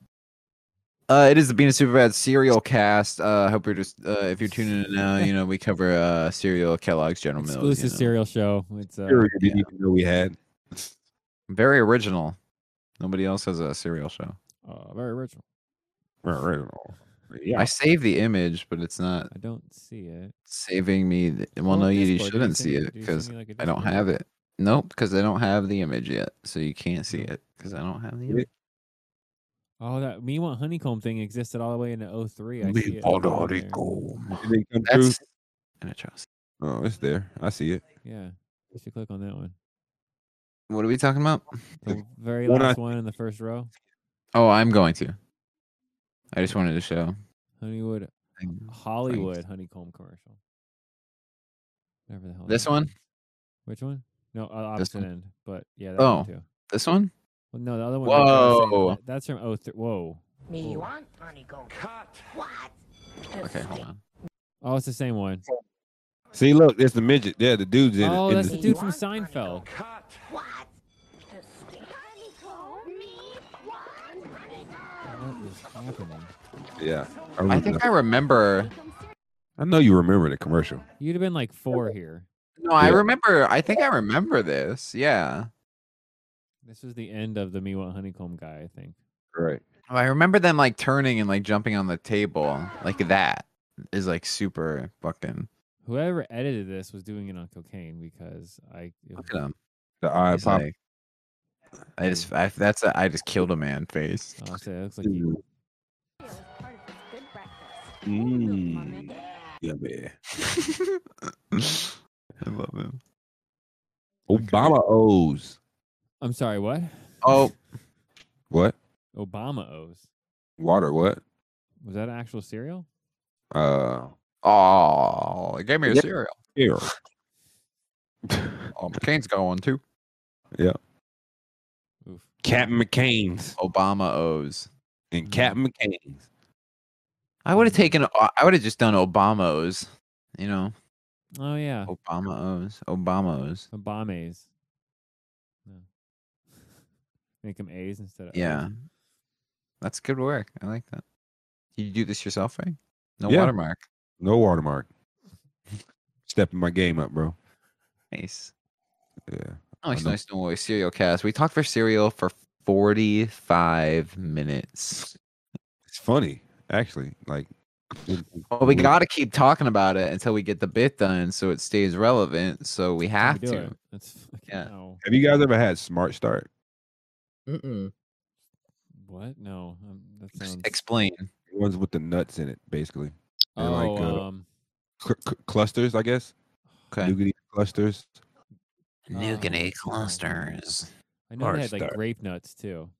[SPEAKER 2] Uh, it is the Bean and Superbad cereal cast. Uh, I hope you're just uh, if you're tuning in now, you know we cover uh cereal Kellogg's General Mills. you
[SPEAKER 1] Exclusive
[SPEAKER 2] know.
[SPEAKER 1] cereal show. It's uh,
[SPEAKER 3] Sure, you didn't even know we had.
[SPEAKER 2] Very original. Nobody else has a cereal show.
[SPEAKER 1] uh, very original.
[SPEAKER 3] Oh, Yeah,
[SPEAKER 2] I saved the image, but it's not
[SPEAKER 1] I don't see it.
[SPEAKER 2] saving me. th- Well,
[SPEAKER 1] Oh,
[SPEAKER 2] no, you, you
[SPEAKER 1] Discord, did
[SPEAKER 2] shouldn't
[SPEAKER 1] send
[SPEAKER 2] see
[SPEAKER 1] me-
[SPEAKER 2] it
[SPEAKER 1] did you send
[SPEAKER 2] because
[SPEAKER 1] me, like, a
[SPEAKER 2] I don't
[SPEAKER 1] Discord?
[SPEAKER 2] have it. Nope, because I don't have the image yet, so you can't see it because I don't have the image.
[SPEAKER 1] Oh, that me want honeycomb thing existed all the way into 03. I see it. on there.
[SPEAKER 3] It didn't come through.
[SPEAKER 2] That's an atrocity.
[SPEAKER 3] Oh, it's there. I see it.
[SPEAKER 1] Yeah, you should click on that
[SPEAKER 2] [LAUGHS]
[SPEAKER 1] one.
[SPEAKER 2] What are we talking about?
[SPEAKER 1] The very
[SPEAKER 3] one I
[SPEAKER 1] last one in the first row.
[SPEAKER 2] Oh, I'm going to. I just wanted to show.
[SPEAKER 1] Honeywood, Hollywood honeycomb commercial. Whatever the hell.
[SPEAKER 2] This
[SPEAKER 1] that
[SPEAKER 2] one?
[SPEAKER 1] is. Which one? No, uh,
[SPEAKER 2] This
[SPEAKER 1] opposite
[SPEAKER 2] one.
[SPEAKER 1] end. But yeah, that one
[SPEAKER 2] Oh.
[SPEAKER 1] too.
[SPEAKER 2] This one?
[SPEAKER 1] Well, no, the other one. that's what I was saying,
[SPEAKER 2] Whoa.
[SPEAKER 1] that- That's from 03. Whoa. Oh,
[SPEAKER 5] Me
[SPEAKER 1] Ooh.
[SPEAKER 5] want honeycomb. Cut. What?
[SPEAKER 2] Okay, hold on.
[SPEAKER 1] Oh, it's the same one.
[SPEAKER 3] See, look, there's the midget. Yeah, the dude's in
[SPEAKER 1] Oh,
[SPEAKER 3] it. in
[SPEAKER 1] that's
[SPEAKER 3] the-
[SPEAKER 1] the dude from Seinfeld.
[SPEAKER 5] Cut. What? Honeycomb. Me want
[SPEAKER 1] What is happening?
[SPEAKER 3] yeah. I,
[SPEAKER 2] I
[SPEAKER 3] remember
[SPEAKER 2] think
[SPEAKER 3] that.
[SPEAKER 2] I remember.
[SPEAKER 3] I know you remember the commercial.
[SPEAKER 1] You'd have been like four here.
[SPEAKER 2] No, I
[SPEAKER 3] Yeah.
[SPEAKER 2] remember. I think I remember this. Yeah.
[SPEAKER 1] This was the end of the Me Want Honeycomb guy, I think.
[SPEAKER 3] Right.
[SPEAKER 2] Oh, I remember them like turning and like jumping on the table. Like that is like super fucking.
[SPEAKER 1] Whoever edited this was doing it on cocaine because I. it
[SPEAKER 2] Look
[SPEAKER 1] was-
[SPEAKER 2] at him.
[SPEAKER 3] The eye
[SPEAKER 2] He's
[SPEAKER 3] pop.
[SPEAKER 2] like- I just, I, that's, a, I just killed a man face.
[SPEAKER 1] Oh, so it looks like he-
[SPEAKER 5] Mmm.
[SPEAKER 3] Mm. Yeah, man.
[SPEAKER 2] I love him.
[SPEAKER 3] Obama O's.
[SPEAKER 1] I'm sorry, what?
[SPEAKER 2] Oh,
[SPEAKER 3] What?
[SPEAKER 1] [LAUGHS] Obama O's.
[SPEAKER 3] Water, what?
[SPEAKER 1] Was that an actual cereal?
[SPEAKER 3] Uh,
[SPEAKER 2] oh, it gave me a
[SPEAKER 3] Yep.
[SPEAKER 2] cereal.
[SPEAKER 3] here.
[SPEAKER 2] Oh, McCain's going too.
[SPEAKER 1] Oof.
[SPEAKER 3] Captain McCain's
[SPEAKER 2] Obama O's.
[SPEAKER 3] and Captain McCain's.
[SPEAKER 2] I would have taken. uh, I would have just done Obama's. You know,
[SPEAKER 1] Oh, yeah.
[SPEAKER 2] Obama O's. Obama's.
[SPEAKER 1] Obamas. No. [LAUGHS] Make them A's instead of. O's.
[SPEAKER 2] Yeah, that's good work. I like that. You do this yourself, right? No
[SPEAKER 3] Yeah.
[SPEAKER 2] watermark.
[SPEAKER 3] No watermark. Stepping my game up, bro.
[SPEAKER 2] Nice.
[SPEAKER 3] Yeah.
[SPEAKER 2] Oh, it's
[SPEAKER 3] know.
[SPEAKER 2] nice to know cereal cast. We talked for cereal for forty-five minutes.
[SPEAKER 3] It's funny, actually. Like, it-
[SPEAKER 2] Well, we
[SPEAKER 3] Mm.
[SPEAKER 2] got to keep talking about it until we get the bit done, so it stays relevant. So we
[SPEAKER 1] How
[SPEAKER 2] have
[SPEAKER 1] we do
[SPEAKER 2] to.
[SPEAKER 1] it. That's fucking
[SPEAKER 2] Yeah.
[SPEAKER 1] no.
[SPEAKER 3] have you guys ever had Smart Start?
[SPEAKER 2] Mm-mm.
[SPEAKER 1] What? No. Um, that
[SPEAKER 2] Just
[SPEAKER 1] sounds.
[SPEAKER 2] explain.
[SPEAKER 3] Ones with the nuts in it, basically.
[SPEAKER 1] oh,
[SPEAKER 3] they're like, uh,
[SPEAKER 1] um,
[SPEAKER 3] Cl- cl- clusters, I guess.
[SPEAKER 2] Okay.
[SPEAKER 3] Nougaty clusters.
[SPEAKER 2] Oh,
[SPEAKER 1] Nougat clusters. I know they had like
[SPEAKER 3] Barstow.
[SPEAKER 1] grape nuts too.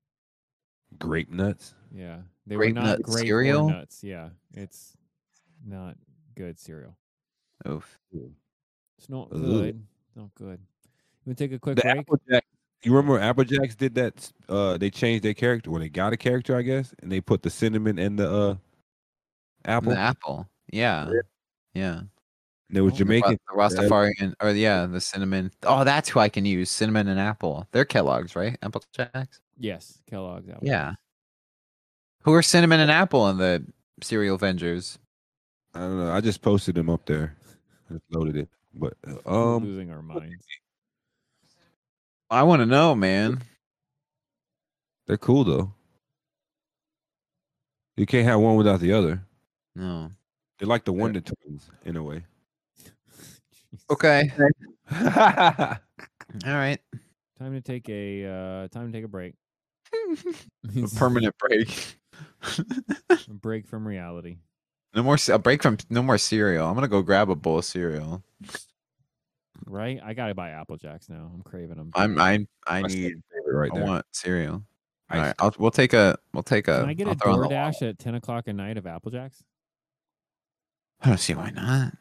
[SPEAKER 3] Grape nuts.
[SPEAKER 1] Yeah, they
[SPEAKER 2] Grape
[SPEAKER 1] were not
[SPEAKER 2] nut
[SPEAKER 1] grape or
[SPEAKER 2] cereal?
[SPEAKER 1] nuts. Yeah, it's not good cereal.
[SPEAKER 2] Oof.
[SPEAKER 1] It's not
[SPEAKER 3] Ugh.
[SPEAKER 1] good. Not good. We take a quick
[SPEAKER 3] The
[SPEAKER 1] break.
[SPEAKER 3] Applejack. You remember Applejacks did that? s- Uh, they changed their character. Well, they got a character, I guess, and they put the cinnamon and the uh, apple.
[SPEAKER 2] The apple. Yeah. Yeah.
[SPEAKER 3] And it was
[SPEAKER 1] Oh, the
[SPEAKER 2] Ra-
[SPEAKER 3] Jamaican.
[SPEAKER 2] The Rastafarian, or yeah, the cinnamon. Oh, that's who I can use. Cinnamon and apple. They're Kellogg's, right? Apple Jacks.
[SPEAKER 1] Yes, Kellogg's apple.
[SPEAKER 2] Yeah. Who are cinnamon and apple in the cereal Avengers?
[SPEAKER 3] I don't know. I just posted them up there. I just loaded it. But uh, um,
[SPEAKER 1] losing our minds. [LAUGHS]
[SPEAKER 2] I want to know, man.
[SPEAKER 3] they're cool though. You can't have one without the other.
[SPEAKER 2] No.
[SPEAKER 3] They're like the Wonder Twins in a way.
[SPEAKER 1] Jeez.
[SPEAKER 2] Okay. [LAUGHS]
[SPEAKER 3] All
[SPEAKER 2] All right.
[SPEAKER 1] Time to take a uh, time to take a break. [LAUGHS]
[SPEAKER 2] A permanent break.
[SPEAKER 1] A break from reality.
[SPEAKER 2] no more. c- A break from no more cereal. I'm gonna go grab a bowl of cereal.
[SPEAKER 1] Right? I gotta buy Apple Jacks now. I'm craving them.
[SPEAKER 2] I'm. I. I
[SPEAKER 3] That's
[SPEAKER 2] need.
[SPEAKER 3] right
[SPEAKER 2] I
[SPEAKER 3] there.
[SPEAKER 2] want cereal.
[SPEAKER 3] I
[SPEAKER 2] All right. I'll, we'll take a. We'll take a.
[SPEAKER 1] Can I get
[SPEAKER 2] I'll
[SPEAKER 1] a
[SPEAKER 2] throw on the wall.
[SPEAKER 1] DoorDash at ten o'clock at night of Apple Jacks?
[SPEAKER 2] I don't see why not.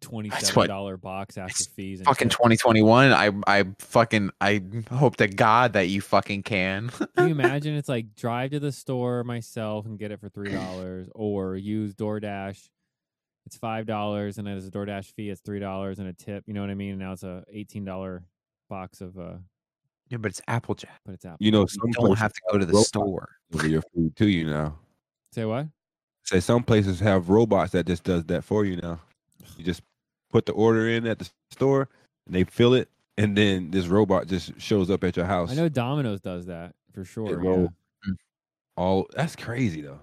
[SPEAKER 1] twenty-seven dollar box after
[SPEAKER 2] it's
[SPEAKER 1] fees. And
[SPEAKER 2] [LAUGHS] fucking
[SPEAKER 1] tip.
[SPEAKER 2] 2021. I I fucking I hope to God that you fucking can. [LAUGHS]
[SPEAKER 1] Can you imagine? It's like drive to the store myself and get it for three dollars, or use DoorDash. It's five dollars, and as a DoorDash fee, it's three dollars and a tip. You know what I mean? And now it's a eighteen dollar box of uh,
[SPEAKER 2] yeah, but it's Applejack.
[SPEAKER 1] but it's Apple.
[SPEAKER 3] You know,
[SPEAKER 2] You
[SPEAKER 3] Oh, some
[SPEAKER 2] don't
[SPEAKER 3] places [LAUGHS]
[SPEAKER 2] have to go to the
[SPEAKER 3] robots
[SPEAKER 2] store.
[SPEAKER 3] deliver your food to you now.
[SPEAKER 1] Say what?
[SPEAKER 3] Say some places have robots that just does that for you now. You just put the order in at the store, and they fill it, and then this robot just shows up at your house.
[SPEAKER 1] I know Domino's does that for sure.
[SPEAKER 3] will.
[SPEAKER 1] Yeah.
[SPEAKER 2] Mm.
[SPEAKER 3] All that's crazy though.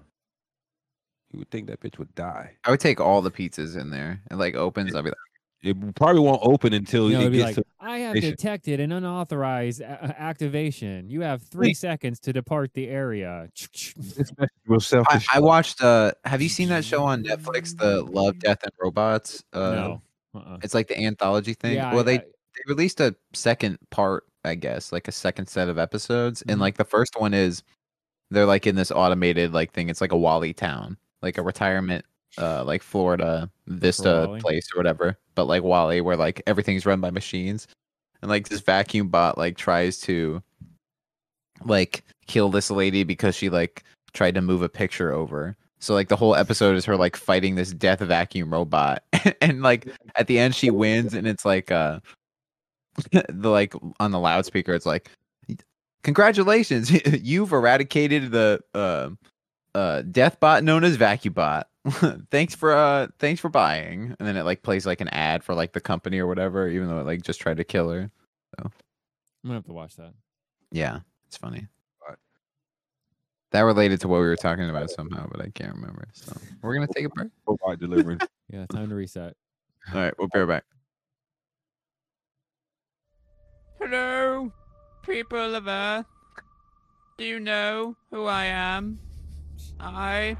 [SPEAKER 3] You would think that bitch would die.
[SPEAKER 2] I would take all the pizzas in there. It like opens. I'll be like,
[SPEAKER 3] It probably won't open until
[SPEAKER 1] You know,
[SPEAKER 3] it
[SPEAKER 1] it'd be like,
[SPEAKER 3] gets to
[SPEAKER 1] I have
[SPEAKER 3] station."
[SPEAKER 1] detected an unauthorized a- a- activation. You have three
[SPEAKER 2] Wait.
[SPEAKER 1] seconds to depart the area. [LAUGHS]
[SPEAKER 3] Well, self-
[SPEAKER 2] I, I watched. Uh, have you seen that show on Netflix, the Love, Death, and Robots? Uh,
[SPEAKER 1] no. Uh-uh.
[SPEAKER 2] It's like the anthology thing.
[SPEAKER 1] Yeah, I-
[SPEAKER 2] well, they
[SPEAKER 1] I-
[SPEAKER 2] they released a second part, I guess, like a second set of episodes. And like the first one is they're like in this automated like thing. It's like a Wally town, like a retirement uh like Florida Vista
[SPEAKER 1] Wally?
[SPEAKER 2] place or whatever. But like Wally where like everything's run by machines. And like this vacuum bot like tries to like kill this lady because she like tried to move a picture over. So like the whole episode is her like fighting this death vacuum robot [LAUGHS] and like at the end she wins and it's like uh [LAUGHS] the like on the loudspeaker it's like congratulations [LAUGHS] you've eradicated the uh, uh death bot known as vacubot [LAUGHS] thanks for uh thanks for buying and then it like plays like an ad for like the company or whatever even though it like just tried to kill her
[SPEAKER 1] I'm gonna have to watch that.
[SPEAKER 2] yeah it's funny
[SPEAKER 3] Right.
[SPEAKER 2] that related to what we were talking about somehow but i can't remember so we're gonna take a break
[SPEAKER 3] robot delivering.
[SPEAKER 1] Yeah, time to reset.
[SPEAKER 2] all right we'll be right back
[SPEAKER 6] Hello, people of Earth. Do you know who I am? I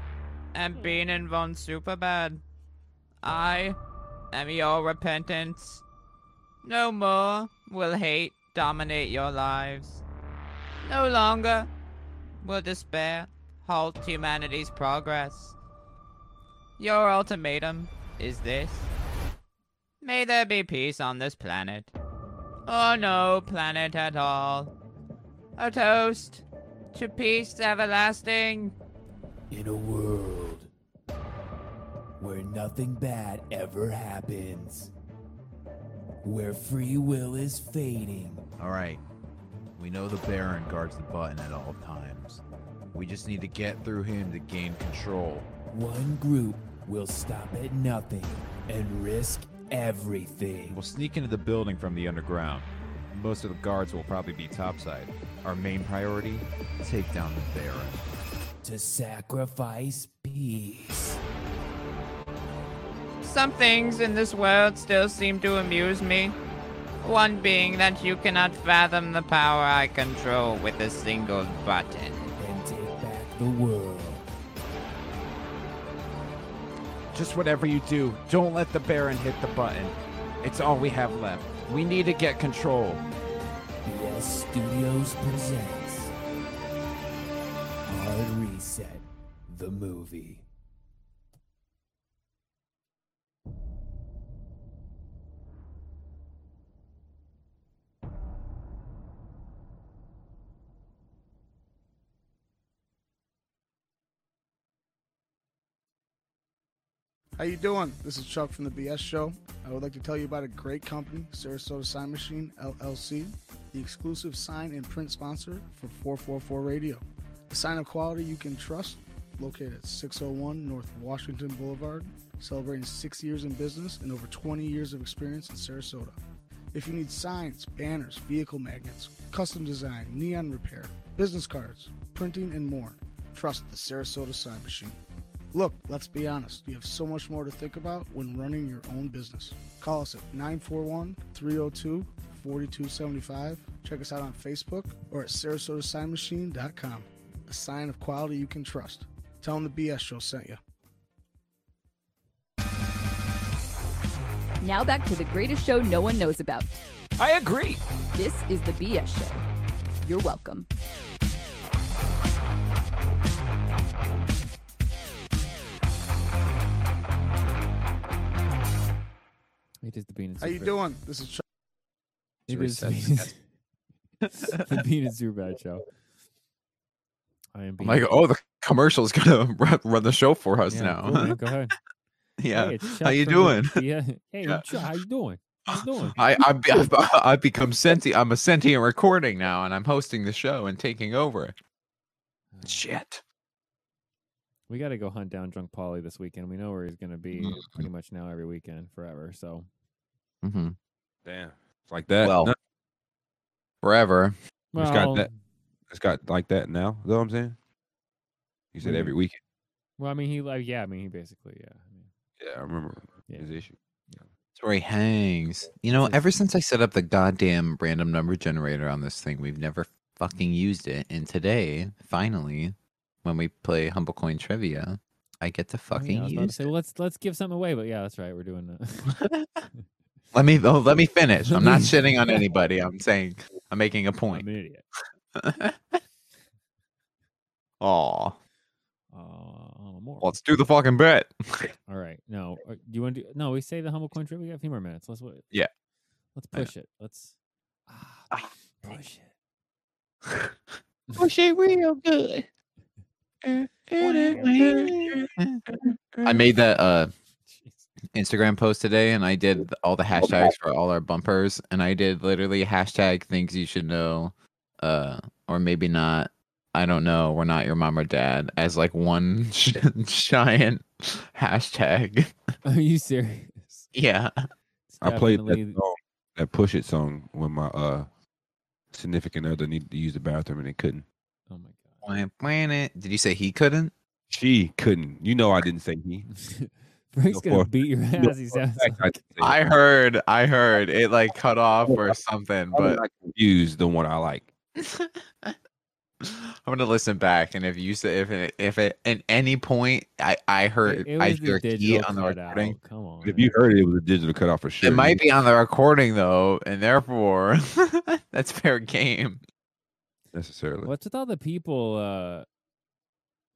[SPEAKER 6] am Beanin von Superbad. I am your repentance. No more will hate dominate your lives. No longer will despair halt humanity's progress. Your ultimatum is this. May there be peace on this planet or Oh, no planet at all. A toast to peace everlasting.
[SPEAKER 7] In a world where nothing bad ever happens, where free will is fading.
[SPEAKER 8] All right. We know the Baron guards the button at all times. We just need to get through him to gain control.
[SPEAKER 7] One group will stop at nothing and risk everything.
[SPEAKER 8] We'll sneak into the building from the underground. Most of the guards will probably be topside. Our main priority? Take down the Baron.
[SPEAKER 7] To sacrifice peace.
[SPEAKER 6] Some things in this world still seem to amuse me. One being that you cannot fathom the power I control with a single button.
[SPEAKER 7] And take back the world.
[SPEAKER 8] Just whatever you do, don't let the Baron hit the button. It's all we have left. We need to get control.
[SPEAKER 7] BS Studios presents Hard Reset, the movie.
[SPEAKER 9] How you doing? This is Chuck from the BS Show. I would like to tell you about a great company, Sarasota Sign Machine LLC, the exclusive sign and print sponsor for 444 Radio. A sign of quality you can trust, located at 601 North Washington Boulevard, celebrating six years in business and over 20 years of experience in Sarasota. If you need signs, banners, vehicle magnets, custom design, neon repair, business cards, printing, and more, trust the Sarasota Sign Machine. Look, let's be honest, you have so much more to think about when running your own business. Call us at 941 302 4275. Check us out on Facebook or at SarasotaSignMachine.com. A sign of quality you can trust. Tell them the BS show sent you.
[SPEAKER 10] Now back to the greatest show no one knows about.
[SPEAKER 8] I agree.
[SPEAKER 10] This is the BS Show. You're welcome.
[SPEAKER 1] It is the bean and
[SPEAKER 9] How you
[SPEAKER 1] Superbad.
[SPEAKER 9] doing? This is Chuck.
[SPEAKER 1] It
[SPEAKER 2] Should we
[SPEAKER 1] is the
[SPEAKER 2] set
[SPEAKER 1] bean and- [LAUGHS] the bean and Superbad show. I am
[SPEAKER 2] I'm
[SPEAKER 1] bean.
[SPEAKER 2] like, oh, the commercial's gonna [LAUGHS] run, run the show for us
[SPEAKER 1] Yeah,
[SPEAKER 2] now.
[SPEAKER 1] cool,
[SPEAKER 2] [LAUGHS]
[SPEAKER 1] man, go ahead.
[SPEAKER 2] yeah,
[SPEAKER 1] Hey, it's
[SPEAKER 2] how
[SPEAKER 1] Chuck
[SPEAKER 2] you
[SPEAKER 1] from the-
[SPEAKER 2] doing?
[SPEAKER 1] [LAUGHS]
[SPEAKER 2] [LAUGHS]
[SPEAKER 1] Yeah. Hey,
[SPEAKER 2] Yeah.
[SPEAKER 1] Chuck, how you doing? How you
[SPEAKER 2] [LAUGHS]
[SPEAKER 1] doing?
[SPEAKER 2] I I be- I've, I've become sentient. I'm a sentient recording now, and I'm hosting the show and taking over. Shit.
[SPEAKER 1] We got to go hunt down Drunk Polly this weekend. We know where he's going to be pretty much now every weekend forever. So
[SPEAKER 2] Mm-hmm.
[SPEAKER 3] Damn. It's like that.
[SPEAKER 2] Well,
[SPEAKER 3] now.
[SPEAKER 2] Forever.
[SPEAKER 3] It's got that. It's got like that now. You know what I'm saying? You said
[SPEAKER 1] Mhm.
[SPEAKER 3] every weekend.
[SPEAKER 1] well, I mean, he like yeah, I mean, he basically yeah. I mean,
[SPEAKER 3] Yeah, I remember
[SPEAKER 1] Yeah.
[SPEAKER 3] his issue.
[SPEAKER 2] It's where he hangs. You know,
[SPEAKER 1] It's a-
[SPEAKER 2] ever since I set up the goddamn random number generator on this thing, we've never fucking used it. And today, finally, when we play Humble Coin Trivia, I get to
[SPEAKER 1] oh, yeah,
[SPEAKER 2] fucking
[SPEAKER 1] I was about to
[SPEAKER 2] use
[SPEAKER 1] say, well, let's let's give something away, but yeah, that's right. We're doing that.
[SPEAKER 2] it. let me oh, let me finish.
[SPEAKER 1] Let
[SPEAKER 2] I'm [LAUGHS] not
[SPEAKER 1] me-
[SPEAKER 2] shitting on anybody. I'm saying I'm making
[SPEAKER 1] [LAUGHS]
[SPEAKER 2] a
[SPEAKER 1] I'm
[SPEAKER 2] [LAUGHS] point.
[SPEAKER 1] an idiot.
[SPEAKER 2] [LAUGHS] Aw.
[SPEAKER 1] Uh, I'm a moron.
[SPEAKER 2] Let's do the fucking bet.
[SPEAKER 1] All right. No, uh, do you want to do? No, we say the humble coin trip. We got a few more minutes. Let's wait.
[SPEAKER 2] Yeah.
[SPEAKER 1] Let's
[SPEAKER 2] I know.
[SPEAKER 1] push it. Let's ah,
[SPEAKER 2] Ah,
[SPEAKER 1] push it.
[SPEAKER 2] Push it real good. I made that uh
[SPEAKER 1] Jeez. [LAUGHS]
[SPEAKER 2] Instagram post today and I did th- all the hashtags for all our bumpers and I did literally hashtag things you should know uh or maybe not I don't know we're not your mom or dad as like one [LAUGHS] sh- giant hashtag [LAUGHS]
[SPEAKER 1] Are you serious?
[SPEAKER 2] yeah
[SPEAKER 1] It's
[SPEAKER 3] I played that,
[SPEAKER 1] definitely-
[SPEAKER 3] song, that push it song when my uh significant other needed to use the bathroom and they couldn't.
[SPEAKER 1] Oh my god.
[SPEAKER 2] did you say he couldn't
[SPEAKER 3] She couldn't. You know I didn't say he.
[SPEAKER 1] [LAUGHS] Frank's gonna
[SPEAKER 3] Go for
[SPEAKER 2] [LAUGHS]
[SPEAKER 3] it.
[SPEAKER 1] beat [LAUGHS] your
[SPEAKER 3] You know
[SPEAKER 1] ass. He
[SPEAKER 3] for a
[SPEAKER 1] sounds
[SPEAKER 3] fact I,
[SPEAKER 1] like,
[SPEAKER 3] didn't say he.
[SPEAKER 2] I heard I heard it like cut off or something
[SPEAKER 3] Why
[SPEAKER 2] but
[SPEAKER 3] did I confuse the one I like.
[SPEAKER 2] I'm gonna listen back, and if you say if it, if it, at any point I I heard
[SPEAKER 1] it, it
[SPEAKER 2] I
[SPEAKER 1] was
[SPEAKER 2] hear
[SPEAKER 1] the
[SPEAKER 2] a key
[SPEAKER 1] digital
[SPEAKER 2] on the
[SPEAKER 1] cutout.
[SPEAKER 2] recording,
[SPEAKER 1] Come on.
[SPEAKER 3] If you heard it, it was a digital cutoff for sure.
[SPEAKER 2] it might be on the recording though, and therefore [LAUGHS] that's fair game.
[SPEAKER 3] necessarily.
[SPEAKER 1] What's with all the people uh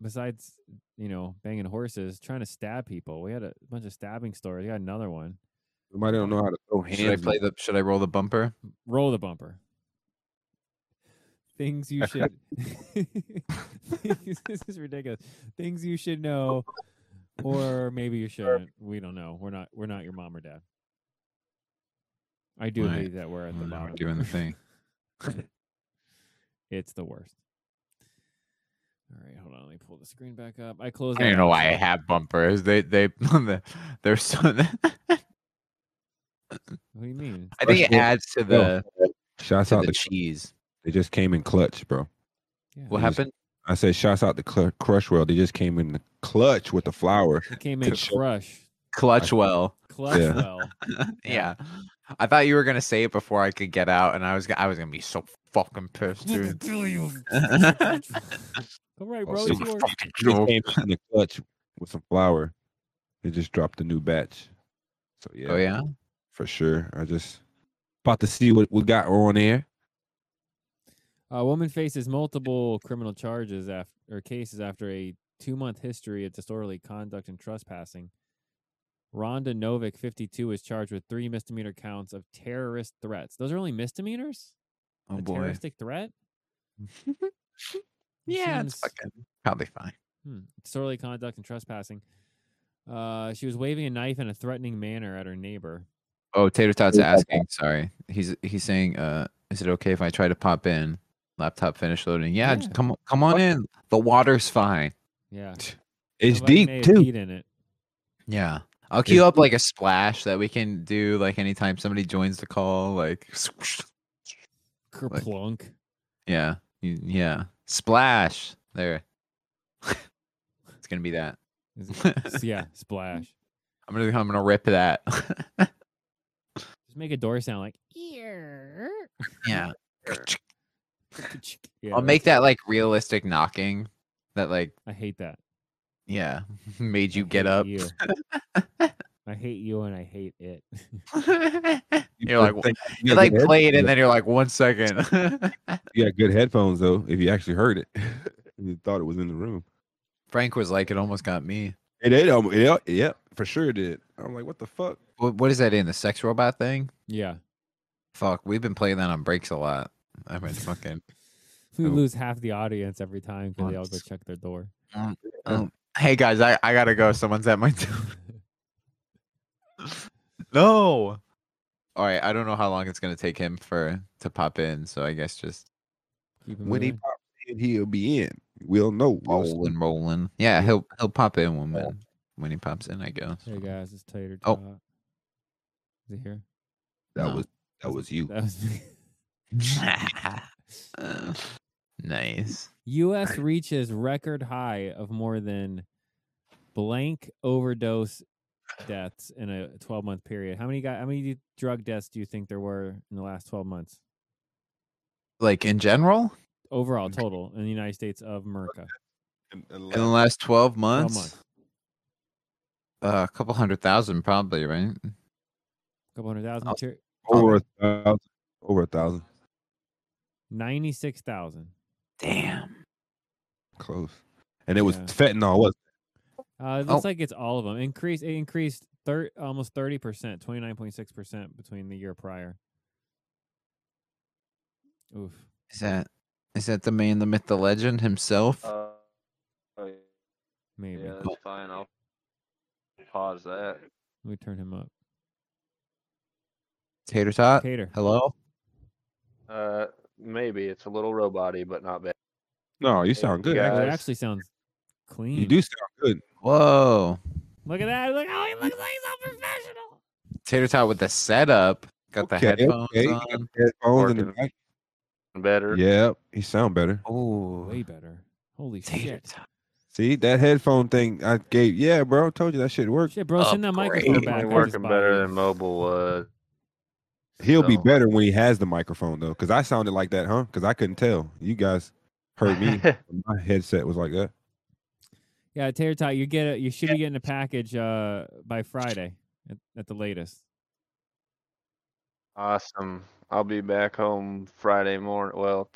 [SPEAKER 1] besides you know banging horses trying to stab people? We had a bunch of stabbing stories. We got another one.
[SPEAKER 3] Somebody don't know how to throw hands.
[SPEAKER 2] Should I play the? Should I roll the bumper?
[SPEAKER 1] Roll the bumper. Things you
[SPEAKER 2] [LAUGHS]
[SPEAKER 1] should. [LAUGHS] this is ridiculous. Things you should know, or maybe you shouldn't. We don't know. We're not. We're not your mom or dad. I do
[SPEAKER 2] Right.
[SPEAKER 1] believe that we're at
[SPEAKER 2] Oh,
[SPEAKER 1] the
[SPEAKER 2] now
[SPEAKER 1] bottom.
[SPEAKER 2] we're doing the thing.
[SPEAKER 1] [LAUGHS] It's the worst. All right, hold on. Let me pull the screen back up. I closed.
[SPEAKER 2] I don't
[SPEAKER 1] that
[SPEAKER 2] know
[SPEAKER 1] out,
[SPEAKER 2] why I
[SPEAKER 1] so-
[SPEAKER 2] have bumpers. They they [LAUGHS] they're so. [LAUGHS]
[SPEAKER 1] What do you mean?
[SPEAKER 2] I think it adds to the
[SPEAKER 3] Shouts
[SPEAKER 2] to
[SPEAKER 3] out
[SPEAKER 2] the
[SPEAKER 3] the.
[SPEAKER 2] cheese.
[SPEAKER 3] They just came in clutch, bro.
[SPEAKER 1] Yeah,
[SPEAKER 2] What
[SPEAKER 3] It was-
[SPEAKER 2] happened?
[SPEAKER 3] I said, shouts out the cl- Crush World. They just came in the clutch with
[SPEAKER 2] [LAUGHS]
[SPEAKER 3] the flower.
[SPEAKER 1] it came in
[SPEAKER 3] Control.
[SPEAKER 1] crush,
[SPEAKER 2] Clutchwell.
[SPEAKER 1] clutch
[SPEAKER 2] [LAUGHS]
[SPEAKER 3] Yeah.
[SPEAKER 1] well. [LAUGHS]
[SPEAKER 2] yeah. I thought you were gonna say it before I could get out, and I was go- I was gonna be so fucking pissed, dude.
[SPEAKER 1] All right,
[SPEAKER 3] Oh,
[SPEAKER 1] bro.
[SPEAKER 3] so
[SPEAKER 1] It's
[SPEAKER 3] you
[SPEAKER 1] yours.
[SPEAKER 2] Fucking
[SPEAKER 3] They
[SPEAKER 1] [LAUGHS]
[SPEAKER 3] just
[SPEAKER 2] joke.
[SPEAKER 3] came in the clutch with some flower. They just dropped a new batch. So yeah,
[SPEAKER 2] Oh yeah,
[SPEAKER 3] for sure. I just about to see what we got on air.
[SPEAKER 1] A woman faces multiple criminal charges after or cases after a two-month history of disorderly conduct and trespassing. Rhonda Novick, 52, is charged with three misdemeanor counts of terrorist threats. Those are only misdemeanors.
[SPEAKER 2] oh
[SPEAKER 1] a
[SPEAKER 2] boy,
[SPEAKER 1] terroristic
[SPEAKER 2] [LAUGHS]
[SPEAKER 1] threat.
[SPEAKER 2] yeah,
[SPEAKER 1] seems-
[SPEAKER 2] it's fucking probably fine.
[SPEAKER 1] Hmm. Disorderly conduct and trespassing. Uh, she was waving a knife in a threatening manner at her neighbor.
[SPEAKER 2] Oh, Tater Tot's asking. Sorry, he's he's saying, uh, is it okay if I try to pop in? Laptop finish loading. Yeah, j-
[SPEAKER 1] Yeah.
[SPEAKER 2] come o- come on in. The water's fine.
[SPEAKER 1] Yeah,
[SPEAKER 3] It's
[SPEAKER 1] somebody
[SPEAKER 3] deep
[SPEAKER 1] may have
[SPEAKER 3] too.
[SPEAKER 1] peed in it.
[SPEAKER 2] Yeah, I'll
[SPEAKER 3] It's
[SPEAKER 2] queue up like a splash that we can do like anytime somebody joins the call. Like, [LAUGHS]
[SPEAKER 1] Kerplunk.
[SPEAKER 2] yeah, you- yeah, splash. There, [LAUGHS] it's gonna be that.
[SPEAKER 1] Is
[SPEAKER 2] [LAUGHS]
[SPEAKER 1] it- s- yeah, splash.
[SPEAKER 2] I'm gonna I'm gonna rip that. [LAUGHS]
[SPEAKER 1] Just make a door sound like.
[SPEAKER 2] yeah.
[SPEAKER 1] [LAUGHS] Yeah,
[SPEAKER 2] I'll
[SPEAKER 1] that's-
[SPEAKER 2] make that like realistic knocking that like
[SPEAKER 1] I hate that.
[SPEAKER 2] yeah [LAUGHS] made you
[SPEAKER 1] I
[SPEAKER 2] get
[SPEAKER 1] hate [LAUGHS]
[SPEAKER 2] up.
[SPEAKER 1] you.
[SPEAKER 2] [LAUGHS]
[SPEAKER 1] I hate you and I hate it. [LAUGHS]
[SPEAKER 2] you're like
[SPEAKER 3] Thank- you
[SPEAKER 2] you
[SPEAKER 3] got
[SPEAKER 2] like
[SPEAKER 3] good
[SPEAKER 2] play it
[SPEAKER 3] headphones,
[SPEAKER 2] and then you're like one second. [LAUGHS]
[SPEAKER 3] though. you got good headphones though. If you actually heard it, [LAUGHS] you thought it was in the room.
[SPEAKER 2] Frank was like it almost got me.
[SPEAKER 3] It did. Um, yeah, yeah, for sure it did. I'm like, what the fuck?
[SPEAKER 2] What, what is that in the sex robot thing?
[SPEAKER 1] Yeah.
[SPEAKER 2] Fuck, we've been playing that on breaks a lot. I've been fucking. [LAUGHS]
[SPEAKER 1] We
[SPEAKER 2] Oh.
[SPEAKER 1] lose half the audience every time because they all go
[SPEAKER 2] Once.
[SPEAKER 1] check their door. [LAUGHS]
[SPEAKER 2] Oh. Hey guys, I, I gotta go. Someone's at my door. [LAUGHS] no. All right, I don't know how long it's gonna take him for to pop in. So I guess just
[SPEAKER 1] Keep 'em
[SPEAKER 3] When he
[SPEAKER 1] moving.
[SPEAKER 3] pops in, he'll be in. We'll know. We'll see.
[SPEAKER 2] rolling, rolling. Yeah, he'll he'll pop in when when, when he pops in. I guess. [LAUGHS]
[SPEAKER 1] Hey guys, it's Tater
[SPEAKER 2] Oh.
[SPEAKER 1] Tot. Is it here? [LAUGHS]
[SPEAKER 3] That
[SPEAKER 2] No.
[SPEAKER 3] was that was you.
[SPEAKER 1] That was me.
[SPEAKER 2] Uh, nice.
[SPEAKER 1] U.S. reaches record high of more than blank overdose deaths in a 12 month period. How many guy? How many drug deaths do you think there were in the last 12 months
[SPEAKER 2] Like in general,
[SPEAKER 1] overall total in the United States of America?
[SPEAKER 2] in the last twelve months,
[SPEAKER 1] months.
[SPEAKER 2] Uh, a couple hundred thousand, probably right.
[SPEAKER 1] A couple hundred thousand,
[SPEAKER 2] Oh.
[SPEAKER 1] cheer-
[SPEAKER 3] over a thousand. Over a thousand.
[SPEAKER 1] 96,000.
[SPEAKER 2] Damn.
[SPEAKER 3] Close. And it was
[SPEAKER 1] Yeah.
[SPEAKER 3] fentanyl. What?
[SPEAKER 1] Uh, it
[SPEAKER 2] Oh.
[SPEAKER 1] looks like it's all of them. Increase it increased thir- almost thirty percent, twenty nine point six percent between the year prior. Oof.
[SPEAKER 2] Is that is that the man, the myth, the legend himself?
[SPEAKER 11] Uh, oh,
[SPEAKER 1] Maybe.
[SPEAKER 11] yeah,
[SPEAKER 1] Let
[SPEAKER 11] that's fine. I'll pause that.
[SPEAKER 1] me turn him up.
[SPEAKER 2] Tater tot.
[SPEAKER 1] Tater.
[SPEAKER 2] Hello.
[SPEAKER 11] Uh, maybe it's a little robot-y, but not bad.
[SPEAKER 3] No, you sound good.
[SPEAKER 11] Yeah.
[SPEAKER 1] Oh, it
[SPEAKER 11] guys.
[SPEAKER 1] actually sounds clean.
[SPEAKER 3] You do sound good.
[SPEAKER 2] Whoa.
[SPEAKER 1] Look at that. Look how he looks like he's all professional.
[SPEAKER 2] Tater tot with the setup. Got the headphones
[SPEAKER 3] okay. You got
[SPEAKER 2] on.
[SPEAKER 3] the headphones in the
[SPEAKER 11] Working.
[SPEAKER 3] back.
[SPEAKER 11] Better.
[SPEAKER 3] Yeah, he sound better.
[SPEAKER 2] Oh,
[SPEAKER 1] Way better. Holy
[SPEAKER 2] tater
[SPEAKER 1] shit.
[SPEAKER 2] tot.
[SPEAKER 3] See that headphone thing I gave. Yeah, bro, told you that shit worked.
[SPEAKER 1] Shit, bro, send that microphone
[SPEAKER 2] Upgrade.
[SPEAKER 1] back. I
[SPEAKER 11] Definitely
[SPEAKER 1] just
[SPEAKER 11] working
[SPEAKER 1] bought
[SPEAKER 11] better
[SPEAKER 1] you.
[SPEAKER 11] than mobile was.
[SPEAKER 3] He'll be
[SPEAKER 2] So-
[SPEAKER 3] better when he has the microphone though, because I sounded like that, huh? Because I couldn't tell. You guys
[SPEAKER 2] [LAUGHS]
[SPEAKER 3] heard me. My headset was like that.
[SPEAKER 1] Yeah, Tater Tot, you get a, you should be getting a package uh by Friday at, at the latest.
[SPEAKER 11] awesome. I'll be back home Friday morning. Well,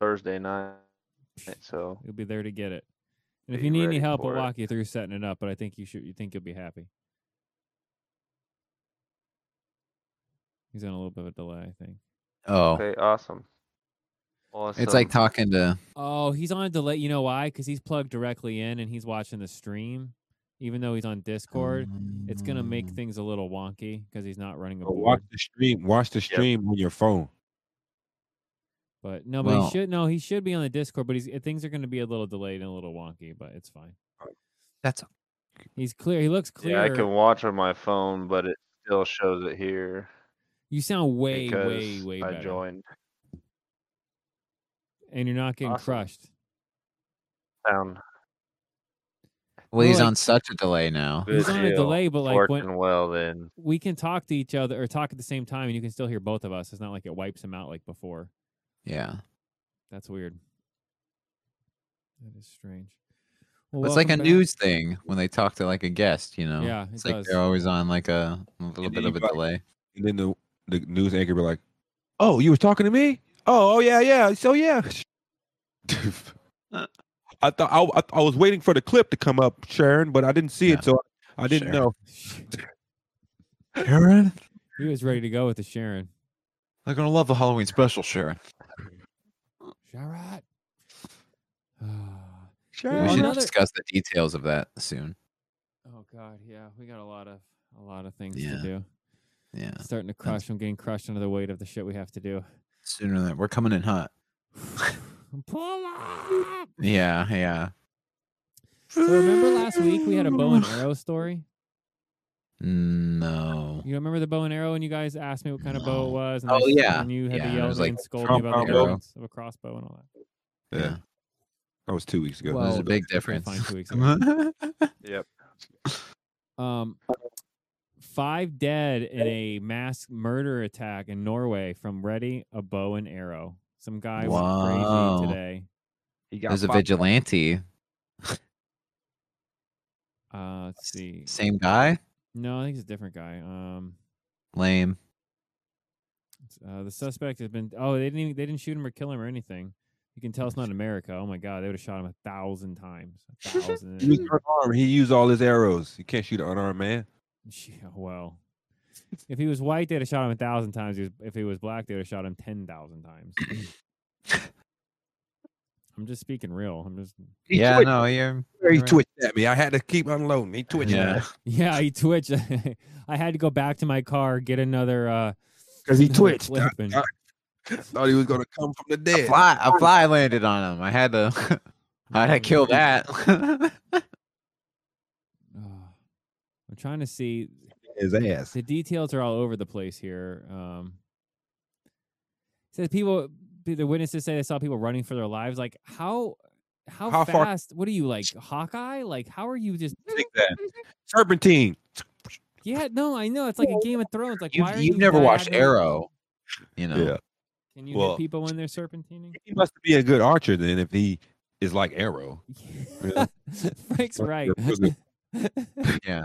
[SPEAKER 11] Thursday night.
[SPEAKER 2] eh,
[SPEAKER 11] So
[SPEAKER 1] You'll be there to get it. And if
[SPEAKER 11] Be
[SPEAKER 1] you need any
[SPEAKER 11] ready
[SPEAKER 1] help, I'll
[SPEAKER 11] for it.
[SPEAKER 1] walk you through setting it up. But I think you should. You think you'll be happy. He's on a little bit of a delay, I think.
[SPEAKER 2] Oh,
[SPEAKER 11] okay, awesome. Awesome.
[SPEAKER 2] it's like talking to.
[SPEAKER 1] Oh, he's on a delay. You know why? Because he's plugged directly in and he's watching the stream. Even though he's on Discord, it's gonna make
[SPEAKER 2] Mm.
[SPEAKER 1] things a little wonky because he's not running
[SPEAKER 11] Oh,
[SPEAKER 1] a
[SPEAKER 3] But watch
[SPEAKER 1] board.
[SPEAKER 3] the stream. Watch the stream on your phone.
[SPEAKER 1] But no, but
[SPEAKER 2] Well-
[SPEAKER 1] he should. No, he should be on the Discord. But he's things are gonna be a little delayed and a little wonky. But it's fine.
[SPEAKER 2] That's
[SPEAKER 1] He's clear. He looks clear.
[SPEAKER 11] Yeah, I can watch on my phone, but it still shows it here
[SPEAKER 1] you sound way,
[SPEAKER 11] because
[SPEAKER 1] way, way
[SPEAKER 11] I
[SPEAKER 1] better.
[SPEAKER 11] joined.
[SPEAKER 1] And you're not getting
[SPEAKER 11] Awesome.
[SPEAKER 1] crushed.
[SPEAKER 11] Sound
[SPEAKER 2] well. He's
[SPEAKER 1] like-
[SPEAKER 2] on such a delay now.
[SPEAKER 11] good
[SPEAKER 1] He's on a
[SPEAKER 11] deal.
[SPEAKER 1] delay, but like
[SPEAKER 11] Working
[SPEAKER 1] when
[SPEAKER 11] well then.
[SPEAKER 1] we can talk to each other or talk at the same time, and you can still hear both of us. It's not like it wipes him out like before.
[SPEAKER 2] Yeah,
[SPEAKER 1] That's weird. That is strange.
[SPEAKER 2] Well,
[SPEAKER 1] Well,
[SPEAKER 2] it's like a
[SPEAKER 1] welcome back. [LAUGHS]
[SPEAKER 2] news thing when they talk to like a guest. You know.
[SPEAKER 1] Yeah, it
[SPEAKER 2] it's like
[SPEAKER 1] does.
[SPEAKER 2] they're always on like a, a little
[SPEAKER 3] And
[SPEAKER 2] bit
[SPEAKER 3] then
[SPEAKER 2] of
[SPEAKER 3] you
[SPEAKER 2] a
[SPEAKER 3] got-
[SPEAKER 2] delay.
[SPEAKER 3] And then the, the news anchor be like, "Oh, you was talking to me? Oh, oh yeah, yeah. So yeah." [LAUGHS] I thought I, I I was waiting for the clip to come up, Sharon, but I didn't see
[SPEAKER 2] Yeah.
[SPEAKER 3] it, so I didn't
[SPEAKER 2] Sharon.
[SPEAKER 3] know.
[SPEAKER 2] Sharon,
[SPEAKER 1] He was ready to go with the Sharon.
[SPEAKER 2] they're gonna love the Halloween special, Sharon.
[SPEAKER 1] Sharat. [SIGHS] oh
[SPEAKER 2] We
[SPEAKER 1] Well,
[SPEAKER 2] should
[SPEAKER 1] another-
[SPEAKER 2] discuss the details of that soon.
[SPEAKER 1] God, yeah, we got a lot of a lot of things
[SPEAKER 2] Yeah. uh,
[SPEAKER 1] to do.
[SPEAKER 2] Yeah,
[SPEAKER 1] Starting to crush. I'm getting crushed under the weight of the shit we have to
[SPEAKER 2] [LAUGHS]
[SPEAKER 1] do.
[SPEAKER 2] sooner than we're coming in hot.
[SPEAKER 1] Pull up.
[SPEAKER 2] Yeah, yeah.
[SPEAKER 1] So remember last week we had a bow and arrow story.
[SPEAKER 2] No.
[SPEAKER 1] You remember the bow and arrow, and you guys asked me what kind of bow it
[SPEAKER 2] No.
[SPEAKER 1] was. And
[SPEAKER 2] Oh,
[SPEAKER 1] I s-
[SPEAKER 2] yeah.
[SPEAKER 1] and you had
[SPEAKER 2] Yeah,
[SPEAKER 1] to
[SPEAKER 2] and it
[SPEAKER 1] yell at
[SPEAKER 2] was
[SPEAKER 1] me
[SPEAKER 2] like
[SPEAKER 1] and scold me about the
[SPEAKER 3] compound
[SPEAKER 2] bow.
[SPEAKER 1] difference of a crossbow and all that.
[SPEAKER 3] Yeah, that was two weeks ago.
[SPEAKER 1] Well,
[SPEAKER 2] There's a big
[SPEAKER 1] that's been fine two weeks
[SPEAKER 2] difference. [LAUGHS]
[SPEAKER 11] Yep.
[SPEAKER 1] Um, five dead in a mass murder attack in Norway from ready a bow and arrow. Some guy
[SPEAKER 2] Wow.
[SPEAKER 1] went crazy today.
[SPEAKER 3] he got
[SPEAKER 2] There's a
[SPEAKER 3] fired.
[SPEAKER 2] vigilante.
[SPEAKER 1] Uh, let's see.
[SPEAKER 2] Same guy.
[SPEAKER 1] No, I think it's a different guy. Um,
[SPEAKER 2] Lame.
[SPEAKER 1] It's, Uh, the suspect has been. Oh, they didn't. Even, they didn't shoot him or kill him or anything. You can tell it's not America. Oh my God, they would have shot him a thousand times. A thousand.
[SPEAKER 3] [LAUGHS] He was unarmed. He used all his arrows. You can't shoot an unarmed man.
[SPEAKER 1] Yeah, well, if he was white, they'd have shot him a thousand times. He was- If he was black, they'd have shot him ten thousand times.
[SPEAKER 3] [COUGHS]
[SPEAKER 1] I'm just speaking real. I'm just [LAUGHS]
[SPEAKER 3] He
[SPEAKER 2] yeah,
[SPEAKER 3] twitched.
[SPEAKER 2] no, you're.
[SPEAKER 3] He
[SPEAKER 2] you're right.
[SPEAKER 3] twitched at me. I had to keep unloading. He twitched at me.
[SPEAKER 2] Yeah.
[SPEAKER 1] yeah. He twitched. [LAUGHS] I had to go back to my car get another uh
[SPEAKER 3] 'Cause
[SPEAKER 1] [LAUGHS]
[SPEAKER 3] he
[SPEAKER 1] another
[SPEAKER 3] twitched.
[SPEAKER 1] clip
[SPEAKER 3] [LAUGHS]
[SPEAKER 1] and-
[SPEAKER 3] I- Thought he was gonna come from the
[SPEAKER 2] A
[SPEAKER 3] dead.
[SPEAKER 2] fly, a fly landed on him. I had to. [LAUGHS] I had to kill that. [LAUGHS]
[SPEAKER 1] Ah, [SIGHS] I'm trying to see.
[SPEAKER 3] His ass.
[SPEAKER 1] The details are all over the place here. Um, it says people, the witnesses say they saw people running for their lives. Like how, how,
[SPEAKER 3] How far-
[SPEAKER 1] fast? What are you like, Hawkeye? Like how are you just?
[SPEAKER 3] Take that. Serpentine.
[SPEAKER 1] Yeah, no, I know it's like a Game of Thrones. Like
[SPEAKER 2] you,
[SPEAKER 1] why are
[SPEAKER 2] you've
[SPEAKER 1] you
[SPEAKER 2] never watched
[SPEAKER 1] diagonally-
[SPEAKER 2] Arrow, you know.
[SPEAKER 3] Yeah.
[SPEAKER 1] Can you
[SPEAKER 3] Well-
[SPEAKER 1] hit people
[SPEAKER 2] [LAUGHS]
[SPEAKER 1] when they're serpentining?
[SPEAKER 3] He must be a good archer then if he is like Arrow. Yeah.
[SPEAKER 1] [LAUGHS] Frank's right.
[SPEAKER 3] Fucking
[SPEAKER 1] [LAUGHS]
[SPEAKER 2] Yeah.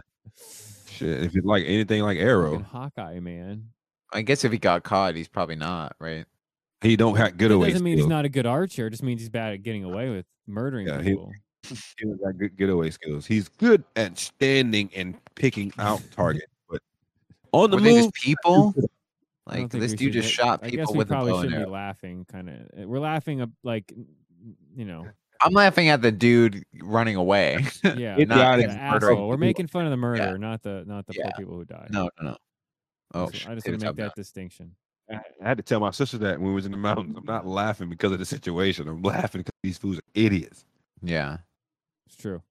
[SPEAKER 3] Shit. If it's like anything like Arrow,
[SPEAKER 1] Hawkeye, man.
[SPEAKER 2] I guess if he got caught, he's probably not right.
[SPEAKER 3] he don't have good
[SPEAKER 1] That
[SPEAKER 3] away.
[SPEAKER 1] doesn't mean he's not a good archer. It just means he's bad at getting away with murdering
[SPEAKER 3] Yeah, he-
[SPEAKER 1] people.
[SPEAKER 3] He don't got good getaway skills. He's good at standing and picking out
[SPEAKER 1] [LAUGHS]
[SPEAKER 3] target, but on the
[SPEAKER 2] Were they
[SPEAKER 3] move,
[SPEAKER 2] just people?
[SPEAKER 1] I don't
[SPEAKER 2] Like
[SPEAKER 1] think
[SPEAKER 2] this
[SPEAKER 1] we
[SPEAKER 2] dude
[SPEAKER 1] should
[SPEAKER 2] just
[SPEAKER 1] hit-
[SPEAKER 2] shot
[SPEAKER 1] I guess
[SPEAKER 2] people
[SPEAKER 1] we
[SPEAKER 2] with a
[SPEAKER 1] probably
[SPEAKER 2] bow and
[SPEAKER 1] shouldn't
[SPEAKER 2] arrow.
[SPEAKER 1] be laughing. Kind of, we're laughing ab- like, n- you
[SPEAKER 2] [LAUGHS]
[SPEAKER 1] know,
[SPEAKER 2] I'm laughing at the dude running away.
[SPEAKER 1] yeah,
[SPEAKER 3] Idiotic
[SPEAKER 1] not the
[SPEAKER 2] murder.
[SPEAKER 1] asshole. We're making fun of the murderer, not the not the poor
[SPEAKER 2] Yeah.
[SPEAKER 1] people who died.
[SPEAKER 2] [LAUGHS] no, no, no. Oh,
[SPEAKER 1] I just, I just
[SPEAKER 2] shit,
[SPEAKER 1] want to make
[SPEAKER 2] I'm
[SPEAKER 1] that
[SPEAKER 2] not-
[SPEAKER 1] distinction.
[SPEAKER 3] I I had to tell my sister that when we was in the mountains. I'm not laughing because of the situation. I'm laughing because these fools are idiots
[SPEAKER 2] Yeah.
[SPEAKER 1] It's true. Well,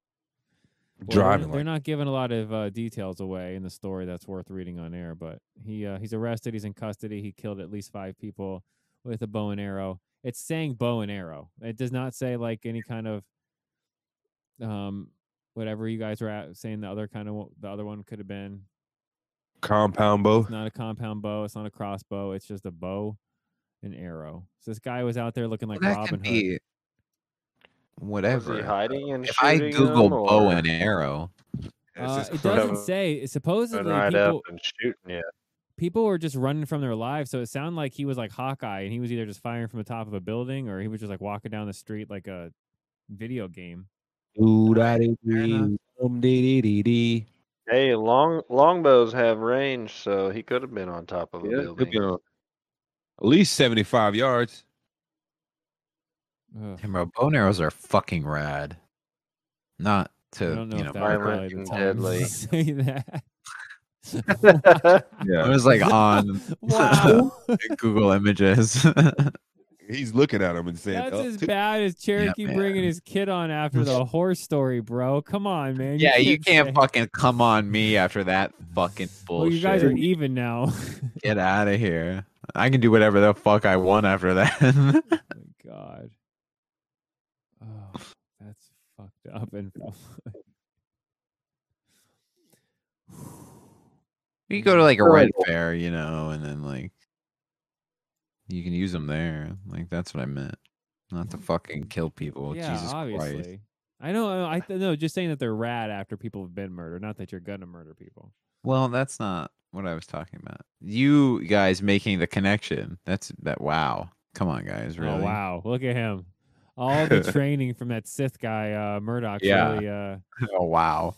[SPEAKER 1] they're-
[SPEAKER 3] driving.
[SPEAKER 1] They're
[SPEAKER 3] like,
[SPEAKER 1] not giving a lot of uh, details away in the story that's worth reading on air, but he uh, he's arrested. He's in custody. He killed at least five people with a bow and arrow. It's saying bow and arrow. It does not say like any kind of um whatever you guys were at, saying the other kind of one- the other one could have been.
[SPEAKER 3] compound bow.
[SPEAKER 1] It's not a compound bow. It's not a crossbow. It's just a bow and arrow. So this guy was out there looking like
[SPEAKER 2] that
[SPEAKER 1] Robin
[SPEAKER 2] could
[SPEAKER 1] Hood.
[SPEAKER 2] be
[SPEAKER 11] Was he
[SPEAKER 2] whatever.
[SPEAKER 11] hiding and
[SPEAKER 2] If I
[SPEAKER 11] shooting
[SPEAKER 2] Google
[SPEAKER 11] them,
[SPEAKER 2] bow
[SPEAKER 11] or
[SPEAKER 2] and arrow,
[SPEAKER 1] Uh,
[SPEAKER 11] is
[SPEAKER 1] it
[SPEAKER 11] kind of
[SPEAKER 1] doesn't say. it-
[SPEAKER 11] running
[SPEAKER 1] Supposedly,
[SPEAKER 11] right
[SPEAKER 1] people,
[SPEAKER 11] up and shooting you?
[SPEAKER 1] people were just running from their lives. So it sounded like he was like Hawkeye and he was either just firing from the top of a building or he was just like walking down the street like a video game.
[SPEAKER 11] Hey, long longbows have range, so he could have been on top of a
[SPEAKER 3] Yeah, it could be
[SPEAKER 11] building.
[SPEAKER 3] a- at least 75 yards.
[SPEAKER 1] Ugh.
[SPEAKER 2] Damn, bro, bow and arrows are fucking rad. Not
[SPEAKER 1] I
[SPEAKER 2] to
[SPEAKER 1] don't know
[SPEAKER 2] you
[SPEAKER 1] if
[SPEAKER 2] know.
[SPEAKER 1] that was
[SPEAKER 11] violent
[SPEAKER 1] probably the
[SPEAKER 11] and
[SPEAKER 1] time
[SPEAKER 11] deadly.
[SPEAKER 1] [LAUGHS] to say that.
[SPEAKER 2] I
[SPEAKER 1] [LAUGHS]
[SPEAKER 2] was like on
[SPEAKER 1] wow.
[SPEAKER 2] Google Images.
[SPEAKER 3] [LAUGHS]
[SPEAKER 2] [LAUGHS]
[SPEAKER 3] He's looking at him and saying,
[SPEAKER 1] That's
[SPEAKER 3] "Oh,
[SPEAKER 1] as
[SPEAKER 3] two-
[SPEAKER 1] bad as Cherokee
[SPEAKER 2] man.
[SPEAKER 1] bringing his kid on after the horse story, bro. Come on, man.
[SPEAKER 2] yeah, you
[SPEAKER 1] say-
[SPEAKER 2] can't fucking come on me after that fucking
[SPEAKER 1] Well,
[SPEAKER 2] bullshit.
[SPEAKER 1] you guys are e even now.
[SPEAKER 2] Get out of here. I can do whatever the fuck I want after that. [LAUGHS]
[SPEAKER 1] my god. Oh, that's fucked up and
[SPEAKER 2] you go to like a
[SPEAKER 11] Sure.
[SPEAKER 2] red fair, you know, and then like you can use them there. Like that's what I meant. Not to fucking kill people.
[SPEAKER 1] Mm. yeah,
[SPEAKER 2] Jesus
[SPEAKER 1] obviously.
[SPEAKER 2] Christ.
[SPEAKER 1] I know. uh, I th- no, just saying that they're rad after people have been murdered. Not that you're gonna murder people.
[SPEAKER 2] Well, that's not what I was talking about. You guys making the connection. That's that wow. Come on guys, really.
[SPEAKER 1] Oh wow, look at him! All
[SPEAKER 2] [LAUGHS]
[SPEAKER 1] the training from that Sith guy, uh, Murdoch.
[SPEAKER 2] Yeah.
[SPEAKER 1] Really, uh,
[SPEAKER 2] [LAUGHS] Oh wow.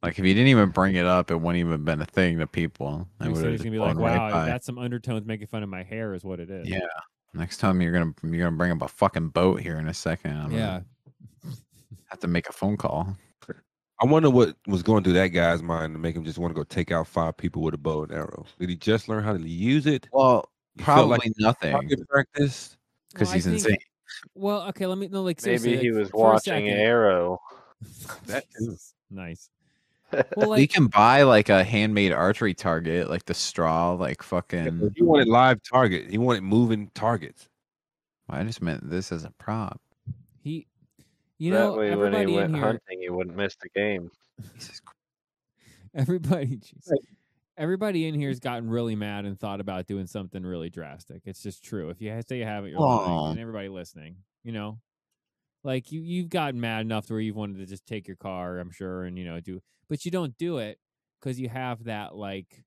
[SPEAKER 2] Like if you didn't even bring it up, it wouldn't even been a thing to people. I
[SPEAKER 1] he
[SPEAKER 2] would
[SPEAKER 1] said
[SPEAKER 2] have
[SPEAKER 1] he's
[SPEAKER 2] just
[SPEAKER 1] gonna be like,
[SPEAKER 2] blown right
[SPEAKER 1] "Wow,
[SPEAKER 2] by.
[SPEAKER 1] that's some undertones making fun of my hair," is what it is.
[SPEAKER 2] Yeah. Next time you're gonna you're gonna bring up a fucking boat here in a second. I'm
[SPEAKER 1] yeah. [LAUGHS]
[SPEAKER 2] gonna have to make a phone call.
[SPEAKER 3] I wonder what was going through that guy's mind to make him just want to go take out five people with a bow and arrow. Did he just learn how to use it?
[SPEAKER 2] Well,
[SPEAKER 3] He felt
[SPEAKER 2] probably
[SPEAKER 3] like
[SPEAKER 2] nothing
[SPEAKER 3] target practice.
[SPEAKER 2] because
[SPEAKER 1] Well, I
[SPEAKER 2] he's
[SPEAKER 1] think-
[SPEAKER 2] insane.
[SPEAKER 1] Well, okay. Let me no, like seriously.
[SPEAKER 11] Maybe he
[SPEAKER 1] like,
[SPEAKER 11] was
[SPEAKER 1] for a
[SPEAKER 11] watching
[SPEAKER 2] [LAUGHS]
[SPEAKER 1] second-
[SPEAKER 11] Arrow.
[SPEAKER 3] That too.
[SPEAKER 1] Jesus. [LAUGHS]
[SPEAKER 11] [LAUGHS]
[SPEAKER 1] nice. Well,
[SPEAKER 2] you
[SPEAKER 1] like,
[SPEAKER 2] can buy like a handmade archery target, like the straw, like fucking.
[SPEAKER 3] He wanted live target. He wanted moving targets.
[SPEAKER 2] I just meant this as a prop.
[SPEAKER 1] He, you
[SPEAKER 11] that
[SPEAKER 1] know,
[SPEAKER 11] way, when he
[SPEAKER 1] everybody in
[SPEAKER 11] went
[SPEAKER 1] here,
[SPEAKER 11] hunting, he wouldn't miss the game.
[SPEAKER 2] Jesus Christ.
[SPEAKER 1] [LAUGHS] everybody, jeez. everybody in here has gotten really mad and thought about doing something really drastic. It's just true. If you ha- say you have it, you're lying.
[SPEAKER 2] Aw.
[SPEAKER 1] And everybody listening, you know, like you, you've gotten mad enough to where you've wanted to just take your car, I'm sure, and you know, do, but you don't do it because you have that like.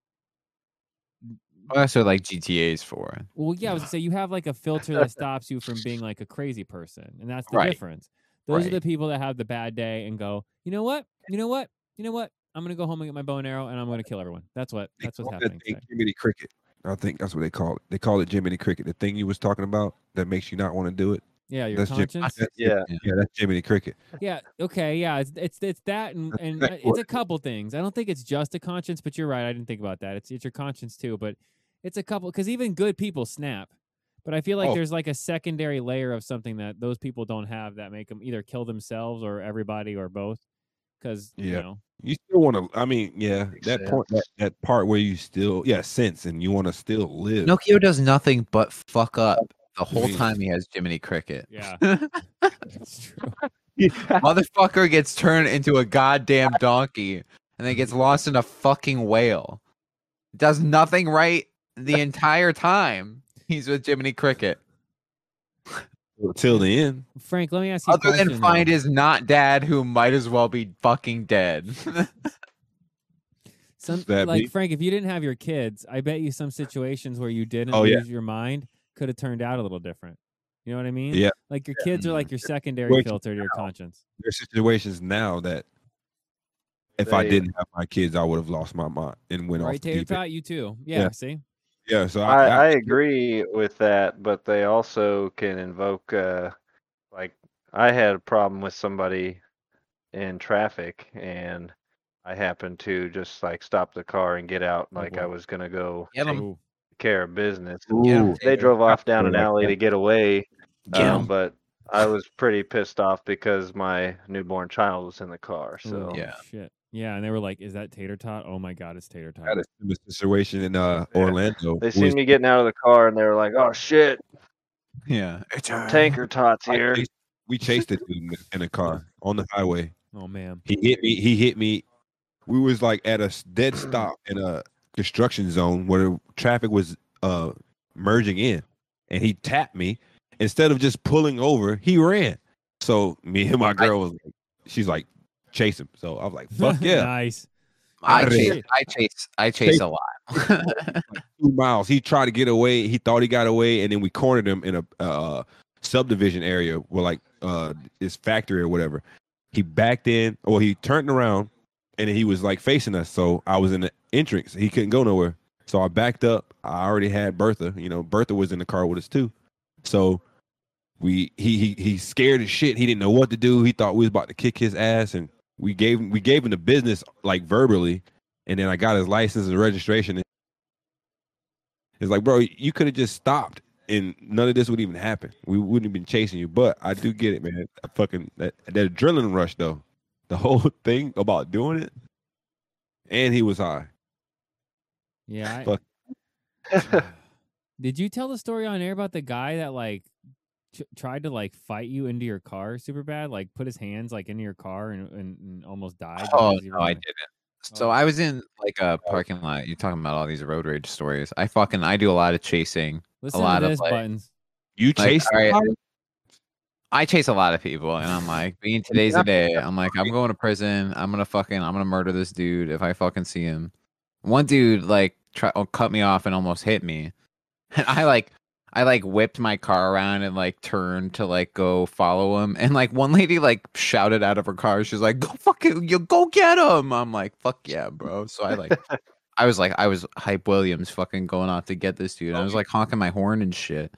[SPEAKER 2] Well, that's what like GTA's for.
[SPEAKER 1] Well, yeah, I was gonna say you have like a filter that stops you from being like a crazy person, and that's the
[SPEAKER 2] Right.
[SPEAKER 1] difference. Those are the
[SPEAKER 2] Right.
[SPEAKER 1] people that have the bad day and go, you know what, you know what, you know what, I'm gonna go home and get my bow and arrow, and I'm gonna kill everyone. That's what. That's what's
[SPEAKER 3] That
[SPEAKER 1] happening.
[SPEAKER 3] thing,
[SPEAKER 1] today.
[SPEAKER 3] Jiminy Cricket. I think that's what they call it. They call it Jiminy Cricket. The thing you was talking about that makes you not want to do it.
[SPEAKER 1] Yeah, your
[SPEAKER 3] Jim-
[SPEAKER 1] conscience?
[SPEAKER 3] that's-
[SPEAKER 11] Yeah.
[SPEAKER 3] yeah, that's Jiminy Cricket.
[SPEAKER 1] Yeah. Okay. Yeah. It's it's it's that, and, and uh, it's a couple things. I don't think it's just a conscience, but you're right. I didn't think about that. It's it's your conscience too, but it's a couple because even good people snap. But I feel like
[SPEAKER 12] Oh.
[SPEAKER 1] there's like a secondary layer of something that those people don't have that make them either kill themselves or everybody or both. Because you
[SPEAKER 3] Yeah.
[SPEAKER 1] know,
[SPEAKER 3] You still want to. I mean, yeah, that point, that, that part where you still, yeah, sense, and you want to still live.
[SPEAKER 2] Pinocchio does nothing but fuck up the whole
[SPEAKER 3] Yeah.
[SPEAKER 2] time he has Jiminy Cricket. [LAUGHS]
[SPEAKER 1] yeah,
[SPEAKER 2] Motherfucker gets turned into a goddamn donkey and then gets lost in a fucking whale. Does nothing right [LAUGHS] the entire time he's with Jiminy Cricket.
[SPEAKER 3] Till the end.
[SPEAKER 1] Frank, let me ask you. a
[SPEAKER 2] Other than
[SPEAKER 1] question, though.
[SPEAKER 2] find his not dad who might as well be fucking dead. [LAUGHS]
[SPEAKER 1] Some
[SPEAKER 2] That
[SPEAKER 1] like
[SPEAKER 2] me?
[SPEAKER 1] Frank, if you didn't have your kids, I bet you some situations where you didn't
[SPEAKER 3] Oh, yeah.
[SPEAKER 1] lose your mind could have turned out a little different. You know what I mean?
[SPEAKER 3] Yeah.
[SPEAKER 1] Like your kids are like your secondary
[SPEAKER 3] Which-
[SPEAKER 1] filter to your conscience.
[SPEAKER 3] There's situations now that if I
[SPEAKER 1] They-
[SPEAKER 3] didn't have my kids, I would have lost my mind and went
[SPEAKER 1] Right
[SPEAKER 3] off the
[SPEAKER 1] Tater
[SPEAKER 3] deep end.
[SPEAKER 1] Tot, you too. Yeah,
[SPEAKER 3] Yeah.
[SPEAKER 1] see?
[SPEAKER 3] Yeah, so I,
[SPEAKER 11] I,
[SPEAKER 3] I-
[SPEAKER 11] I agree with that, but they also can invoke, uh, like, I had a problem with somebody in traffic, and I happened to just like stop the car and get out, like
[SPEAKER 1] Mm-hmm.
[SPEAKER 11] I was gonna go
[SPEAKER 2] Get 'em.
[SPEAKER 11] take
[SPEAKER 2] Ooh.
[SPEAKER 11] care of business.
[SPEAKER 2] Get 'em,
[SPEAKER 11] They
[SPEAKER 2] Tater.
[SPEAKER 11] drove off down
[SPEAKER 2] I
[SPEAKER 11] an
[SPEAKER 2] like
[SPEAKER 11] alley to
[SPEAKER 2] that.
[SPEAKER 11] get away,
[SPEAKER 2] Get
[SPEAKER 11] um,
[SPEAKER 2] 'em.
[SPEAKER 11] but I was pretty pissed off because my newborn child was in the car. So
[SPEAKER 1] Ooh, Shit. Yeah, and they were like, "Is that Tater Tot? Oh my God, it's Tater Tot."
[SPEAKER 3] had a similar situation in uh, Orlando.
[SPEAKER 11] They
[SPEAKER 3] was-
[SPEAKER 11] seen me getting out of the car and they were like, "Oh shit,
[SPEAKER 2] yeah,
[SPEAKER 11] Tanker Tots
[SPEAKER 3] I
[SPEAKER 11] here."
[SPEAKER 3] chased- we chased a dude in the- in a car on the highway.
[SPEAKER 1] Oh man.
[SPEAKER 3] He hit me. He hit me. We was like at a s- dead stop in a construction zone where traffic was uh merging in, and he tapped me. Instead of just pulling over, he ran. So me and my girl was, like, she's like, chase him. So I was like, fuck
[SPEAKER 1] [LAUGHS]
[SPEAKER 3] yeah.
[SPEAKER 1] nice.
[SPEAKER 2] I
[SPEAKER 3] Outta
[SPEAKER 2] [LAUGHS] chase,
[SPEAKER 3] here.
[SPEAKER 2] I chase, I chase a [LAUGHS]
[SPEAKER 3] Tater.
[SPEAKER 2] lot.
[SPEAKER 3] two miles. He tried to get away. He thought he got away, and then we cornered him in a uh, subdivision area where like uh, his factory or whatever. He backed in, or he turned around, and he was like facing us. So I was in the entrance. He couldn't go nowhere. So I backed up. I already had Bertha. You know, Bertha was in the car with us too. So we he he he scared as shit. He didn't know what to do. He thought we was about to kick his ass, and we gave him we gave him the business like verbally. And then I got his license and registration. and it's like, bro, you could have just stopped and none of this would even happen. We wouldn't have been chasing you. But I do get it, man. I fucking that, that adrenaline rush though. The [LAUGHS] whole thing about doing it. And he was high.
[SPEAKER 1] Yeah. I,
[SPEAKER 3] Fuck.
[SPEAKER 2] [SIGHS]
[SPEAKER 1] did you tell the story on air about the guy that like t- tried to like fight you into your car super bad, like put his hands like into your car and, and, and almost died?
[SPEAKER 2] Oh
[SPEAKER 1] because you
[SPEAKER 2] no,
[SPEAKER 1] were
[SPEAKER 2] I
[SPEAKER 1] like-
[SPEAKER 2] didn't. So I was in like a parking lot. You're talking about all these road rage stories. I fucking I do a lot of chasing.
[SPEAKER 1] Listen
[SPEAKER 2] a lot
[SPEAKER 1] to this
[SPEAKER 2] of like,
[SPEAKER 1] buttons.
[SPEAKER 3] You
[SPEAKER 2] Like,
[SPEAKER 3] chased
[SPEAKER 2] alright,
[SPEAKER 3] somebody?
[SPEAKER 2] I chase a lot of people, and I'm like,
[SPEAKER 3] [LAUGHS]
[SPEAKER 2] being today's the day. I'm like, I'm going to prison. I'm gonna fucking, I'm gonna murder this dude if I fucking see him. One dude like try, oh, cut me off and almost hit me, [LAUGHS] and I like, I like whipped my car around and like turned to like go follow him, and like one lady like shouted out of her car, she's like, go fucking, you go get him. I'm like, fuck yeah, bro. So I like. I was like, I was hype Williams fucking going out to get this
[SPEAKER 1] Oh.
[SPEAKER 2] dude. I was like honking my horn and shit.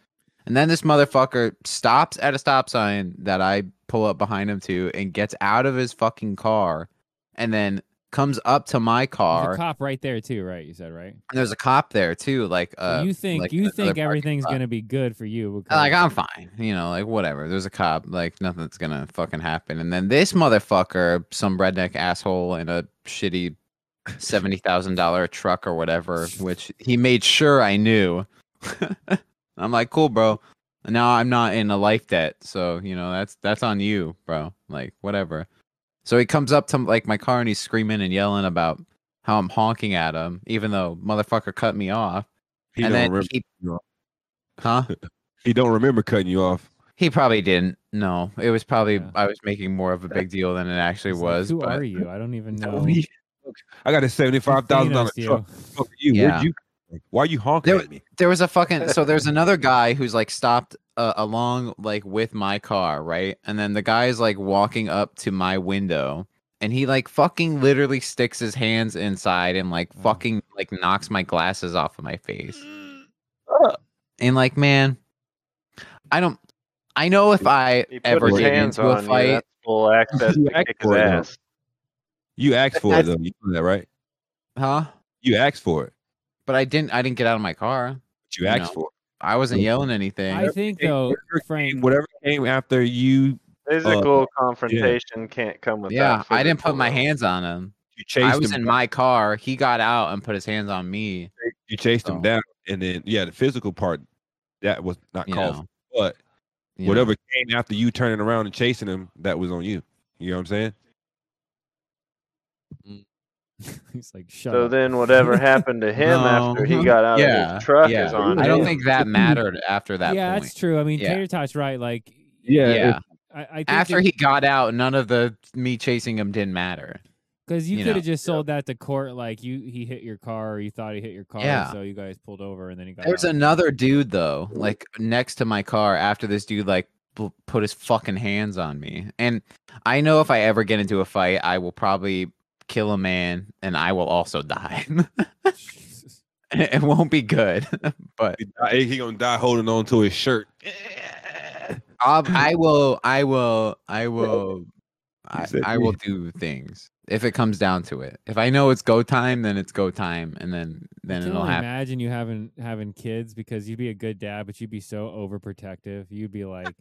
[SPEAKER 2] And then this motherfucker stops at a stop sign that I pull up behind him to and gets out of his fucking car and then comes up to my
[SPEAKER 1] There's
[SPEAKER 2] car.
[SPEAKER 1] a cop right there too, right? You said right.
[SPEAKER 2] And there's a cop there too. Like,
[SPEAKER 1] So
[SPEAKER 2] uh,
[SPEAKER 1] you think
[SPEAKER 2] like
[SPEAKER 1] you
[SPEAKER 2] another
[SPEAKER 1] think
[SPEAKER 2] parking
[SPEAKER 1] everything's
[SPEAKER 2] lot.
[SPEAKER 1] gonna be good for you? Because
[SPEAKER 2] And, Like, I'm fine. You know, like, whatever. There's a cop. Like, nothing's gonna fucking happen. And then this motherfucker, some redneck asshole in a shitty $70,000 truck or whatever, which he made sure I knew. [LAUGHS] I'm like, cool, bro. Now I'm not in a life debt, so you know that's that's on you, bro. Like whatever. So he comes up to like my car and he's screaming and yelling about how I'm honking at him, even though motherfucker cut me off.
[SPEAKER 3] He
[SPEAKER 2] and
[SPEAKER 3] don't
[SPEAKER 2] then
[SPEAKER 3] remember
[SPEAKER 2] he,
[SPEAKER 3] you off.
[SPEAKER 2] huh?
[SPEAKER 3] he don't remember cutting you off.
[SPEAKER 2] He probably didn't. No, it was probably I was making more of a big deal than it actually
[SPEAKER 1] it's like,
[SPEAKER 2] was.
[SPEAKER 1] Who
[SPEAKER 2] but-
[SPEAKER 1] are you? I don't
[SPEAKER 2] [LAUGHS]
[SPEAKER 1] even know.
[SPEAKER 2] we-
[SPEAKER 3] I got a seventy five thousand dollar
[SPEAKER 1] Thanos you.
[SPEAKER 3] truck. Fuck you.
[SPEAKER 2] Yeah.
[SPEAKER 3] Where'd you why you honking at me?
[SPEAKER 2] there was a fucking
[SPEAKER 11] [LAUGHS]
[SPEAKER 2] so there's another guy who's like stopped uh, along like with my car right and then the guy is like walking up to my window and he like fucking literally sticks his hands inside and
[SPEAKER 11] Mm.
[SPEAKER 2] like fucking like knocks my glasses off of my face. And like, man, I don't. I know if I
[SPEAKER 11] He put
[SPEAKER 2] ever
[SPEAKER 11] his
[SPEAKER 2] get
[SPEAKER 11] hands
[SPEAKER 2] into a
[SPEAKER 11] on you,
[SPEAKER 2] fight,
[SPEAKER 11] that's full [LAUGHS] access
[SPEAKER 3] You
[SPEAKER 11] to
[SPEAKER 3] asked
[SPEAKER 11] kick his
[SPEAKER 3] for it, though.
[SPEAKER 11] ass.
[SPEAKER 3] You asked for it though. You know that, right?
[SPEAKER 2] huh?
[SPEAKER 3] You asked for it.
[SPEAKER 2] But I didn't. I didn't get out of my car.
[SPEAKER 3] But you asked for
[SPEAKER 2] I wasn't yelling anything.
[SPEAKER 1] I think though,
[SPEAKER 3] it.
[SPEAKER 1] Frank.
[SPEAKER 3] Whatever came after you,
[SPEAKER 11] Physical
[SPEAKER 3] Uh,
[SPEAKER 11] confrontation can't come without.
[SPEAKER 2] yeah, I didn't put
[SPEAKER 11] physical.
[SPEAKER 2] my hands on him.
[SPEAKER 3] you
[SPEAKER 2] I
[SPEAKER 3] chased
[SPEAKER 2] was
[SPEAKER 3] him.
[SPEAKER 2] in my car. He got out and put his hands on me.
[SPEAKER 3] you chased
[SPEAKER 2] so-
[SPEAKER 3] him down, and then yeah, the physical part that was not
[SPEAKER 2] You
[SPEAKER 3] called,
[SPEAKER 2] know,
[SPEAKER 3] for, but
[SPEAKER 2] you know.
[SPEAKER 3] whatever came after you turning around and chasing him, that was on you. You know what I'm saying?
[SPEAKER 1] [LAUGHS] He's like, shut
[SPEAKER 11] So
[SPEAKER 1] up.
[SPEAKER 11] then, whatever happened [LAUGHS] to him after he
[SPEAKER 2] No.
[SPEAKER 11] got out of
[SPEAKER 2] Yeah,
[SPEAKER 11] his truck
[SPEAKER 2] yeah.
[SPEAKER 11] is on.
[SPEAKER 2] I don't
[SPEAKER 11] him.
[SPEAKER 2] think that mattered after that
[SPEAKER 1] yeah,
[SPEAKER 2] point.
[SPEAKER 1] that's true. I mean,
[SPEAKER 2] Yeah.
[SPEAKER 1] Tater Tot's right. Like,
[SPEAKER 2] Yeah.
[SPEAKER 1] I, I think
[SPEAKER 2] After he got out, none of the me chasing him didn't matter.
[SPEAKER 1] because you,
[SPEAKER 2] you
[SPEAKER 1] could
[SPEAKER 2] know.
[SPEAKER 1] have just sold that to court. Like, you he hit your car, or you thought he hit your car,
[SPEAKER 2] Yeah.
[SPEAKER 1] so you guys pulled over, and then he got.
[SPEAKER 2] There's
[SPEAKER 1] out. [LAUGHS]
[SPEAKER 2] another dude though, like next to my car after this dude like b- put his fucking hands on me. And I know if I ever get into a fight, I will probably kill a man and I will also die. [LAUGHS]
[SPEAKER 1] Jesus.
[SPEAKER 2] it won't be good, but
[SPEAKER 3] He, die- he gonna die holding on to his shirt. [LAUGHS]
[SPEAKER 2] I'll, I will I will I will I,
[SPEAKER 3] said
[SPEAKER 2] I will
[SPEAKER 3] [LAUGHS]
[SPEAKER 2] do things if it comes down to it. If I know it's go time, then it's go time and then
[SPEAKER 1] I
[SPEAKER 2] then
[SPEAKER 1] can
[SPEAKER 2] it'll
[SPEAKER 1] only
[SPEAKER 2] happen.
[SPEAKER 1] imagine you having having kids because you'd be a good dad, but you'd be so overprotective. You'd be like,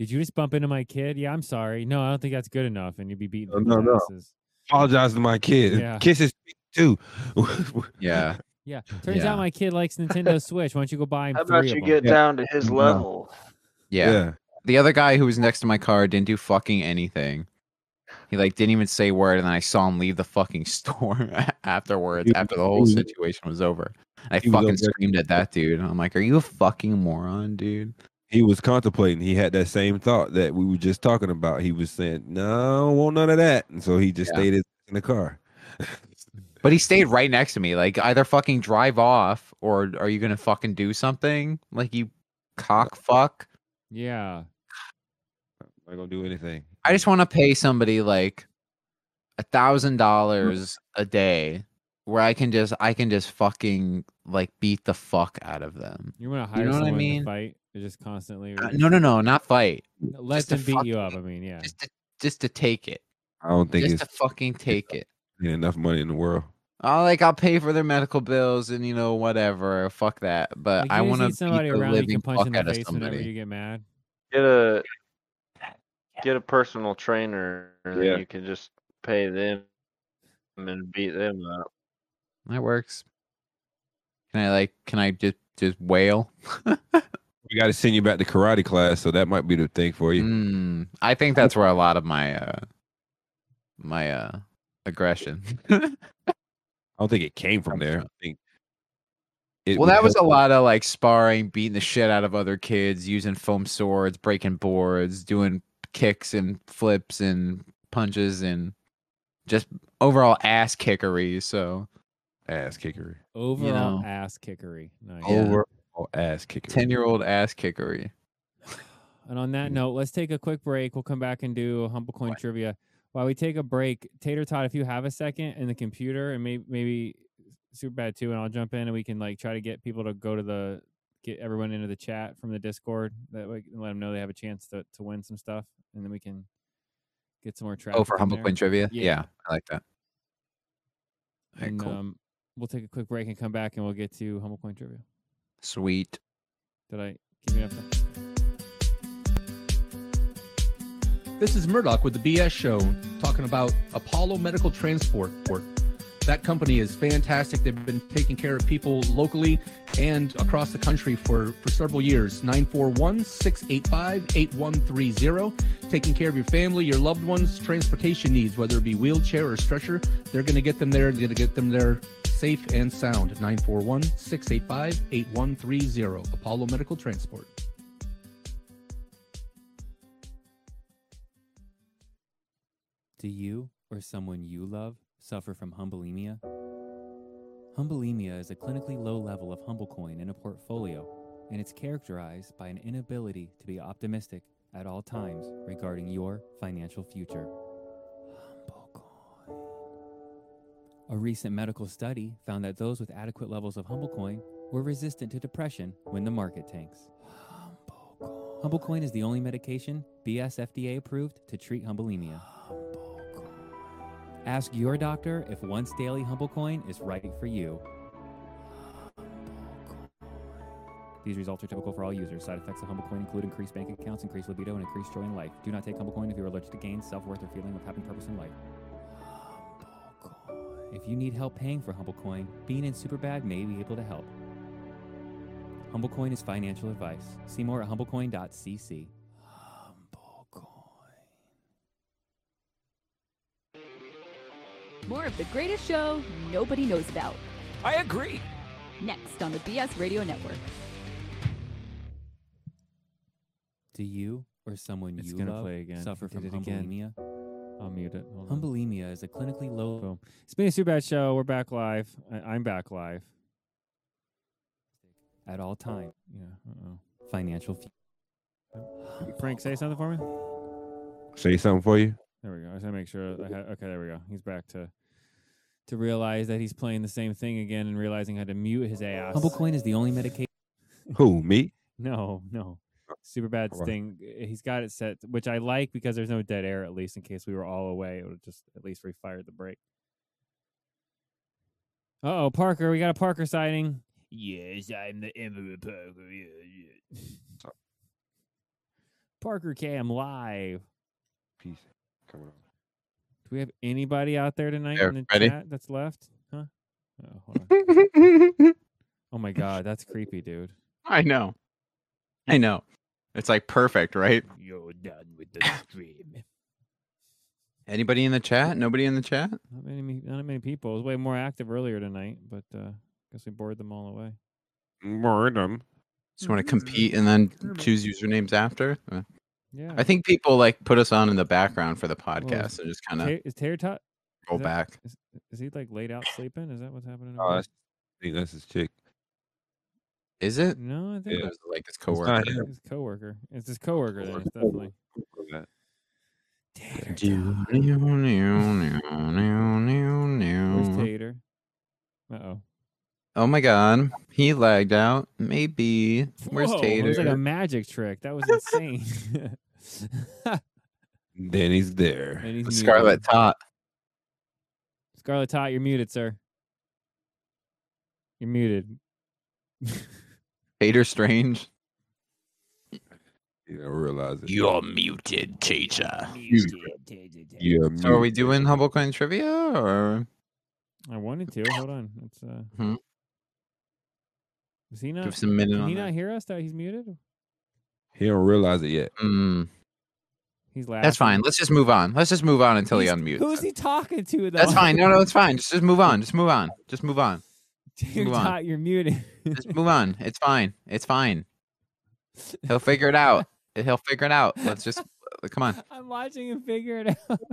[SPEAKER 1] "Did you just bump into my kid? Yeah, I'm sorry. No, I don't think that's good enough." And you'd be beating
[SPEAKER 11] Oh,
[SPEAKER 3] No,
[SPEAKER 1] people's
[SPEAKER 3] no, no.
[SPEAKER 1] asses.
[SPEAKER 3] Apologize to my kid.
[SPEAKER 1] Yeah.
[SPEAKER 3] [LAUGHS] Kisses me, too.
[SPEAKER 2] Yeah. [LAUGHS]
[SPEAKER 1] Yeah, turns
[SPEAKER 2] Yeah.
[SPEAKER 1] out my kid
[SPEAKER 2] [LAUGHS]
[SPEAKER 1] likes Nintendo Switch. Why don't you go buy him
[SPEAKER 11] How
[SPEAKER 1] three
[SPEAKER 11] about you
[SPEAKER 1] of
[SPEAKER 11] get
[SPEAKER 1] them?
[SPEAKER 3] Yeah.
[SPEAKER 11] down to his
[SPEAKER 3] No.
[SPEAKER 11] level?
[SPEAKER 2] Yeah.
[SPEAKER 3] yeah.
[SPEAKER 2] The other guy who was next to my car didn't do fucking anything. He like didn't even say a word, and I saw him leave the fucking [LAUGHS] store afterwards.
[SPEAKER 3] He-
[SPEAKER 2] After the whole
[SPEAKER 3] he-
[SPEAKER 2] situation was over, I
[SPEAKER 3] he was
[SPEAKER 2] fucking
[SPEAKER 3] over there.
[SPEAKER 2] screamed at that dude. I'm like, "Are you a fucking moron, dude?"
[SPEAKER 3] He was contemplating. He had that same thought that we were just talking about. He was saying, "No, I don't want none of that," and so he just
[SPEAKER 2] Yeah.
[SPEAKER 3] stayed in in the car.
[SPEAKER 2] But he stayed right next to me. Like, either fucking drive off, or are you gonna fucking do something? Like, you cock fuck.
[SPEAKER 1] Yeah,
[SPEAKER 3] I'm not gonna do anything.
[SPEAKER 2] I just want to pay somebody like a thousand dollars a day, where I can just I can just fucking like beat the fuck out of them.
[SPEAKER 1] you want to
[SPEAKER 2] know
[SPEAKER 1] hire
[SPEAKER 2] what I
[SPEAKER 1] someone
[SPEAKER 2] mean?
[SPEAKER 1] to fight? They're just constantly
[SPEAKER 2] Uh, no, no, no, not fight.
[SPEAKER 1] let
[SPEAKER 2] just to
[SPEAKER 1] them beat you up. I
[SPEAKER 2] fucking-
[SPEAKER 1] mean, yeah,
[SPEAKER 2] Just to, just to take it.
[SPEAKER 3] I don't think
[SPEAKER 2] Just
[SPEAKER 3] it's
[SPEAKER 2] to fucking take it.
[SPEAKER 3] enough money in the world.
[SPEAKER 2] Oh, like I'll pay for their medical bills and you know whatever. Fuck that. But
[SPEAKER 1] Like,
[SPEAKER 2] uh, I
[SPEAKER 1] you just
[SPEAKER 2] want to
[SPEAKER 1] need somebody
[SPEAKER 2] beat
[SPEAKER 1] around
[SPEAKER 2] the
[SPEAKER 1] you can
[SPEAKER 2] living
[SPEAKER 1] punch
[SPEAKER 2] fuck
[SPEAKER 1] in the
[SPEAKER 2] out of
[SPEAKER 1] face whenever you
[SPEAKER 2] somebody.
[SPEAKER 1] get mad.
[SPEAKER 11] Get a get a personal trainer, and
[SPEAKER 3] Yeah.
[SPEAKER 11] then you can just pay them and beat them up.
[SPEAKER 2] That works. Can I like? Can I just just wail?
[SPEAKER 3] We got to send you back to karate class, so that might be the thing for you.
[SPEAKER 2] Mm, I think that's where a lot of my uh my uh [LAUGHS] aggression.
[SPEAKER 3] I don't think it came from
[SPEAKER 2] Comes
[SPEAKER 3] there.
[SPEAKER 2] from-
[SPEAKER 3] I think it
[SPEAKER 2] well,
[SPEAKER 3] would
[SPEAKER 2] that was a
[SPEAKER 3] help you.
[SPEAKER 2] lot of like sparring, beating the shit out of other kids, using foam swords, breaking boards, doing kicks and flips and punches and just overall ass kickery. So
[SPEAKER 3] ass kickery.
[SPEAKER 1] Overall
[SPEAKER 2] know. Oh,
[SPEAKER 1] ass kickery. Nice.
[SPEAKER 2] Yeah.
[SPEAKER 3] Overall ass kickery.
[SPEAKER 2] ten year old ass kickery.
[SPEAKER 1] And on that note, let's take a quick break. We'll come back and do humble coin trivia. While we take a break, Tater Tot, if you have a second in the computer, and maybe maybe Super Bad too, and I'll jump in and we can like try to get people to go to the get everyone into the chat from the Discord that way and let them know they have a chance to to win some stuff, and then we can get some more traffic.
[SPEAKER 2] Oh, for
[SPEAKER 1] in
[SPEAKER 2] humble
[SPEAKER 1] there.
[SPEAKER 2] queen trivia.
[SPEAKER 1] Yeah.
[SPEAKER 2] Yeah. I like that. All right,
[SPEAKER 1] And,
[SPEAKER 2] cool.
[SPEAKER 1] um, we'll take a quick break and come back, and we'll get to humble coin trivia.
[SPEAKER 2] Sweet.
[SPEAKER 1] Did I give me enough? time?
[SPEAKER 12] This is Murdoch with the BS Show talking about Apollo Medical Transport. That company is fantastic. They've been taking care of people locally and across the country for, for several years. 941 685 8130. Taking care of your family, your loved ones, transportation needs, whether it be wheelchair or stretcher, they're going to get them there. They're going to get them there safe and sound. 941 685 8130. Apollo Medical Transport.
[SPEAKER 13] Do you or someone you love suffer from humbulemia? Humbulemia is a clinically low level of humblecoin in a portfolio, and it's characterized by an inability to be optimistic at all times regarding your financial future. Humblecoin.
[SPEAKER 12] A recent medical study found that those with adequate levels of HumbleCoin were resistant to depression when the market tanks. HumbleCoin is the only medication BS FDA approved to treat humbleemia. Ask your doctor if once daily HumbleCoin is right for you. These results are typical for all users. Side effects of HumbleCoin include increased bank accounts, increased libido, and increased joy in life. Do not take HumbleCoin if you are allergic to gain, self-worth, or feeling of having purpose in life. If you need help paying for HumbleCoin, Bean and Superbad may be able to help. HumbleCoin is financial advice. See more at humblecoin.cc.
[SPEAKER 4] More of the greatest show nobody knows about.
[SPEAKER 14] I agree.
[SPEAKER 4] Next on the BS Radio Network.
[SPEAKER 12] Do you or someone
[SPEAKER 1] It's
[SPEAKER 12] you
[SPEAKER 1] gonna
[SPEAKER 12] love
[SPEAKER 1] play again.
[SPEAKER 12] suffer
[SPEAKER 1] It
[SPEAKER 12] from
[SPEAKER 1] did it again.
[SPEAKER 12] humbleemia?
[SPEAKER 1] I'll mute it. Hold on.
[SPEAKER 12] Humbleemia is a clinically low.
[SPEAKER 1] It's been a super bad show. We're back live. I- I'm back live.
[SPEAKER 12] At all time.
[SPEAKER 1] Yeah. Uh-oh.
[SPEAKER 12] Financial.
[SPEAKER 1] Frank, say something for me.
[SPEAKER 3] Say something for you.
[SPEAKER 1] There we go. I just want to make sure. I had, okay, there we go. He's back to to realize that he's playing the same thing again and realizing how to mute his ass.
[SPEAKER 12] HumbleCoin is the only medication.
[SPEAKER 3] Who me?
[SPEAKER 1] No, no. Super bad
[SPEAKER 3] Alright.
[SPEAKER 1] thing. He's got it set, which I like because there's no dead air. At least in case we were all away, it would have just at least refired the brake. Uh oh, Parker, we got a Parker sighting. Yes, I'm the immigrant Parker. Yeah, yeah. Parker Cam live.
[SPEAKER 3] Peace. Come on.
[SPEAKER 1] Do we have anybody out there tonight
[SPEAKER 3] Yeah,
[SPEAKER 1] in the
[SPEAKER 3] ready?
[SPEAKER 1] chat that's left? Huh? Oh, hold on. oh my god, that's creepy, dude.
[SPEAKER 2] I know. I know.
[SPEAKER 15] It's like perfect, right?
[SPEAKER 1] You're done
[SPEAKER 12] [LAUGHS]
[SPEAKER 1] with the stream.
[SPEAKER 15] Anybody in the chat? Nobody in the chat?
[SPEAKER 1] Not many, me- not many people. It was way more active earlier tonight, but uh, guess we bored them all away.
[SPEAKER 3] Boredom.
[SPEAKER 2] Just want to compete and then choose usernames after. Uh,
[SPEAKER 1] Yeah.
[SPEAKER 2] I think people like put us on in the background for the podcast and just kind of
[SPEAKER 1] Ta- is Tater Tot?
[SPEAKER 2] go
[SPEAKER 1] is that-
[SPEAKER 2] back.
[SPEAKER 1] Is, is he like laid out sleeping? Is that what's happening?
[SPEAKER 3] Oh,
[SPEAKER 1] over
[SPEAKER 3] that's, I think that's his chick.
[SPEAKER 2] Is it?
[SPEAKER 1] No, I
[SPEAKER 3] Yeah.
[SPEAKER 1] think
[SPEAKER 2] It was like his
[SPEAKER 3] It's not
[SPEAKER 2] coworker.
[SPEAKER 3] him.
[SPEAKER 1] there? his coworker. It's his coworker. Then it's definitely. Where's Tater? Uh oh.
[SPEAKER 2] Oh my god, he lagged out. Maybe. Where's
[SPEAKER 1] Whoa, It
[SPEAKER 2] Tater?
[SPEAKER 1] was like a magic trick. That was insane. [LAUGHS]
[SPEAKER 3] Then he's there.
[SPEAKER 1] And he's
[SPEAKER 2] The
[SPEAKER 1] muted.
[SPEAKER 2] Scarlet Tot.
[SPEAKER 1] Scarlet Tot, you're muted, sir. You're muted.
[SPEAKER 2] Tater Strange.
[SPEAKER 3] You don't realize it.
[SPEAKER 2] You're muted, teacher.
[SPEAKER 3] Yeah.
[SPEAKER 2] So are we doing Humblecoin trivia or
[SPEAKER 1] I wanted to. Hold on. It's uh
[SPEAKER 2] Hmm.
[SPEAKER 1] is he not
[SPEAKER 2] us a minute
[SPEAKER 1] Can
[SPEAKER 2] on
[SPEAKER 1] he
[SPEAKER 2] that.
[SPEAKER 1] not hear us that he's muted?
[SPEAKER 3] He don't realize it yet.
[SPEAKER 2] Mm,
[SPEAKER 1] He's laughing.
[SPEAKER 2] that's fine. Let's just move on. Let's just move on until he unmutes.
[SPEAKER 1] Who's he talking to though?
[SPEAKER 2] That's
[SPEAKER 1] [LAUGHS]
[SPEAKER 2] fine. No, no, it's fine. Just, just move on. Just move on. Just move on.
[SPEAKER 1] You're
[SPEAKER 2] move on.
[SPEAKER 1] not- you're muted.
[SPEAKER 2] Just move on. It's fine. It's fine. He'll figure it out. He'll figure it out. Let's just come on.
[SPEAKER 1] [LAUGHS] I'm watching him figure it out. [LAUGHS]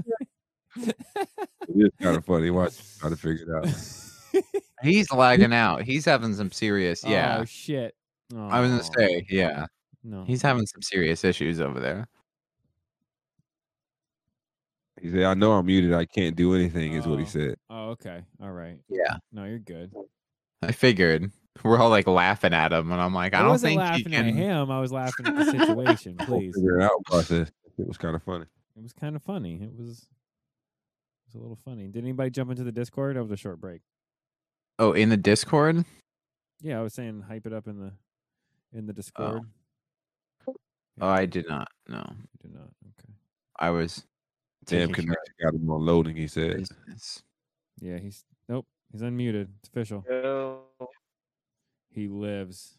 [SPEAKER 3] It's kind of funny. Watch try to figure it out.
[SPEAKER 2] He's lagging out. He's having some serious. Yeah.
[SPEAKER 1] Oh shit.
[SPEAKER 2] I was gonna
[SPEAKER 1] Aw.
[SPEAKER 2] say. Yeah.
[SPEAKER 1] No.
[SPEAKER 2] He's having some serious issues over there.
[SPEAKER 3] He said, "I know I'm muted. I can't do anything." Is what he
[SPEAKER 1] Oh.
[SPEAKER 3] said.
[SPEAKER 1] Oh, okay. All right.
[SPEAKER 2] Yeah.
[SPEAKER 1] No, you're good.
[SPEAKER 2] I figured we're all like laughing at him, and I'm like, I, don't
[SPEAKER 1] wasn't
[SPEAKER 2] think he
[SPEAKER 1] laughing
[SPEAKER 2] can.
[SPEAKER 1] at him. I was laughing
[SPEAKER 2] [LAUGHS]
[SPEAKER 1] at the situation.
[SPEAKER 3] Whole
[SPEAKER 1] Please.
[SPEAKER 3] Figure it out process. It was kind of funny.
[SPEAKER 1] It was kind of funny. It was. It was a little funny. Did anybody jump into the Discord? That was a short break.
[SPEAKER 2] Oh, in the Discord.
[SPEAKER 1] Yeah, I was saying hype it up in the in the Discord.
[SPEAKER 2] Oh, I did not. No,
[SPEAKER 1] You did not. Okay.
[SPEAKER 2] I was.
[SPEAKER 3] Damn
[SPEAKER 2] taking care
[SPEAKER 3] connection got him on loading. He
[SPEAKER 2] of
[SPEAKER 3] said.
[SPEAKER 2] business.
[SPEAKER 1] Yeah, he's nope. He's unmuted. It's official. He lives.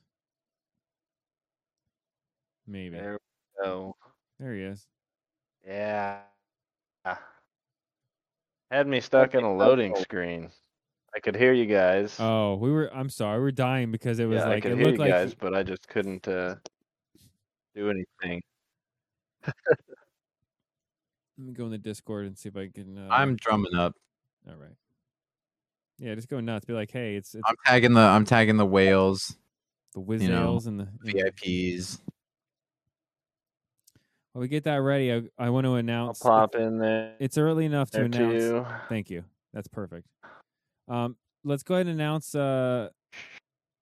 [SPEAKER 1] Maybe.
[SPEAKER 11] There we go.
[SPEAKER 1] There he is.
[SPEAKER 11] Yeah. Had me stuck in a loading screen. I could hear you guys.
[SPEAKER 1] Oh, we were. I'm sorry. We were dying because it was
[SPEAKER 11] yeah, I
[SPEAKER 1] like
[SPEAKER 11] could
[SPEAKER 1] it
[SPEAKER 11] hear you
[SPEAKER 1] looked like
[SPEAKER 11] guys, but I just couldn't uh, do anything.
[SPEAKER 1] Let me go in the Discord and see if I can. Uh,
[SPEAKER 2] I'm drumming up.
[SPEAKER 1] All right. Yeah, just go nuts. Be like, hey, it's it's
[SPEAKER 2] I'm tagging the. I'm tagging the whales.
[SPEAKER 1] the whiz
[SPEAKER 2] you know,
[SPEAKER 1] nails and the and-
[SPEAKER 2] VIPs.
[SPEAKER 1] While we get that ready, I, I want to announce.
[SPEAKER 11] Pop in there.
[SPEAKER 1] It's early enough to
[SPEAKER 11] there
[SPEAKER 1] announce.
[SPEAKER 11] too.
[SPEAKER 1] Thank you. That's perfect. Um, let's go ahead and announce. Uh,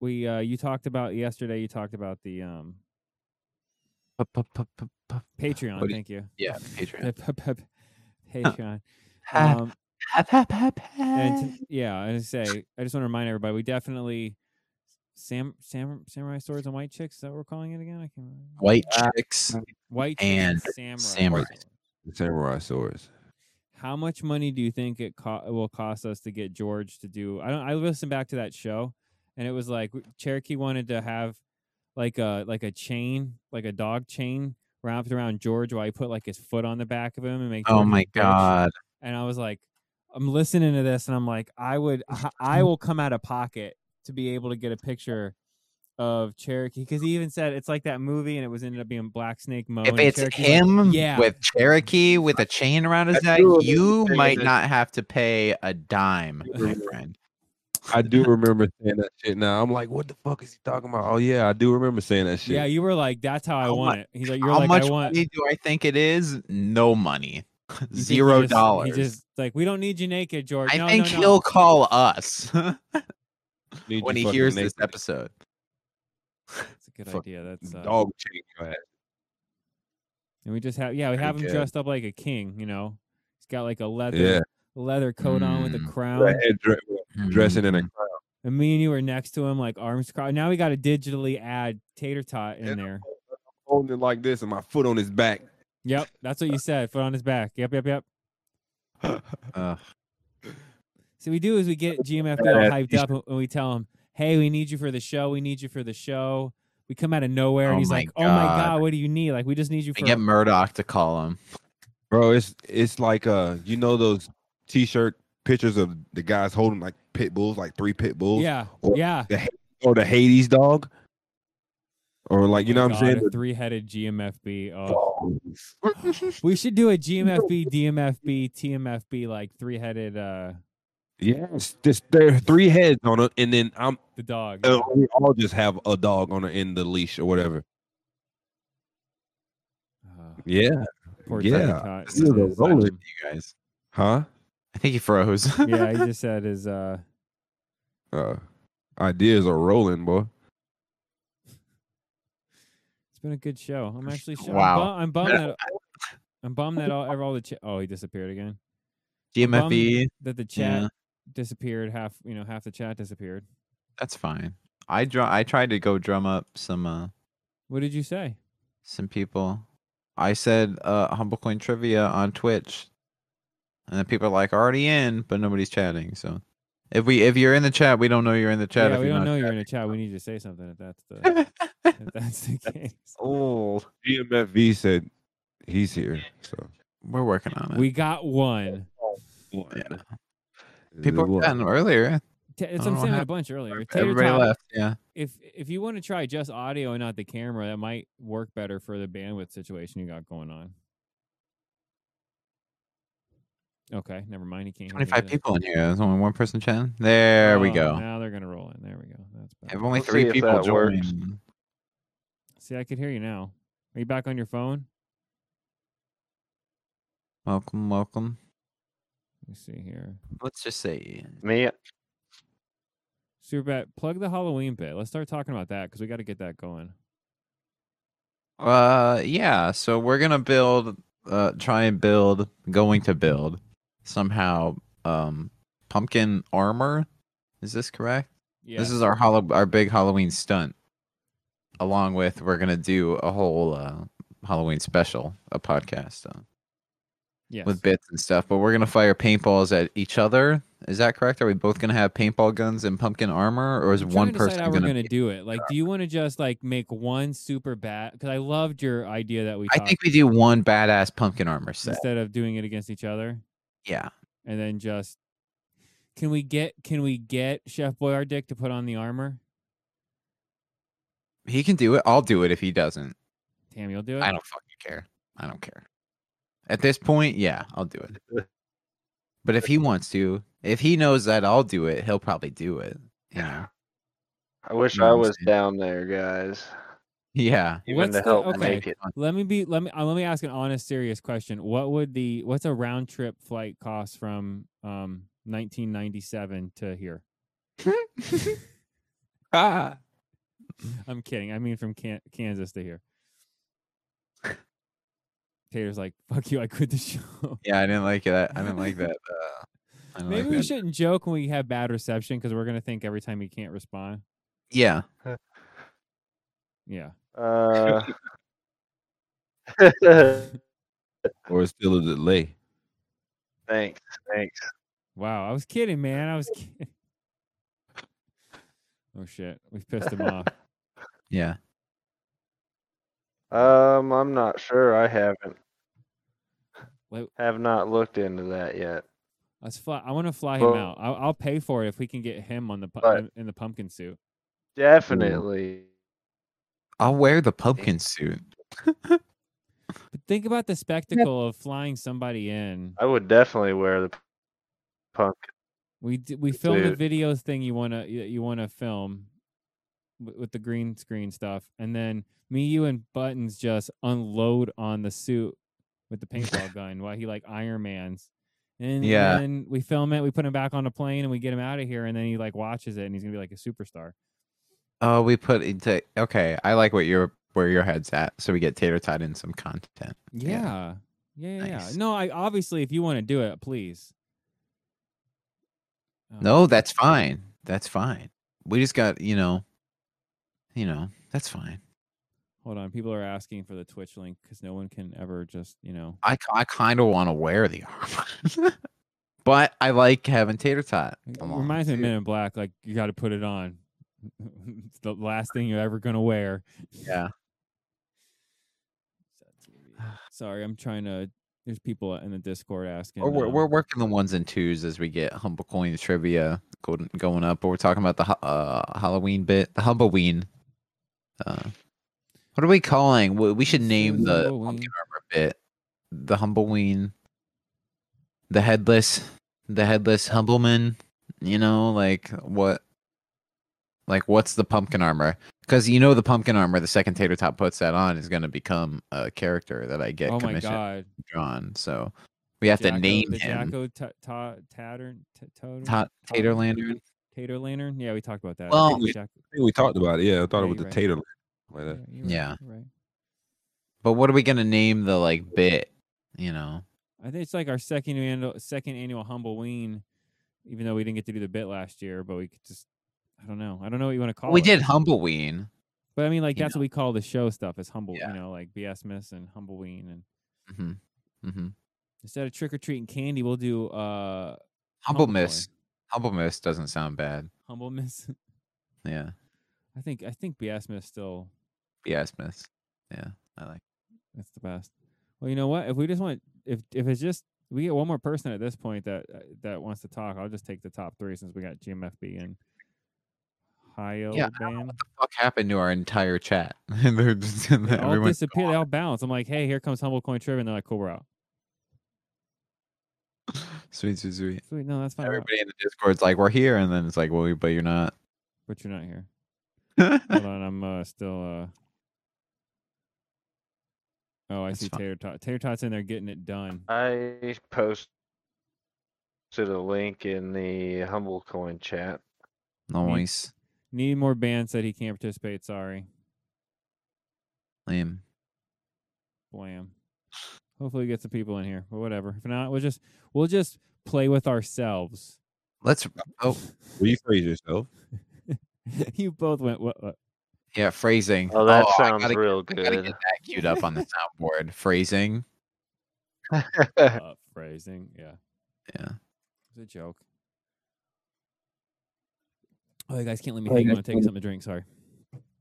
[SPEAKER 1] we uh, you talked about yesterday. You talked about the um, Patreon.
[SPEAKER 2] What do you-
[SPEAKER 1] thank you.
[SPEAKER 2] yeah,
[SPEAKER 1] [LAUGHS] Patreon. Patreon.
[SPEAKER 2] Ah. Uh,
[SPEAKER 1] Um, and to- yeah, I just say I just want to remind everybody we definitely sam sam samurai swords and white chicks. Is that what we're calling it again? I can't remember.
[SPEAKER 16] White
[SPEAKER 1] Uh,
[SPEAKER 16] chicks
[SPEAKER 1] white chicks
[SPEAKER 16] and
[SPEAKER 1] samurai.
[SPEAKER 16] samurai.
[SPEAKER 1] swords.
[SPEAKER 3] samurai swords.
[SPEAKER 1] How much money do you think it, co- it will cost us to get George to do? I don't. I listened back to that show, and it was like w- Cherokee wanted to have like a like a chain, like a dog chain wrapped around George while he put like his foot on the back of him and make.
[SPEAKER 2] Oh
[SPEAKER 1] George
[SPEAKER 2] my
[SPEAKER 1] belch.
[SPEAKER 2] God.
[SPEAKER 1] And I was like, I'm listening to this, and I'm like, I would, I- I will come out of pocket to be able to get a picture of Cherokee because he even said it's like that movie, and it was ended up being Black Snake Moan.
[SPEAKER 2] If
[SPEAKER 1] and
[SPEAKER 2] it's
[SPEAKER 1] Cherokee's like,
[SPEAKER 2] him
[SPEAKER 1] yeah,
[SPEAKER 2] with Cherokee with a chain around his
[SPEAKER 1] I
[SPEAKER 2] neck,
[SPEAKER 1] do remember
[SPEAKER 2] you
[SPEAKER 1] saying
[SPEAKER 2] might
[SPEAKER 1] that. [LAUGHS]
[SPEAKER 2] not have to pay a dime, my friend.
[SPEAKER 3] I do remember saying that shit. Now I'm like, what the fuck is he talking about? Oh yeah, I do remember saying that shit.
[SPEAKER 1] yeah, you were like, that's how I want
[SPEAKER 2] much-
[SPEAKER 1] it. He's like, you're
[SPEAKER 2] How
[SPEAKER 1] like,
[SPEAKER 2] much
[SPEAKER 1] I want
[SPEAKER 2] money do I think it is? No money. [LAUGHS]
[SPEAKER 1] You think he just-
[SPEAKER 2] Zero
[SPEAKER 1] he
[SPEAKER 2] dollars.
[SPEAKER 1] just like, we don't need you naked, George.
[SPEAKER 2] I
[SPEAKER 1] No,
[SPEAKER 2] think
[SPEAKER 1] no, no.
[SPEAKER 2] he'll call us [LAUGHS]
[SPEAKER 3] Need
[SPEAKER 2] when
[SPEAKER 3] you
[SPEAKER 2] he
[SPEAKER 3] fucking
[SPEAKER 2] hears
[SPEAKER 3] naked.
[SPEAKER 2] this episode.
[SPEAKER 1] That's a good
[SPEAKER 3] Fuck,
[SPEAKER 1] idea. That's uh,
[SPEAKER 3] dog chain your ass.
[SPEAKER 1] And we just have yeah, we
[SPEAKER 3] Pretty
[SPEAKER 1] have him
[SPEAKER 3] good.
[SPEAKER 1] dressed up like a king. You know, he's got like a leather
[SPEAKER 3] Yeah.
[SPEAKER 1] leather coat on
[SPEAKER 2] Mm.
[SPEAKER 1] with a crown.
[SPEAKER 3] Red dre- dressing
[SPEAKER 2] Hmm. Mm-hmm.
[SPEAKER 3] in a crown.
[SPEAKER 1] And me and you were next to him, like arms crossed. Now we got to digitally add tater tot in there.
[SPEAKER 3] holding it like this and my foot on his back. [LAUGHS]
[SPEAKER 1] Yep, that's what you said. Foot on his back. Yep, yep, yep.
[SPEAKER 2] Ugh.
[SPEAKER 1] So we do is we get GMFB all
[SPEAKER 2] Badass
[SPEAKER 1] hyped up and we tell him, "Hey, we need you for the show. We need you for the show." We come out of nowhere
[SPEAKER 2] Oh
[SPEAKER 1] and he's
[SPEAKER 2] my
[SPEAKER 1] like, "Oh my
[SPEAKER 2] God.
[SPEAKER 1] god, what do you need? Like, we just need you
[SPEAKER 2] We
[SPEAKER 1] for [LAUGHS]
[SPEAKER 2] get Murdoch to call him.
[SPEAKER 3] Bro, it's it's like uh you know those t shirt pictures of the guys holding like pit bulls, like three pit bulls.
[SPEAKER 1] yeah,
[SPEAKER 3] Or
[SPEAKER 1] yeah."
[SPEAKER 3] The, or the Hades dog. Or like
[SPEAKER 2] Oh
[SPEAKER 3] you know what I'm
[SPEAKER 1] God,
[SPEAKER 3] saying?
[SPEAKER 1] a three-headed GMFB. Oh. we should do a GMFB, DMFB, TMFB, like three-headed. uh
[SPEAKER 3] Yes, just there are three heads on it, and then I'm
[SPEAKER 1] The dog.
[SPEAKER 3] uh, we all just have a dog on the end of the leash or whatever. yeah,
[SPEAKER 1] Ah, Poor Tater
[SPEAKER 3] yeah.
[SPEAKER 1] Tot.
[SPEAKER 3] This is a
[SPEAKER 1] This is,
[SPEAKER 3] roller,
[SPEAKER 1] um,
[SPEAKER 2] You guys.
[SPEAKER 3] huh?
[SPEAKER 2] I think he froze.
[SPEAKER 1] yeah,
[SPEAKER 2] [LAUGHS]
[SPEAKER 1] he just said his. uh
[SPEAKER 3] Uh, ideas are rolling, boy.
[SPEAKER 1] It's been a good show. I'm actually. Sh-
[SPEAKER 2] Wow.
[SPEAKER 1] I'm, bu- I'm bummed that. I'm bummed that all, all the. Ch- oh, he disappeared again. I'm bummed
[SPEAKER 2] GMFB.
[SPEAKER 1] That the chat
[SPEAKER 2] yeah.
[SPEAKER 1] disappeared. Half you know, half the chat disappeared.
[SPEAKER 2] That's fine. I draw. I tried to go drum up some uh
[SPEAKER 1] What did you say?
[SPEAKER 2] some people. I said uh Humblecoin trivia on Twitch, and then people are like already in, but nobody's chatting. So if we if you're in the chat, we don't know you're in the chat.
[SPEAKER 1] yeah,
[SPEAKER 2] if
[SPEAKER 1] we
[SPEAKER 2] you're
[SPEAKER 1] don't
[SPEAKER 2] not
[SPEAKER 1] know you're in a chat. We need you to say something. If that's
[SPEAKER 2] [LAUGHS]
[SPEAKER 1] the. if that's the case.
[SPEAKER 2] Oh,
[SPEAKER 3] DMFV said he's here, so
[SPEAKER 2] we're working on it.
[SPEAKER 1] We got one.
[SPEAKER 2] yeah. people were
[SPEAKER 3] What?
[SPEAKER 2] chatting earlier.
[SPEAKER 1] Ta- That's
[SPEAKER 2] I
[SPEAKER 1] what
[SPEAKER 2] don't
[SPEAKER 1] I'm saying.
[SPEAKER 2] know
[SPEAKER 1] A bunch earlier. Tater
[SPEAKER 2] Everybody
[SPEAKER 1] Tot,
[SPEAKER 2] left. Yeah.
[SPEAKER 1] If if you want to try just audio and not the camera, that might work better for the bandwidth situation you got going on. Okay, never mind. He can't. hear me
[SPEAKER 2] 25
[SPEAKER 1] either.
[SPEAKER 2] people in here. There's only one person chatting. There we
[SPEAKER 1] Oh,
[SPEAKER 2] go.
[SPEAKER 1] Now they're gonna roll in. There we go. That's better.
[SPEAKER 2] If only
[SPEAKER 11] We'll see
[SPEAKER 2] three
[SPEAKER 11] if
[SPEAKER 2] people
[SPEAKER 11] that
[SPEAKER 2] join.
[SPEAKER 11] works.
[SPEAKER 1] See, I could hear you now. Are you back on your phone?
[SPEAKER 2] Welcome, welcome.
[SPEAKER 1] Let me see here.
[SPEAKER 2] Let's just say
[SPEAKER 11] Me,
[SPEAKER 1] Super plug the Halloween bit. Let's start talking about that because we got to get that going.
[SPEAKER 2] Uh, yeah. So we're gonna build, uh, try and build, going to build somehow, um, pumpkin armor. Is this correct?
[SPEAKER 1] Yeah.
[SPEAKER 2] This is our hollow, our big Halloween stunt. Along with, we're gonna do a whole uh, Halloween special, a podcast uh,
[SPEAKER 1] Yes.
[SPEAKER 2] with bits and stuff. But we're gonna fire paintballs at each other. Is that correct? Are we both gonna have paintball guns and pumpkin armor, or is
[SPEAKER 1] I'm trying
[SPEAKER 2] one
[SPEAKER 1] to decide
[SPEAKER 2] person
[SPEAKER 1] how
[SPEAKER 2] gonna?
[SPEAKER 1] we're gonna do it? Like, do you want to just like make one super bad? Because I loved your idea that we.
[SPEAKER 2] I
[SPEAKER 1] talked
[SPEAKER 2] think we do one badass pumpkin armor set.
[SPEAKER 1] instead of doing it against each other,
[SPEAKER 2] Yeah.
[SPEAKER 1] and then just can we get can we get Chef Boyardick to put on the armor?
[SPEAKER 2] He can do it. I'll do it if he doesn't.
[SPEAKER 1] Tam, you'll do it.
[SPEAKER 2] I don't fucking care. I don't care. At this point, yeah, I'll do it. But if he wants to, if he knows that I'll do it, he'll probably do it. You know?
[SPEAKER 11] I wish
[SPEAKER 2] No,
[SPEAKER 11] I
[SPEAKER 2] I'm
[SPEAKER 11] was down there, guys.
[SPEAKER 2] [LAUGHS] Yeah.
[SPEAKER 11] Even
[SPEAKER 1] What's
[SPEAKER 11] to
[SPEAKER 1] the-
[SPEAKER 11] help
[SPEAKER 1] okay.
[SPEAKER 11] make
[SPEAKER 1] [LAUGHS]
[SPEAKER 11] it.
[SPEAKER 1] Let me be. Let me. Uh, let me ask an honest, serious question. What would the what's a round trip flight cost from um 1997 to here.
[SPEAKER 2] [LAUGHS] ah.
[SPEAKER 1] [LAUGHS] I'm kidding. I mean, from Can- Kansas to here.
[SPEAKER 2] [LAUGHS]
[SPEAKER 1] Tater's like, "Fuck you! I quit the show."
[SPEAKER 2] Yeah, I didn't like that. I didn't like that. Uh, I didn't
[SPEAKER 1] Maybe
[SPEAKER 2] like
[SPEAKER 1] we
[SPEAKER 2] that.
[SPEAKER 1] shouldn't joke when we have bad reception because we're gonna think every time he can't respond.
[SPEAKER 2] Yeah.
[SPEAKER 1] Yeah.
[SPEAKER 11] Uh, [LAUGHS]
[SPEAKER 3] or it's still a delay.
[SPEAKER 11] thanks, thanks.
[SPEAKER 1] Wow, I was kidding, man.
[SPEAKER 2] [LAUGHS]
[SPEAKER 1] I was kidding. [LAUGHS] Oh shit, we've pissed him
[SPEAKER 2] [LAUGHS]
[SPEAKER 1] off.
[SPEAKER 2] Yeah.
[SPEAKER 11] Um, I'm not sure. I haven't.
[SPEAKER 1] Wait.
[SPEAKER 11] Have not looked into that yet.
[SPEAKER 1] Let's fly. I want to fly
[SPEAKER 11] Well-
[SPEAKER 1] him out. I'll, I'll pay for it if we can get him on the pu-
[SPEAKER 11] Right.
[SPEAKER 1] in- in the pumpkin suit. Hmm.
[SPEAKER 11] Definitely.
[SPEAKER 2] I'll wear the pumpkin suit.
[SPEAKER 1] But think about the
[SPEAKER 2] [LAUGHS]
[SPEAKER 1] spectacle of flying somebody in.
[SPEAKER 11] I would definitely wear the punk.
[SPEAKER 1] We d- we filmed the
[SPEAKER 11] Dude.
[SPEAKER 1] videos thing you wanna you, you wanna film with, with the green screen stuff, and then me, you, and Buttons just unload on the suit with the
[SPEAKER 2] [LAUGHS]
[SPEAKER 1] paintball gun while he like Iron Man's. And
[SPEAKER 2] Yeah.
[SPEAKER 1] then we film it, we put him back on a plane, and we get him out of here, and then he like watches it, and he's gonna be like a superstar.
[SPEAKER 2] Oh, we put into okay. I like what your where your head's at, so we get tater tied in some content.
[SPEAKER 1] Yeah. Yeah, yeah, yeah.
[SPEAKER 2] Nice.
[SPEAKER 1] No, I obviously if you want to do it, please. Oh, Um,
[SPEAKER 2] No, that's fine. That's fine. We just got you know, you know, that's fine.
[SPEAKER 1] Hold on, people are asking for the Twitch link because no one can ever just you know.
[SPEAKER 2] I, ki- I kind of want to wear the arm, [LAUGHS] but I like having tater tot. along,
[SPEAKER 1] reminds me of
[SPEAKER 2] too.
[SPEAKER 1] Men in Black. Like you got to put it on. [LAUGHS] it's the last thing you're ever gonna wear.
[SPEAKER 2] Yeah.
[SPEAKER 1] [SIGHS] Sorry, I'm trying to. There's people in the Discord asking.
[SPEAKER 2] Or we're,
[SPEAKER 1] uh,
[SPEAKER 2] we're working the ones and twos as we get humble coin trivia going, going up. But we're talking about the ho- uh, Halloween bit, the Halloween. Uh, what are we calling? We, we should name the pumpkin armor bit, the Humbleween, the headless, the headless Humbleman. You know, like what? Like what's the pumpkin armor? Because you know the pumpkin armor. The second Tater Top puts that on is going to become a character that I get
[SPEAKER 1] oh my
[SPEAKER 2] commissioned
[SPEAKER 1] god.
[SPEAKER 2] drawn. So we have
[SPEAKER 1] Jacko-
[SPEAKER 2] to name
[SPEAKER 1] the
[SPEAKER 2] him
[SPEAKER 1] Jacko ta- ta- Tattern t- Totem?
[SPEAKER 2] Ta- Tater Lantern.
[SPEAKER 1] Tater Lantern. Yeah, we talked about that. I
[SPEAKER 2] Well- uh,
[SPEAKER 1] think
[SPEAKER 3] We-
[SPEAKER 1] Jack-
[SPEAKER 3] I think we talked about it. Yeah, I thought
[SPEAKER 1] Yeah,
[SPEAKER 3] about
[SPEAKER 1] you're
[SPEAKER 3] the
[SPEAKER 1] right.
[SPEAKER 3] tater like that.
[SPEAKER 1] you're right,
[SPEAKER 2] Yeah.
[SPEAKER 1] you're right.
[SPEAKER 2] But what are we gonna name the like bit? You know,
[SPEAKER 1] I think it's like our second annual second annual Humbleween, even though we didn't get to do the bit last year, but we could just I don't know. I don't know what you want to call
[SPEAKER 2] we
[SPEAKER 1] it.
[SPEAKER 2] did Humbleween.
[SPEAKER 1] But I mean like
[SPEAKER 2] you
[SPEAKER 1] that's what we call the show stuff is humble, you know, like BS Miss and Humbleween and
[SPEAKER 2] hmm hmm
[SPEAKER 1] instead of trick or treating candy, we'll do uh
[SPEAKER 2] Humble
[SPEAKER 1] Humble
[SPEAKER 2] Miss. Humble Miss doesn't sound bad.
[SPEAKER 1] Humble Miss.
[SPEAKER 2] Yeah,
[SPEAKER 1] [LAUGHS] I think I think BS Miss still
[SPEAKER 2] BS Miss. Yeah, I like.
[SPEAKER 1] That's the best. Well, you know what? If we just want, if if it's just we get one more person at this point that uh, that wants to talk, I'll just take the top three since we got GMFB and Hio
[SPEAKER 2] Yeah, I
[SPEAKER 1] Band.
[SPEAKER 2] What happened to our entire chat? [LAUGHS] And they're just- and [LAUGHS]
[SPEAKER 1] They all
[SPEAKER 2] everyone.
[SPEAKER 1] disappear. They all bounce. I'm like, hey, here comes Humble Coin Trivia. And they're like, cool, we're out.
[SPEAKER 2] Sweet, sweet, sweet.
[SPEAKER 1] Sweet, no, that's fine. we're out.
[SPEAKER 2] Everybody in the Discord's like, we're here, and then it's like, well, but you're not.
[SPEAKER 1] But you're not
[SPEAKER 2] [LAUGHS]
[SPEAKER 1] here. Hold on, I'm uh, still. uh Oh, I see Tater Tot. Tater Tot's in there getting it done.
[SPEAKER 11] I posted a link in the Humble Coin chat.
[SPEAKER 2] Noise.
[SPEAKER 1] Need more bands that he can't participate. Sorry.
[SPEAKER 2] Lame.
[SPEAKER 1] Blam. Hopefully we get some people in here, but whatever. If not, we'll just we'll just play with ourselves.
[SPEAKER 2] Let's.
[SPEAKER 1] [LAUGHS]
[SPEAKER 2] Oh,
[SPEAKER 3] Rephrase yourself.
[SPEAKER 1] you both went what, what?
[SPEAKER 2] yeah, phrasing.
[SPEAKER 11] Oh, that
[SPEAKER 2] I
[SPEAKER 11] sounds
[SPEAKER 2] gotta-
[SPEAKER 11] real
[SPEAKER 2] I gotta
[SPEAKER 11] good.
[SPEAKER 2] get that queued
[SPEAKER 11] [LAUGHS]
[SPEAKER 2] up on the soundboard. Phrasing.
[SPEAKER 1] uh, phrasing. Yeah.
[SPEAKER 2] Yeah.
[SPEAKER 1] It was a joke. Oh, you guys can't let me hang. I'm gonna take something to drink. Sorry.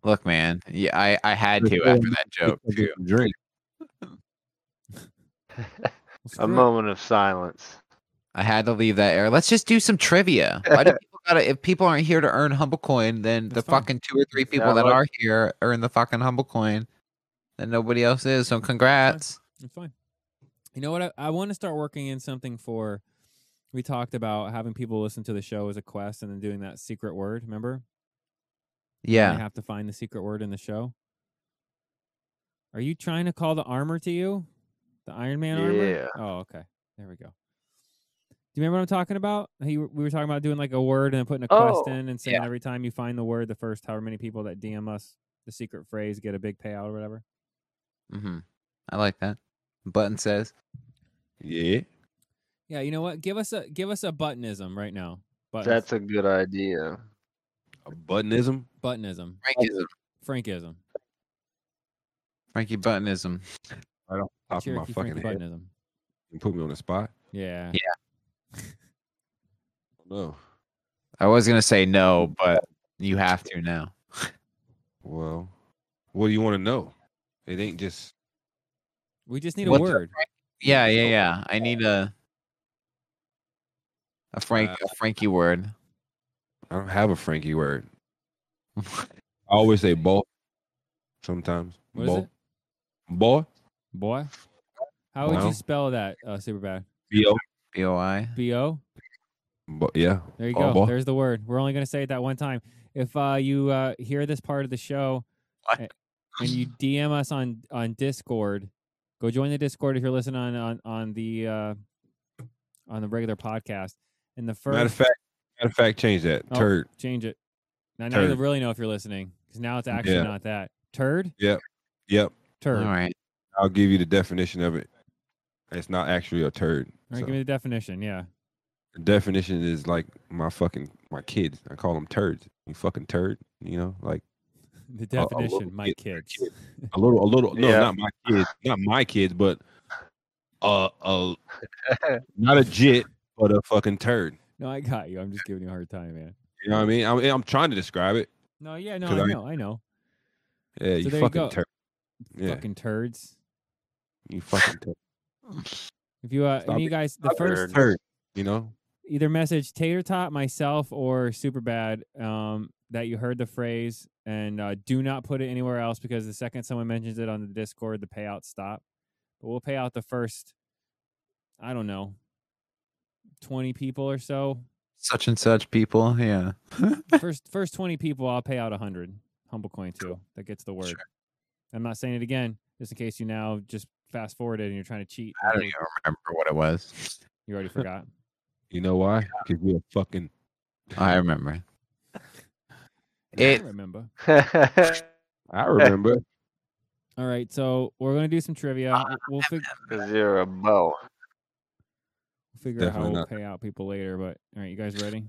[SPEAKER 2] Look, man. Yeah, I, I had
[SPEAKER 3] Just
[SPEAKER 2] to
[SPEAKER 3] go
[SPEAKER 2] after
[SPEAKER 3] and
[SPEAKER 2] that joke
[SPEAKER 3] get
[SPEAKER 2] too.
[SPEAKER 3] some Drink.
[SPEAKER 11] A
[SPEAKER 1] screw it.
[SPEAKER 11] moment of silence.
[SPEAKER 2] I had to leave that air. Let's just do some trivia. Why do people gotta? If people aren't here to earn humble coin, then the
[SPEAKER 1] That's fine.
[SPEAKER 2] fucking two or three people
[SPEAKER 11] Yeah,
[SPEAKER 2] that
[SPEAKER 11] look.
[SPEAKER 2] are here earn the fucking humble coin, and nobody else is. So congrats.
[SPEAKER 1] It's fine. You know what? I, I want to start working in something for. We talked about having people listen to the show as a quest, and then doing that secret word. Remember? I
[SPEAKER 2] Yeah.
[SPEAKER 1] have to find the secret word in the show. Are you trying to call the armor to you? The Iron Man armor?
[SPEAKER 11] Yeah.
[SPEAKER 1] Oh, okay. There we go. Do you remember what I'm talking about? How you, we were talking about doing like a word and putting a quest
[SPEAKER 17] Oh,
[SPEAKER 1] in and saying every time you find the word, the first however many people that DM us the secret phrase get a big payout or whatever.
[SPEAKER 2] Mm-hmm. I like that. Button says,
[SPEAKER 3] "Yeah."
[SPEAKER 1] Yeah, you know what? Give us a give us a buttonism right now. Buttons.
[SPEAKER 11] That's a good idea. [LAUGHS]
[SPEAKER 2] [LAUGHS]
[SPEAKER 3] A buttonism?
[SPEAKER 1] buttonism.
[SPEAKER 2] Frankism.
[SPEAKER 1] Frankism.
[SPEAKER 2] Frankie Buttonism.
[SPEAKER 3] Right off the top
[SPEAKER 1] Cherokee
[SPEAKER 3] of my
[SPEAKER 1] Frankie
[SPEAKER 3] fucking head.
[SPEAKER 1] Buttonism.
[SPEAKER 3] You put me on the spot.
[SPEAKER 1] Yeah.
[SPEAKER 3] No.
[SPEAKER 2] I was gonna say no, but you have to now.
[SPEAKER 3] Well, what do you want to know? It ain't just
[SPEAKER 1] We just need a
[SPEAKER 2] What's up,
[SPEAKER 1] word.
[SPEAKER 2] Frank? Yeah, yeah, yeah. I need a a Frank a Frankie word.
[SPEAKER 3] I don't have a Frankie word. [LAUGHS] I always say boy. Sometimes
[SPEAKER 1] What is
[SPEAKER 3] boy.
[SPEAKER 1] it?
[SPEAKER 3] Boy.
[SPEAKER 1] Boy. How would
[SPEAKER 3] Wow.
[SPEAKER 1] you spell that? Uh, super bad.
[SPEAKER 3] B O.
[SPEAKER 2] B O I.
[SPEAKER 1] B O.
[SPEAKER 3] Bo- yeah.
[SPEAKER 1] There you
[SPEAKER 3] Oh,
[SPEAKER 1] go.
[SPEAKER 3] boy.
[SPEAKER 1] There's the word. We're only going to say it that one time. If uh, you uh, hear this part of the show a- and you DM us on on Discord, go join the Discord if you're listening on on, on the uh, on the regular podcast. And the first
[SPEAKER 3] Matter of fact, matter of fact, change that.
[SPEAKER 1] Oh,
[SPEAKER 3] Turd.
[SPEAKER 1] change it. Now, now you
[SPEAKER 3] Turd.
[SPEAKER 1] really know if you're listening because now it's actually
[SPEAKER 3] Yeah.
[SPEAKER 1] not that turd.
[SPEAKER 3] Yep. Yep.
[SPEAKER 1] Turd. All
[SPEAKER 2] right.
[SPEAKER 3] I'll give you the definition of it. It's not actually a turd.
[SPEAKER 1] All right,
[SPEAKER 3] So,
[SPEAKER 1] give me the definition. Yeah. [LAUGHS]
[SPEAKER 3] the definition is like my fucking my kids. I call them turds. You fucking turd. You know, like
[SPEAKER 1] The
[SPEAKER 3] a- a little
[SPEAKER 1] definition, my
[SPEAKER 3] kid-
[SPEAKER 1] kids.
[SPEAKER 3] a little, a little. No,
[SPEAKER 11] Yeah.
[SPEAKER 3] not my kids, not my kids, but uh, a not a jit, but a fucking turd.
[SPEAKER 1] [LAUGHS] No, I got you. I'm just giving you a hard time, man.
[SPEAKER 3] You know what I mean? I'm, I'm trying to describe it.
[SPEAKER 1] No, yeah, no,
[SPEAKER 3] 'Cause
[SPEAKER 1] I
[SPEAKER 3] I-
[SPEAKER 1] know, I know.
[SPEAKER 3] Yeah,
[SPEAKER 1] So
[SPEAKER 3] you
[SPEAKER 1] there you
[SPEAKER 3] fucking
[SPEAKER 1] go.
[SPEAKER 3] turd. Yeah,
[SPEAKER 1] Fucking turds.
[SPEAKER 3] you
[SPEAKER 1] [LAUGHS]
[SPEAKER 3] fucking turd.
[SPEAKER 1] If you, uh,
[SPEAKER 3] Stop
[SPEAKER 1] any
[SPEAKER 3] it.
[SPEAKER 1] of you guys, the
[SPEAKER 3] Stop it.
[SPEAKER 1] first
[SPEAKER 3] turd. You know,
[SPEAKER 1] either message Tater Tot, myself, or Super Bad um, that you heard the phrase, and uh, do not put it anywhere else because the second someone mentions it on the Discord, the payouts stop. But we'll pay out the first, I don't know, twenty people or
[SPEAKER 3] [LAUGHS]
[SPEAKER 1] so.
[SPEAKER 2] Such and such people. Yeah.
[SPEAKER 1] first first twenty people, I'll pay out a hundred humble coin too. That gets the word. I'm not saying it again, just in case you now just fast forwarded and you're trying to cheat.
[SPEAKER 2] I don't even remember what it was.
[SPEAKER 1] You already forgot.
[SPEAKER 3] you know why? Because you're a
[SPEAKER 2] [LAUGHS]
[SPEAKER 3] fucking.
[SPEAKER 2] I remember.
[SPEAKER 1] I remember.
[SPEAKER 3] I remember.
[SPEAKER 1] All right, so we're gonna do some
[SPEAKER 2] Uh,
[SPEAKER 1] trivia. We'll fig-
[SPEAKER 11] Because you're a bow.
[SPEAKER 1] figure out how
[SPEAKER 2] Definitely
[SPEAKER 1] we'll
[SPEAKER 2] not.
[SPEAKER 1] pay out people later. But all right, you guys ready?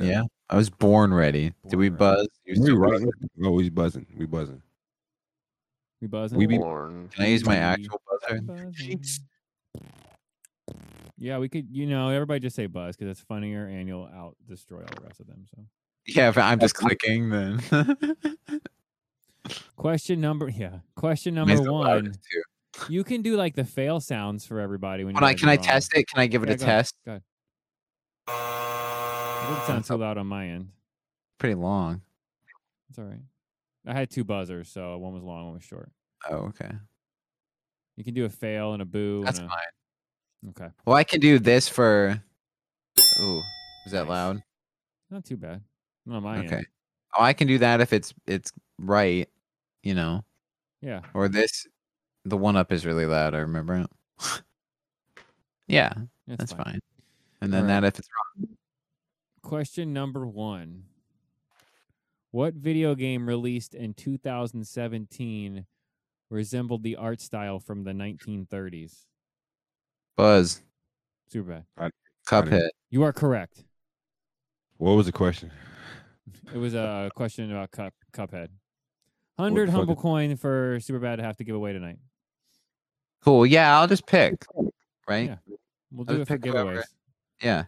[SPEAKER 2] Yeah. I was born ready. Did we buzz? You
[SPEAKER 3] We
[SPEAKER 2] still
[SPEAKER 3] right.
[SPEAKER 2] buzzing?
[SPEAKER 3] Oh, we buzzing. We buzzing.
[SPEAKER 1] We buzzing.
[SPEAKER 3] We be-
[SPEAKER 11] Born.
[SPEAKER 2] Can I use my
[SPEAKER 1] We
[SPEAKER 2] actual buzzer? [LAUGHS]
[SPEAKER 1] buzzing. Yeah, we could. You know, everybody just say buzz because it's funnier, and you'll out destroy all the rest of them. So,
[SPEAKER 2] Yeah, if I'm just clicking then. [LAUGHS]
[SPEAKER 1] question number, yeah, question
[SPEAKER 2] Mine's
[SPEAKER 1] number
[SPEAKER 2] the
[SPEAKER 1] one.
[SPEAKER 2] loudest, too.
[SPEAKER 1] You can do like the fail sounds for everybody when.
[SPEAKER 2] Hold
[SPEAKER 1] you
[SPEAKER 2] on,
[SPEAKER 1] guys
[SPEAKER 2] can
[SPEAKER 1] are
[SPEAKER 2] I
[SPEAKER 1] wrong.
[SPEAKER 2] test it? Can I give it
[SPEAKER 1] Yeah,
[SPEAKER 2] a
[SPEAKER 1] go ahead,
[SPEAKER 2] test? Uh,
[SPEAKER 1] Go ahead. It didn't sound too loud on my end.
[SPEAKER 2] Pretty long.
[SPEAKER 1] It's all right. I had two buzzers, so one was long, one was short.
[SPEAKER 2] Oh, okay.
[SPEAKER 1] You can do a fail and a boo.
[SPEAKER 2] That's
[SPEAKER 1] and a, fine. Okay,
[SPEAKER 2] Well, I can do this for. Ooh, is that loud?
[SPEAKER 1] not too bad. Not on my
[SPEAKER 2] Okay.
[SPEAKER 1] end.
[SPEAKER 2] Oh, I can do that if it's it's right, you know.
[SPEAKER 1] Yeah.
[SPEAKER 2] Or this, the one up is really loud. I remember. [LAUGHS] it. yeah,
[SPEAKER 1] That's
[SPEAKER 2] that's,
[SPEAKER 1] fine.
[SPEAKER 2] fine. And then
[SPEAKER 1] Alright.
[SPEAKER 2] that if it's wrong.
[SPEAKER 1] Question number one What video game released in 2017 resembled the art style from the 1930s?
[SPEAKER 2] Buzz
[SPEAKER 1] Super bad.
[SPEAKER 2] Cuphead.
[SPEAKER 1] You are correct.
[SPEAKER 3] What was the question?
[SPEAKER 1] It was
[SPEAKER 2] [LAUGHS]
[SPEAKER 1] a question about cup, Cuphead. 100
[SPEAKER 3] fuck
[SPEAKER 1] humble
[SPEAKER 3] is-
[SPEAKER 1] coin for Super Bad to have to give away tonight.
[SPEAKER 2] Cool. Yeah, I'll just pick. Right.
[SPEAKER 1] Yeah. We'll
[SPEAKER 2] I'll
[SPEAKER 1] do it
[SPEAKER 2] just
[SPEAKER 1] for
[SPEAKER 2] pick whoever.
[SPEAKER 1] giveaways.
[SPEAKER 2] Yeah.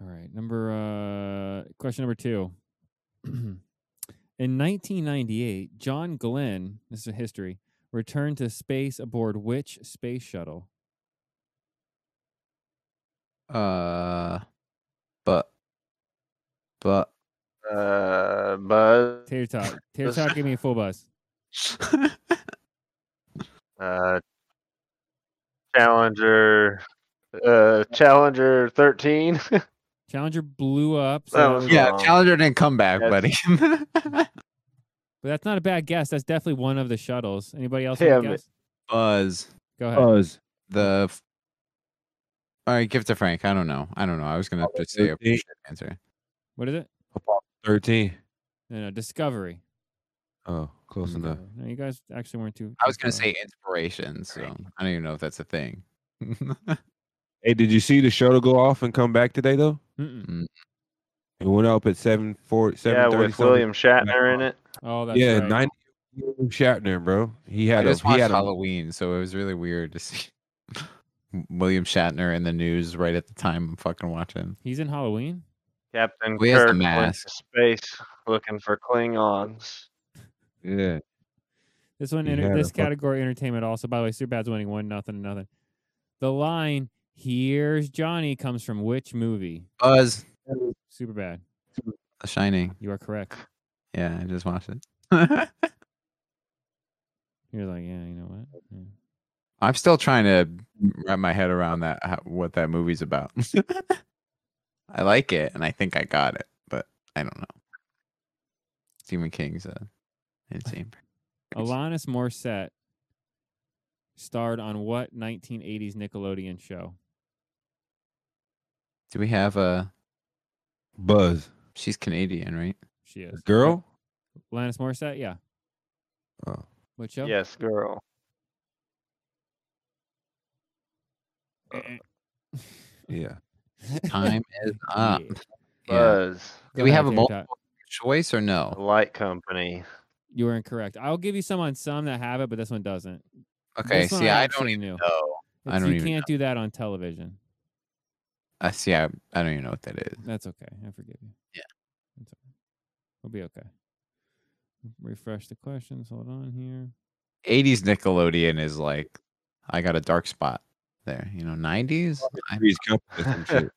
[SPEAKER 1] All right. Number uh question number 2. [CLEARS THROAT] In 1998, John Glenn, this is history, returned to space aboard which space shuttle?
[SPEAKER 2] Uh, but, but [LAUGHS]
[SPEAKER 11] Uh, buzz.
[SPEAKER 1] Tater Tot. Tater Tot, give me a full buzz.
[SPEAKER 11] Uh, Challenger. Uh, Challenger 13. [LAUGHS] that
[SPEAKER 1] Challenger blew up. So that
[SPEAKER 11] was
[SPEAKER 1] was-
[SPEAKER 2] yeah,
[SPEAKER 11] wrong.
[SPEAKER 2] Challenger didn't come back, buddy. [LAUGHS]
[SPEAKER 11] That's-
[SPEAKER 1] but that's not a bad guess. That's definitely one of the shuttles. Anybody else have a
[SPEAKER 11] Damn it.
[SPEAKER 3] Uh,
[SPEAKER 1] guess?
[SPEAKER 2] Buzz
[SPEAKER 1] Go ahead.
[SPEAKER 3] Buzz.
[SPEAKER 2] the. f- All right, give it to Frank. I don't know. I don't know. I was gonna
[SPEAKER 3] Apollo
[SPEAKER 2] just say a
[SPEAKER 3] 13.
[SPEAKER 2] bullshit answer.
[SPEAKER 1] What is it?
[SPEAKER 3] Thirteen.
[SPEAKER 1] No, no, Discovery.
[SPEAKER 3] Oh, close
[SPEAKER 2] Mm-hmm.
[SPEAKER 3] enough.
[SPEAKER 1] No, you guys actually weren't too.
[SPEAKER 2] I was gonna
[SPEAKER 1] too
[SPEAKER 2] say inspiration, so I don't even know if that's a thing. [LAUGHS]
[SPEAKER 3] Hey, did you see the show to go off and come back today though?
[SPEAKER 1] Mm-mm.
[SPEAKER 2] Mm,
[SPEAKER 3] It went up at seven four
[SPEAKER 11] Yeah,
[SPEAKER 3] seven thirty.
[SPEAKER 11] with William Shatner in it.
[SPEAKER 1] Oh, that's
[SPEAKER 3] Yeah,
[SPEAKER 1] right.
[SPEAKER 3] ninety. William Shatner, bro. He
[SPEAKER 2] I
[SPEAKER 3] had a
[SPEAKER 2] just
[SPEAKER 3] he
[SPEAKER 2] watched
[SPEAKER 3] had a
[SPEAKER 2] Halloween, so it was really weird to see [LAUGHS] William Shatner in the news right at the time I'm fucking watching.
[SPEAKER 1] He's in Halloween.
[SPEAKER 11] Captain
[SPEAKER 2] Well, he has the
[SPEAKER 11] Kirk went
[SPEAKER 2] mask.
[SPEAKER 11] to space looking for Klingons.
[SPEAKER 3] yeah.
[SPEAKER 1] This one,
[SPEAKER 3] He
[SPEAKER 1] enter
[SPEAKER 3] had a
[SPEAKER 1] this
[SPEAKER 3] fuck-
[SPEAKER 1] category, entertainment. Also, by the way, Superbad's winning one nothing nothing. The line "Here's Johnny" comes from which movie?
[SPEAKER 2] Buzz,
[SPEAKER 1] Superbad.
[SPEAKER 2] The Shining.
[SPEAKER 1] You are correct.
[SPEAKER 2] Yeah, I just watched it. [LAUGHS]
[SPEAKER 1] You're like, yeah, you know what? Yeah.
[SPEAKER 2] I'm still trying to wrap my head around that how, what that movie's about. [LAUGHS] I like it, and I think I got it, but I don't know. Stephen King's uh, insane.
[SPEAKER 1] Alanis Morissette starred on what 1980s Nickelodeon show?
[SPEAKER 2] Do we have a
[SPEAKER 3] Buzz?
[SPEAKER 2] She's Canadian,
[SPEAKER 1] [LAUGHS]
[SPEAKER 2] right?
[SPEAKER 1] She is
[SPEAKER 3] girl.
[SPEAKER 1] Alanis Morissette. Yeah.
[SPEAKER 3] Oh.
[SPEAKER 1] What show? [LAUGHS]
[SPEAKER 11] Yes, girl.
[SPEAKER 3] Yeah.
[SPEAKER 2] Time is up.
[SPEAKER 1] Yeah.
[SPEAKER 11] Buzz.
[SPEAKER 2] Do we
[SPEAKER 1] ahead,
[SPEAKER 2] have a
[SPEAKER 1] James,
[SPEAKER 2] multiple choice or no?
[SPEAKER 11] Light Company.
[SPEAKER 1] You were incorrect. I'll give you some on some that have it, but this one doesn't.
[SPEAKER 2] Okay,
[SPEAKER 1] This one
[SPEAKER 2] see, I don't
[SPEAKER 1] actually
[SPEAKER 2] even
[SPEAKER 1] knew.
[SPEAKER 2] know. I
[SPEAKER 1] It's-
[SPEAKER 2] don't
[SPEAKER 1] you
[SPEAKER 2] even
[SPEAKER 1] can't do that on television.
[SPEAKER 2] I Uh, see. I, I don't even know what that is.
[SPEAKER 1] That's okay. I forgive you.
[SPEAKER 2] Yeah.
[SPEAKER 1] That's okay. We'll be okay. Refresh the questions. Hold on here.
[SPEAKER 2] 80s Nickelodeon is like, I got a dark spot there. You know, 90s? I-
[SPEAKER 3] Three's Company or some shit.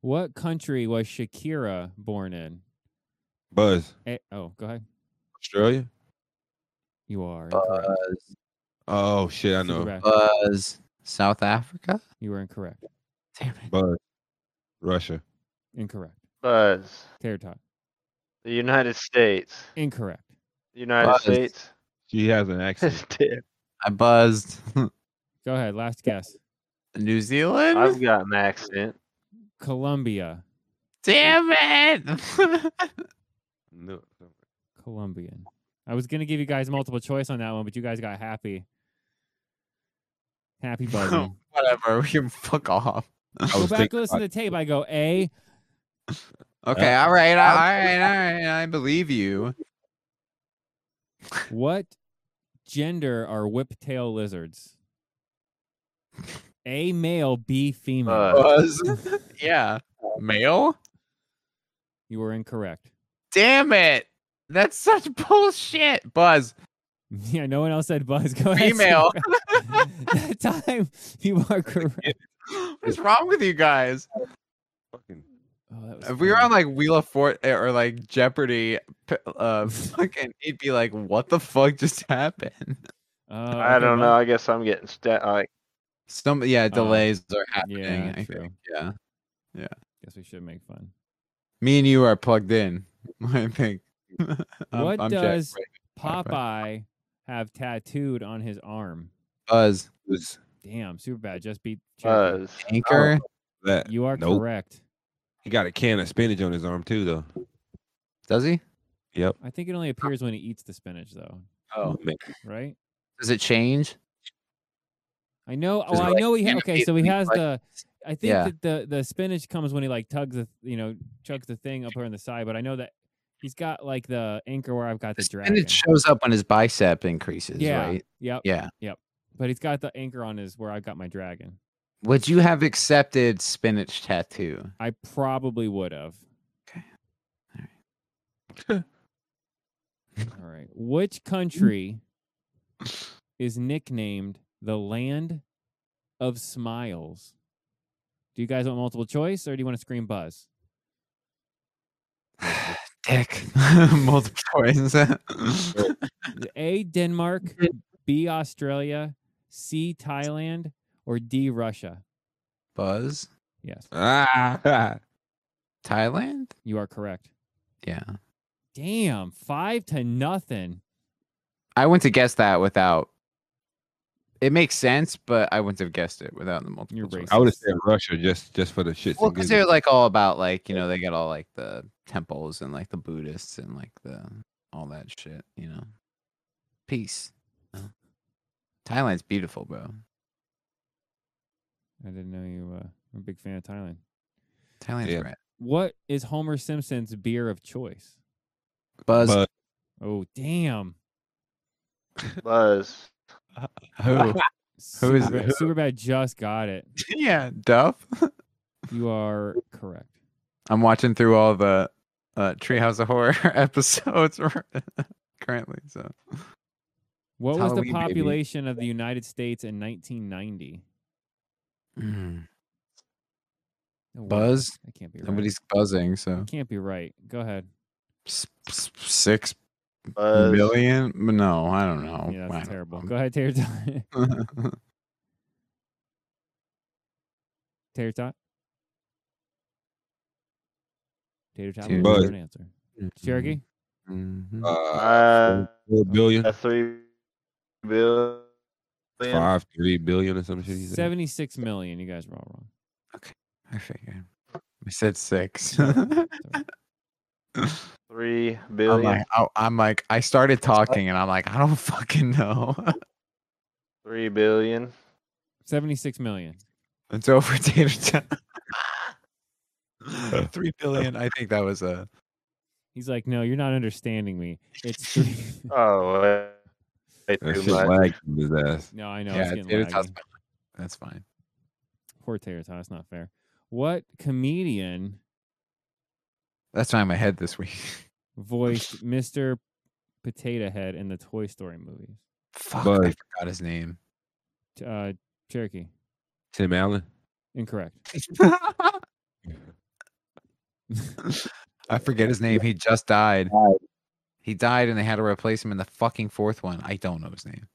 [SPEAKER 1] What country was Shakira born in?
[SPEAKER 3] Buzz.
[SPEAKER 1] Eh, oh, go ahead.
[SPEAKER 3] Australia.
[SPEAKER 1] You are incorrect.
[SPEAKER 2] Buzz.
[SPEAKER 3] Oh shit, I
[SPEAKER 1] Super
[SPEAKER 3] know.
[SPEAKER 2] uh,
[SPEAKER 1] bad.
[SPEAKER 2] Buzz. South Africa?
[SPEAKER 1] You were incorrect.
[SPEAKER 2] Damn it.
[SPEAKER 3] Buzz. Russia.
[SPEAKER 1] Incorrect.
[SPEAKER 11] Buzz.
[SPEAKER 1] Carrot top.
[SPEAKER 11] The United States.
[SPEAKER 1] Incorrect.
[SPEAKER 11] The United
[SPEAKER 2] Buzz.
[SPEAKER 11] States.
[SPEAKER 3] She has
[SPEAKER 11] [LAUGHS]
[SPEAKER 3] an accent.
[SPEAKER 11] Dude,
[SPEAKER 2] I buzzed. [LAUGHS]
[SPEAKER 1] Go ahead. Last guess.
[SPEAKER 2] New Zealand?
[SPEAKER 11] I've got an accent.
[SPEAKER 1] Colombia.
[SPEAKER 2] Damn it. [LAUGHS]
[SPEAKER 3] No.
[SPEAKER 1] Colombian. I was gonna give you guys multiple choice on that one, but you guys got happy.
[SPEAKER 3] [LAUGHS]
[SPEAKER 1] Happy buzzing.
[SPEAKER 2] Whatever. We can fuck off.
[SPEAKER 3] I
[SPEAKER 1] Go
[SPEAKER 3] was
[SPEAKER 1] back
[SPEAKER 3] thinking,
[SPEAKER 1] and listen to the tape. I go A.
[SPEAKER 2] Okay. All right. All right. All right. I believe you.
[SPEAKER 1] What gender are whiptail lizards? A male, B female.
[SPEAKER 11] Buzz.
[SPEAKER 2] Buzz. [LAUGHS] yeah. Male?
[SPEAKER 1] you were incorrect. [LAUGHS]
[SPEAKER 2] Damn it. That's such bullshit. Buzz.
[SPEAKER 1] Yeah, no one else said buzz. [LAUGHS] Go ahead,
[SPEAKER 2] Female.
[SPEAKER 1] Sarah. that time you are correct.
[SPEAKER 2] What's wrong with you guys?
[SPEAKER 3] Fucking
[SPEAKER 1] Oh, that was
[SPEAKER 2] If we were
[SPEAKER 1] funny.
[SPEAKER 2] on like Wheel of Fort eh, or like Jeopardy, p- uh, [LAUGHS] fucking, it'd be like, what the fuck just [LAUGHS] happened?
[SPEAKER 1] Uh,
[SPEAKER 11] I
[SPEAKER 1] okay,
[SPEAKER 11] don't know.
[SPEAKER 1] well,
[SPEAKER 11] I guess I'm getting sta- like
[SPEAKER 2] Some yeah, delays are
[SPEAKER 1] Uh, yeah,
[SPEAKER 2] happening. I
[SPEAKER 1] true.
[SPEAKER 2] think. Yeah,
[SPEAKER 1] Guess we should make fun.
[SPEAKER 2] me and you are plugged in. [LAUGHS] I think. I'm-
[SPEAKER 1] What
[SPEAKER 2] Jack
[SPEAKER 1] does
[SPEAKER 2] Brady. Bye-bye.
[SPEAKER 1] Popeye have tattooed on his arm?
[SPEAKER 2] Buzz
[SPEAKER 3] was
[SPEAKER 1] Damn, super bad. Just beat. Cherokee.
[SPEAKER 2] Uh,
[SPEAKER 11] Buzz.
[SPEAKER 2] anchor?
[SPEAKER 3] that.
[SPEAKER 1] you are
[SPEAKER 3] Nope.
[SPEAKER 1] correct.
[SPEAKER 3] He got a can of spinach on his arm too, though.
[SPEAKER 2] Does he?
[SPEAKER 3] Yep.
[SPEAKER 1] I think it only appears when he eats the spinach, though.
[SPEAKER 2] Oh,
[SPEAKER 3] Man,
[SPEAKER 1] Right?
[SPEAKER 2] does it change?
[SPEAKER 1] I know.
[SPEAKER 2] Just
[SPEAKER 1] Oh, I
[SPEAKER 2] like
[SPEAKER 1] know. He ha-
[SPEAKER 2] in a
[SPEAKER 1] okay. So he
[SPEAKER 2] piece,
[SPEAKER 1] has
[SPEAKER 2] like-
[SPEAKER 1] the. I think
[SPEAKER 2] Yeah.
[SPEAKER 1] that the the spinach comes when he like tugs the you know chugs the thing up here on the side, but I know that he's got like the anchor where I've got the,
[SPEAKER 2] The
[SPEAKER 1] dragon.
[SPEAKER 2] spinach shows up when his bicep increases,
[SPEAKER 1] yeah.
[SPEAKER 2] right?
[SPEAKER 1] Yep.
[SPEAKER 2] Yeah.
[SPEAKER 1] But he's got the anchor on his where I've got my dragon.
[SPEAKER 2] Would you have accepted spinach tattoo?
[SPEAKER 1] I probably would have. [LAUGHS] All right. Which country is nicknamed the land of smiles? Do you guys want multiple choice or do you want to scream buzz?
[SPEAKER 2] [SIGHS] Dick. [LAUGHS] Multiple [LAUGHS] choice.
[SPEAKER 1] A Denmark,
[SPEAKER 2] Mm-hmm.
[SPEAKER 1] B Australia, C Thailand, or D Russia?
[SPEAKER 2] Buzz.
[SPEAKER 1] Yes,
[SPEAKER 3] Ah,
[SPEAKER 2] Thailand.
[SPEAKER 1] you are correct.
[SPEAKER 2] Yeah.
[SPEAKER 1] Damn, five to nothing.
[SPEAKER 2] I went to guess that without It makes sense, but I wouldn't have guessed it without the multiple. choice.
[SPEAKER 3] I would have said Russia just just for the shits.
[SPEAKER 2] Well,
[SPEAKER 3] and
[SPEAKER 2] because they're
[SPEAKER 3] giggles.
[SPEAKER 2] like all about like you know they got all like the temples and like the Buddhists and like the all that shit. You know, peace. you know? Thailand's beautiful, bro.
[SPEAKER 1] I didn't know you uh, were a big fan of Thailand.
[SPEAKER 2] Thailand's
[SPEAKER 3] Yeah.
[SPEAKER 2] rad.
[SPEAKER 1] What is Homer Simpson's beer of choice?
[SPEAKER 2] Buzz.
[SPEAKER 3] Buzz.
[SPEAKER 1] Oh, damn.
[SPEAKER 11] Buzz.
[SPEAKER 2] Who? Who is
[SPEAKER 1] Superbad,
[SPEAKER 2] it?
[SPEAKER 1] Superbad just got
[SPEAKER 2] [LAUGHS]
[SPEAKER 1] it.
[SPEAKER 2] yeah, Duff. [LAUGHS]
[SPEAKER 1] You are correct.
[SPEAKER 2] I'm watching through all the uh, Treehouse of Horror [LAUGHS] episodes [LAUGHS] currently. So
[SPEAKER 1] What was
[SPEAKER 2] It's Halloween,
[SPEAKER 1] the
[SPEAKER 2] baby.
[SPEAKER 1] population of the United States in 1990?
[SPEAKER 2] Mm.
[SPEAKER 1] No way.
[SPEAKER 2] Buzz.
[SPEAKER 1] That can't be right.
[SPEAKER 2] Nobody's buzzing. So
[SPEAKER 1] That can't be right. Go ahead.
[SPEAKER 2] S- s- six
[SPEAKER 11] Buzz.
[SPEAKER 2] million? No, I don't know.
[SPEAKER 1] Yeah,
[SPEAKER 2] I
[SPEAKER 1] that's
[SPEAKER 2] don't
[SPEAKER 1] terrible.
[SPEAKER 2] know. [LAUGHS]
[SPEAKER 1] Go ahead, Tater Tot. [LAUGHS] Tater Tot. Tater Tot.
[SPEAKER 2] Tater
[SPEAKER 1] what was
[SPEAKER 3] Tot.
[SPEAKER 1] your answer? Cherokee.
[SPEAKER 2] Mm, Mhm.
[SPEAKER 3] Uh,
[SPEAKER 11] Uh,
[SPEAKER 3] four billion,
[SPEAKER 11] a three billion.
[SPEAKER 3] five, three billion or some shit. he said.
[SPEAKER 1] 76 million. You guys were all wrong.
[SPEAKER 2] I figured. We said six. [LAUGHS]
[SPEAKER 11] Three
[SPEAKER 2] I'm
[SPEAKER 11] billion.
[SPEAKER 2] like, I, I'm like, I started talking and I'm like, I don't [LAUGHS] fucking know. [LAUGHS]
[SPEAKER 11] Three billion.
[SPEAKER 1] 76 million.
[SPEAKER 2] it's over Tater
[SPEAKER 1] [LAUGHS]
[SPEAKER 2] Tot. Three billion. I think that was a.
[SPEAKER 1] He's like, no, you're not understanding me. It's three. [LAUGHS]
[SPEAKER 11] Oh, uh, way
[SPEAKER 3] That
[SPEAKER 11] too
[SPEAKER 3] shit
[SPEAKER 11] much.
[SPEAKER 3] lagged through his ass.
[SPEAKER 1] no, I know. it's
[SPEAKER 2] yeah,
[SPEAKER 1] getting
[SPEAKER 2] Tater
[SPEAKER 1] laggy.
[SPEAKER 2] Tot's fine. That's fine.
[SPEAKER 1] Poor Tater Tot. It's not fair. What comedian
[SPEAKER 2] That's why I'm ahead this week. [LAUGHS]
[SPEAKER 1] voiced Mr. Potato Head in the Toy Story movies?
[SPEAKER 2] Fuck, I
[SPEAKER 3] Buzz.
[SPEAKER 2] forgot his name. [LAUGHS]
[SPEAKER 1] T- Uh, Cherokee.
[SPEAKER 3] Tim Allen.
[SPEAKER 1] Incorrect.
[SPEAKER 2] I forget
[SPEAKER 1] [LAUGHS]
[SPEAKER 2] his name. He just died. He died and they had to replace him in the fucking fourth one. I don't know his name.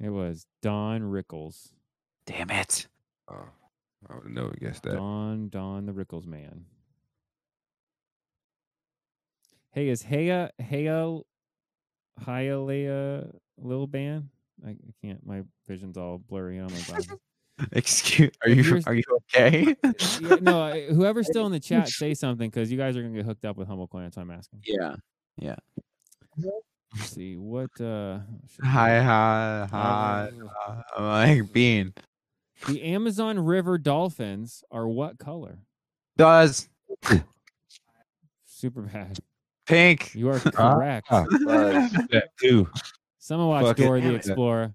[SPEAKER 1] It was Don Rickles.
[SPEAKER 2] Damn it.
[SPEAKER 3] Oh, I would have never guessed that.
[SPEAKER 1] Don Don the Rickles man. Hey, is Heya Heya Hialeah Lil Ban? I, I can't. My vision's all blurry on my body.
[SPEAKER 3] [LAUGHS]
[SPEAKER 2] [LAUGHS] Excuse are
[SPEAKER 1] If
[SPEAKER 2] you
[SPEAKER 1] you're-
[SPEAKER 2] are you okay? [LAUGHS]
[SPEAKER 1] yeah, no, I- whoever's still in the
[SPEAKER 3] [LAUGHS]
[SPEAKER 1] chat, say something because you guys are gonna get hooked up with Humble Coin. That's why I'm asking.
[SPEAKER 2] yeah.
[SPEAKER 1] Let's see what. uh should we-
[SPEAKER 2] Hi hi hi. hi. I'm like bean.
[SPEAKER 1] The Amazon River dolphins are what color?
[SPEAKER 2] Does
[SPEAKER 1] Super bad.
[SPEAKER 2] pink.
[SPEAKER 1] You are correct.
[SPEAKER 3] [LAUGHS] ah.
[SPEAKER 11] Buzz.
[SPEAKER 3] [LAUGHS] That too.
[SPEAKER 1] Someone watched
[SPEAKER 3] Fuck it.
[SPEAKER 1] Dora the
[SPEAKER 3] Damn it.
[SPEAKER 1] Explorer.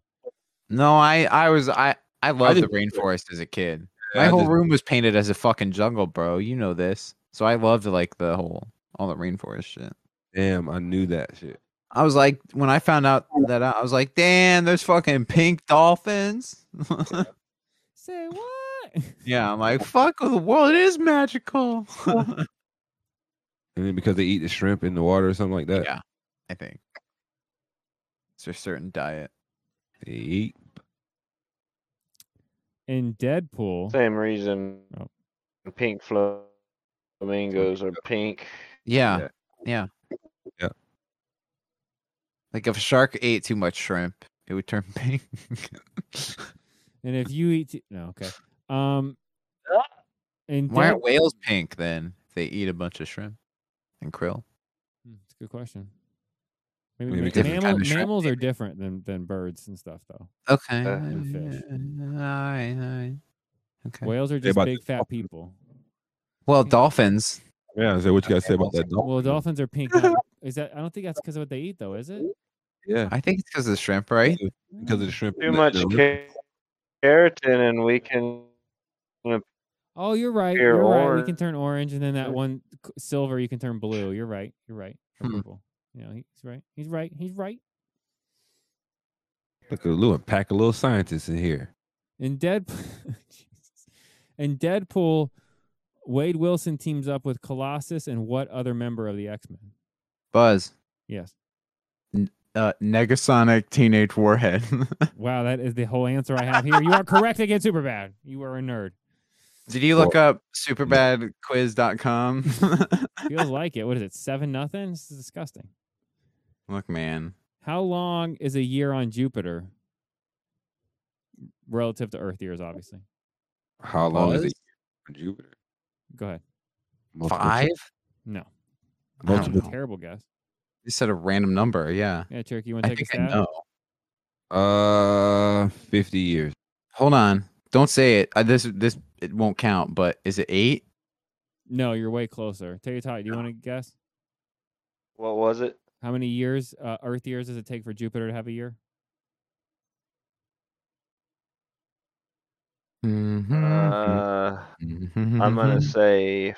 [SPEAKER 2] No, I I was I I loved the
[SPEAKER 3] didn't-
[SPEAKER 2] rainforest as a kid.
[SPEAKER 3] I
[SPEAKER 2] My whole
[SPEAKER 3] just-
[SPEAKER 2] room was painted as a fucking jungle, bro. You know this. So I loved like the whole all the rainforest shit.
[SPEAKER 3] Damn, I knew that shit.
[SPEAKER 2] I was like, when I found out that out, I was like, damn, there's fucking pink dolphins.
[SPEAKER 1] Say what? [LAUGHS]
[SPEAKER 2] yeah, I'm like, fuck the world, it is magical.
[SPEAKER 3] And then because they eat the shrimp in the water or something like that,
[SPEAKER 2] yeah, [LAUGHS] I think it's a certain diet.
[SPEAKER 3] they eat.
[SPEAKER 1] In Deadpool.
[SPEAKER 11] Same reason.
[SPEAKER 1] Oh.
[SPEAKER 11] Pink flamingos are pink.
[SPEAKER 2] Yeah,
[SPEAKER 3] Yeah.
[SPEAKER 2] yeah,
[SPEAKER 3] Yeah.
[SPEAKER 2] Like if a shark ate too much shrimp, it would turn [LAUGHS] pink.
[SPEAKER 1] And if you eat, t- no, okay. Um, and
[SPEAKER 2] Why aren't whales pink then? If they eat a bunch of shrimp and krill.
[SPEAKER 1] Hmm, It's a good question. Maybe,
[SPEAKER 3] Maybe
[SPEAKER 1] ma-
[SPEAKER 3] different
[SPEAKER 1] mammal-
[SPEAKER 2] kind of shrimp,
[SPEAKER 1] mammals are different than than birds and stuff, though.
[SPEAKER 2] Okay.
[SPEAKER 11] Uh,
[SPEAKER 1] and fish.
[SPEAKER 2] all right, all right. Okay.
[SPEAKER 1] Whales are just
[SPEAKER 3] about
[SPEAKER 1] big
[SPEAKER 3] the
[SPEAKER 1] fat
[SPEAKER 3] dolphin.
[SPEAKER 1] people.
[SPEAKER 2] Well, dolphins.
[SPEAKER 3] Yeah, so what you guys say about that?
[SPEAKER 1] Well, dolphins are pink. not-
[SPEAKER 11] [LAUGHS]
[SPEAKER 1] Is that? I don't think that's because of what they eat, though. Is it?
[SPEAKER 3] Yeah,
[SPEAKER 2] I think it's because of the shrimp, right?
[SPEAKER 3] because of the shrimp.
[SPEAKER 11] Too
[SPEAKER 3] in the-
[SPEAKER 11] much
[SPEAKER 3] the-
[SPEAKER 11] ca- keratin, and we can.
[SPEAKER 1] Oh, you're right.
[SPEAKER 11] They're
[SPEAKER 1] You're right. We
[SPEAKER 11] orange.
[SPEAKER 1] can turn orange, and then that one c- silver, you can turn blue. You're right. You're right. Or
[SPEAKER 2] Hmm.
[SPEAKER 1] purple. You know, he's right. He's right. He's right.
[SPEAKER 3] Look at little pack of little scientists in here.
[SPEAKER 1] In Deadpool, [LAUGHS] Jesus. in Deadpool, Wade Wilson teams up with Colossus and what other member of the X Men?
[SPEAKER 2] Buzz.
[SPEAKER 1] Yes.
[SPEAKER 2] Uh, Negasonic Teenage Warhead.
[SPEAKER 1] Wow, that is the whole answer I have here. You are correct [LAUGHS] again, Superbad. You are a nerd.
[SPEAKER 2] [LAUGHS] Did you look up superbadquiz.com?
[SPEAKER 1] Feels like it. What is it? Seven nothing. This is disgusting.
[SPEAKER 2] [LAUGHS] look, man.
[SPEAKER 1] How long is a year on Jupiter? relative to Earth years, obviously.
[SPEAKER 3] How long is it for Jupiter?
[SPEAKER 1] Go ahead.
[SPEAKER 3] Multiple
[SPEAKER 2] Five?
[SPEAKER 3] choice?
[SPEAKER 1] No.
[SPEAKER 2] I don't
[SPEAKER 1] That's a
[SPEAKER 2] know.
[SPEAKER 1] terrible guess.
[SPEAKER 2] You said a random number. Yeah.
[SPEAKER 1] Yeah, Cherokee, you want
[SPEAKER 2] I
[SPEAKER 1] to take a
[SPEAKER 2] think I
[SPEAKER 1] stab?
[SPEAKER 2] know.
[SPEAKER 3] Uh, fifty years.
[SPEAKER 2] Hold on. Don't say it. I, this this it won't count. But is it eight?
[SPEAKER 1] No, you're way closer. Tell you, Ty, do you want to guess?
[SPEAKER 11] What was it?
[SPEAKER 1] How many years, uh, Earth years, does it take for Jupiter to have a year?
[SPEAKER 3] Mm-hmm.
[SPEAKER 2] Mm-hmm.
[SPEAKER 11] Uh, I'm gonna say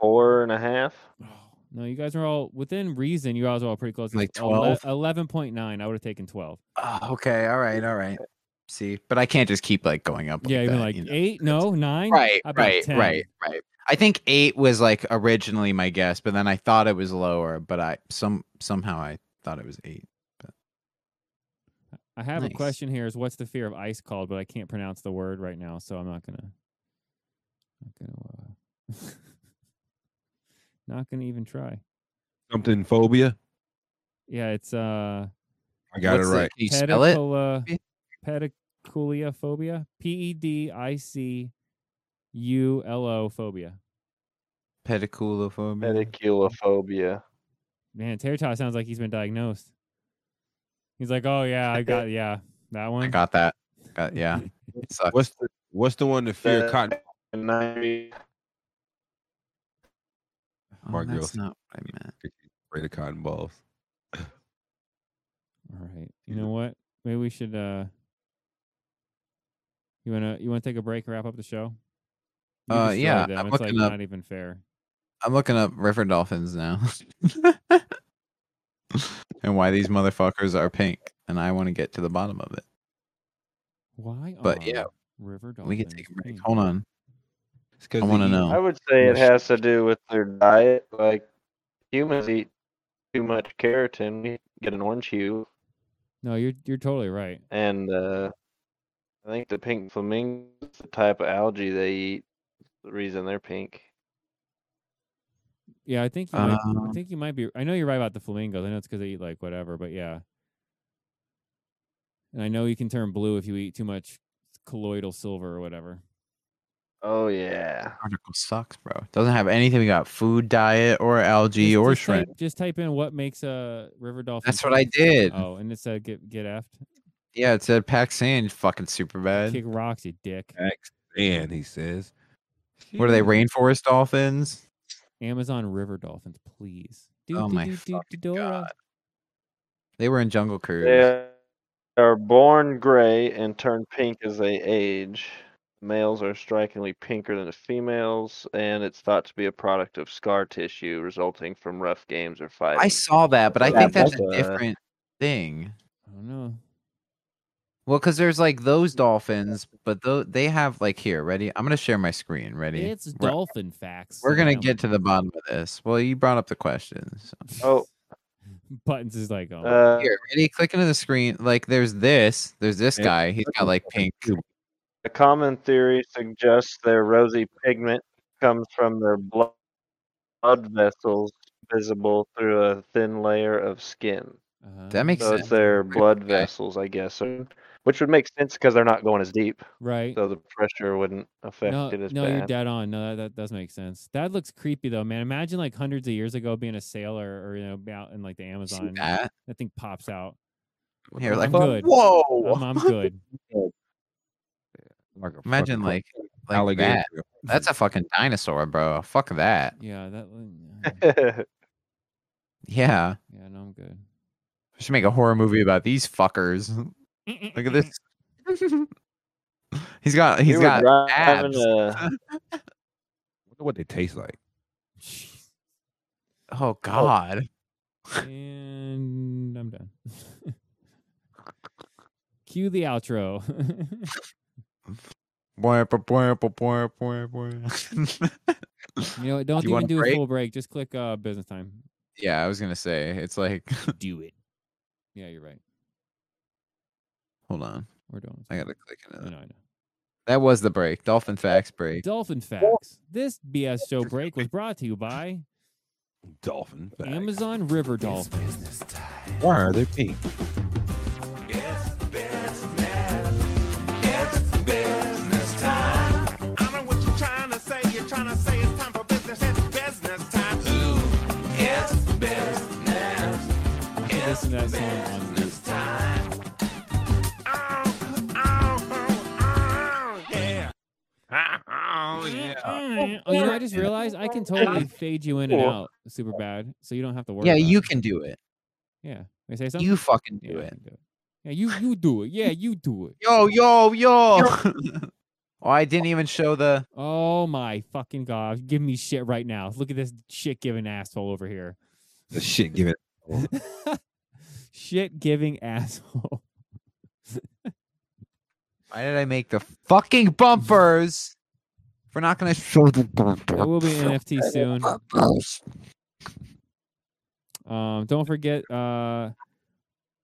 [SPEAKER 11] four and a half.
[SPEAKER 1] [SIGHS] No, you guys are all within reason. You guys are all pretty close.
[SPEAKER 2] Like
[SPEAKER 1] It's ele-
[SPEAKER 2] 12?
[SPEAKER 1] 11.9. I would have taken 12.
[SPEAKER 2] Oh, okay. All right. All right. See, but I can't just keep like going up. like
[SPEAKER 1] yeah, even
[SPEAKER 2] that,
[SPEAKER 1] like
[SPEAKER 2] you know?
[SPEAKER 1] eight, no, nine.
[SPEAKER 2] Right,
[SPEAKER 1] How about
[SPEAKER 2] right,
[SPEAKER 1] 10?
[SPEAKER 2] right, right. I think eight was like originally my guess, but then I thought it was lower. But I some somehow I thought it was eight.
[SPEAKER 1] I have
[SPEAKER 2] Nice.
[SPEAKER 1] a question here is what's the fear of ice called, but I can't pronounce the word right now, so I'm not gonna not gonna uh, [LAUGHS] not gonna even try.
[SPEAKER 3] Something phobia.
[SPEAKER 1] Yeah, it's uh
[SPEAKER 3] I got
[SPEAKER 2] What's
[SPEAKER 3] it
[SPEAKER 2] the-
[SPEAKER 3] right.
[SPEAKER 2] can you spell it?
[SPEAKER 1] pedicola- pediculia phobia. P E D I C U L O phobia.
[SPEAKER 2] Pediculophobia.
[SPEAKER 11] Pediculophobia.
[SPEAKER 1] Man, Terta sounds like he's been diagnosed. He's like, Oh yeah, I
[SPEAKER 2] [LAUGHS]
[SPEAKER 1] got yeah, that one.
[SPEAKER 2] I got that. Got yeah.
[SPEAKER 11] Mm-hmm.
[SPEAKER 2] Sucks.
[SPEAKER 3] What's the What's the one that fear
[SPEAKER 11] Uh,
[SPEAKER 3] cotton?
[SPEAKER 11] And I
[SPEAKER 2] Oh,
[SPEAKER 3] Mark
[SPEAKER 2] that's
[SPEAKER 3] Griffin.
[SPEAKER 2] not what I meant.
[SPEAKER 3] Afraid of cotton balls.
[SPEAKER 1] [LAUGHS] All right. You know what? Maybe we should uh you wanna you wanna take a break and wrap up the show? You
[SPEAKER 2] Uh,
[SPEAKER 1] destroyed
[SPEAKER 2] yeah,
[SPEAKER 1] them.
[SPEAKER 2] I'm
[SPEAKER 1] it's like
[SPEAKER 2] looking up-
[SPEAKER 1] not even fair.
[SPEAKER 2] I'm looking up river dolphins now. [LAUGHS] and why these motherfuckers are pink. And I want to get to the bottom of it.
[SPEAKER 1] Why
[SPEAKER 2] But, yeah,
[SPEAKER 1] are river dolphins.
[SPEAKER 2] We can take a break.
[SPEAKER 1] pink?
[SPEAKER 2] Hold on.
[SPEAKER 3] It's 'cause
[SPEAKER 2] I
[SPEAKER 3] they
[SPEAKER 2] wanna
[SPEAKER 3] eat-
[SPEAKER 2] know.
[SPEAKER 11] I would say it has to do with their diet. Like humans eat too much keratin, we get an orange hue,
[SPEAKER 1] No, you're you're totally right.
[SPEAKER 11] and uh, I think the pink flamingo is the type of algae they eat. The reason they're pink.
[SPEAKER 1] Yeah, I think you might, I
[SPEAKER 2] Um,
[SPEAKER 1] think you might be I know you're right about the flamingos. I know it's because they eat like whatever, but yeah. And I know you can turn blue if you eat too much colloidal silver or whatever.
[SPEAKER 11] Oh yeah.
[SPEAKER 2] Article sucks, bro. Doesn't have anything. We got food diet or algae
[SPEAKER 1] Just-
[SPEAKER 2] or
[SPEAKER 1] just type-
[SPEAKER 2] shrimp.
[SPEAKER 1] just type in what makes a river dolphin.
[SPEAKER 2] That's what I
[SPEAKER 1] pink.
[SPEAKER 2] did.
[SPEAKER 1] Oh, and it said get get effed.
[SPEAKER 2] Yeah, it said pack sand. Fucking super bad.
[SPEAKER 1] Kick rocks, you dick.
[SPEAKER 3] And he says,
[SPEAKER 2] What are they?
[SPEAKER 3] "Shit."
[SPEAKER 2] Rainforest dolphins?
[SPEAKER 1] Amazon river dolphins, please. Do,
[SPEAKER 2] Oh
[SPEAKER 1] do,
[SPEAKER 2] my
[SPEAKER 1] do, do,
[SPEAKER 2] fucking
[SPEAKER 1] do, Dora.
[SPEAKER 2] They were in Jungle Cruise.
[SPEAKER 11] They are born gray and turn pink as they age. Males are strikingly pinker than the females, and it's thought to be a product of scar tissue resulting from rough games or fighting.
[SPEAKER 2] I saw that, but I
[SPEAKER 11] Yeah,
[SPEAKER 2] think that's
[SPEAKER 11] that's,
[SPEAKER 2] a
[SPEAKER 11] uh,
[SPEAKER 2] different thing.
[SPEAKER 1] I don't know.
[SPEAKER 2] Well, because there's like those dolphins, but though they have like here, ready? I'm gonna share my screen. Ready?
[SPEAKER 1] It's
[SPEAKER 2] We're-
[SPEAKER 1] dolphin facts.
[SPEAKER 2] We're gonna
[SPEAKER 1] Sam. [LAUGHS]
[SPEAKER 2] get to the bottom of this. Well, you brought up the questions.
[SPEAKER 11] Oh,
[SPEAKER 1] buttons is like oh
[SPEAKER 11] uh,
[SPEAKER 2] Here, ready? Click into the screen. Like, there's this. There's this
[SPEAKER 3] Yeah.
[SPEAKER 2] guy. He's got like pink.
[SPEAKER 11] the common theory suggests their rosy pigment comes from their blood, blood vessels visible through a thin layer of skin.
[SPEAKER 1] uh-huh.
[SPEAKER 2] That makes
[SPEAKER 11] So
[SPEAKER 2] sense.
[SPEAKER 11] it's their blood
[SPEAKER 2] Okay.
[SPEAKER 11] vessels, I guess, or- which would make sense because they're not going as deep,
[SPEAKER 1] right.
[SPEAKER 11] so the pressure wouldn't affect
[SPEAKER 1] No,
[SPEAKER 11] it as
[SPEAKER 1] no,
[SPEAKER 11] bad.
[SPEAKER 1] you're dead on. No, that, that does make sense. That looks creepy though, man. Imagine like hundreds of years ago being a sailor or you know be out in like the
[SPEAKER 2] See
[SPEAKER 1] Amazon.
[SPEAKER 2] that?
[SPEAKER 1] That thing
[SPEAKER 11] [LAUGHS]
[SPEAKER 1] pops out.
[SPEAKER 2] Here,
[SPEAKER 1] I'm
[SPEAKER 2] like,
[SPEAKER 1] good.
[SPEAKER 2] whoa!
[SPEAKER 1] I'm, I'm good.
[SPEAKER 3] Like a
[SPEAKER 2] Imagine
[SPEAKER 3] fucking
[SPEAKER 2] like like
[SPEAKER 3] alligator.
[SPEAKER 2] that. That's a fucking dinosaur, bro. Fuck that.
[SPEAKER 1] Yeah, that. one-
[SPEAKER 11] [LAUGHS]
[SPEAKER 2] Yeah,
[SPEAKER 1] Yeah, no, I'm good.
[SPEAKER 2] we should make a horror movie about these fuckers. Look at this. [LAUGHS] he's got
[SPEAKER 11] We
[SPEAKER 2] he's
[SPEAKER 11] were
[SPEAKER 2] got
[SPEAKER 11] driving,
[SPEAKER 2] abs.
[SPEAKER 11] uh,
[SPEAKER 1] [LAUGHS]
[SPEAKER 3] Wonder what they taste like.
[SPEAKER 2] Oh God.
[SPEAKER 1] and I'm done. [LAUGHS] Cue the outro. [LAUGHS]
[SPEAKER 2] Boy, boy, boy, boy, boy, boy.
[SPEAKER 1] [LAUGHS] you know, what, don't
[SPEAKER 2] Do you
[SPEAKER 1] even
[SPEAKER 2] want a
[SPEAKER 1] do a
[SPEAKER 2] break?
[SPEAKER 1] full break. Just click uh, business time.
[SPEAKER 2] [LAUGHS] yeah, I was gonna say it's like [LAUGHS]
[SPEAKER 1] Do it. Yeah, you're right.
[SPEAKER 2] hold on.
[SPEAKER 1] We're doing.
[SPEAKER 2] I gotta click into
[SPEAKER 1] I
[SPEAKER 2] that.
[SPEAKER 1] know, I know.
[SPEAKER 2] That was the break. Dolphin facts break.
[SPEAKER 1] Dolphin facts. This BS show break
[SPEAKER 2] [LAUGHS]
[SPEAKER 1] was brought to you by
[SPEAKER 3] Dolphin. Fact.
[SPEAKER 1] Amazon River Dolphin.
[SPEAKER 3] Why are they pink?
[SPEAKER 5] It's business. It's
[SPEAKER 3] Oh yeah.
[SPEAKER 1] Oh, you know, I just realized I can totally fade you in and
[SPEAKER 2] Cool.
[SPEAKER 1] out super bad, so you don't have to worry.
[SPEAKER 2] Yeah,
[SPEAKER 1] about
[SPEAKER 2] you
[SPEAKER 1] it.
[SPEAKER 2] can do it.
[SPEAKER 1] Yeah, they say something.
[SPEAKER 2] You fucking do
[SPEAKER 1] Yeah, I
[SPEAKER 2] it.
[SPEAKER 1] can Yeah, you you do it. Yeah, you do it.
[SPEAKER 2] Yo, yo, yo. [LAUGHS] oh, I didn't even show the.
[SPEAKER 1] Oh my fucking god! Give me shit right now. Look at this shit giving asshole over
[SPEAKER 2] [LAUGHS]
[SPEAKER 1] here.
[SPEAKER 3] The shit, give it.
[SPEAKER 1] Shit giving asshole.
[SPEAKER 2] Why did I make the fucking bumpers? If We're not [LAUGHS] gonna show the bumpers.
[SPEAKER 1] It
[SPEAKER 11] [LAUGHS]
[SPEAKER 1] will be an NFT soon. Um, don't forget, uh,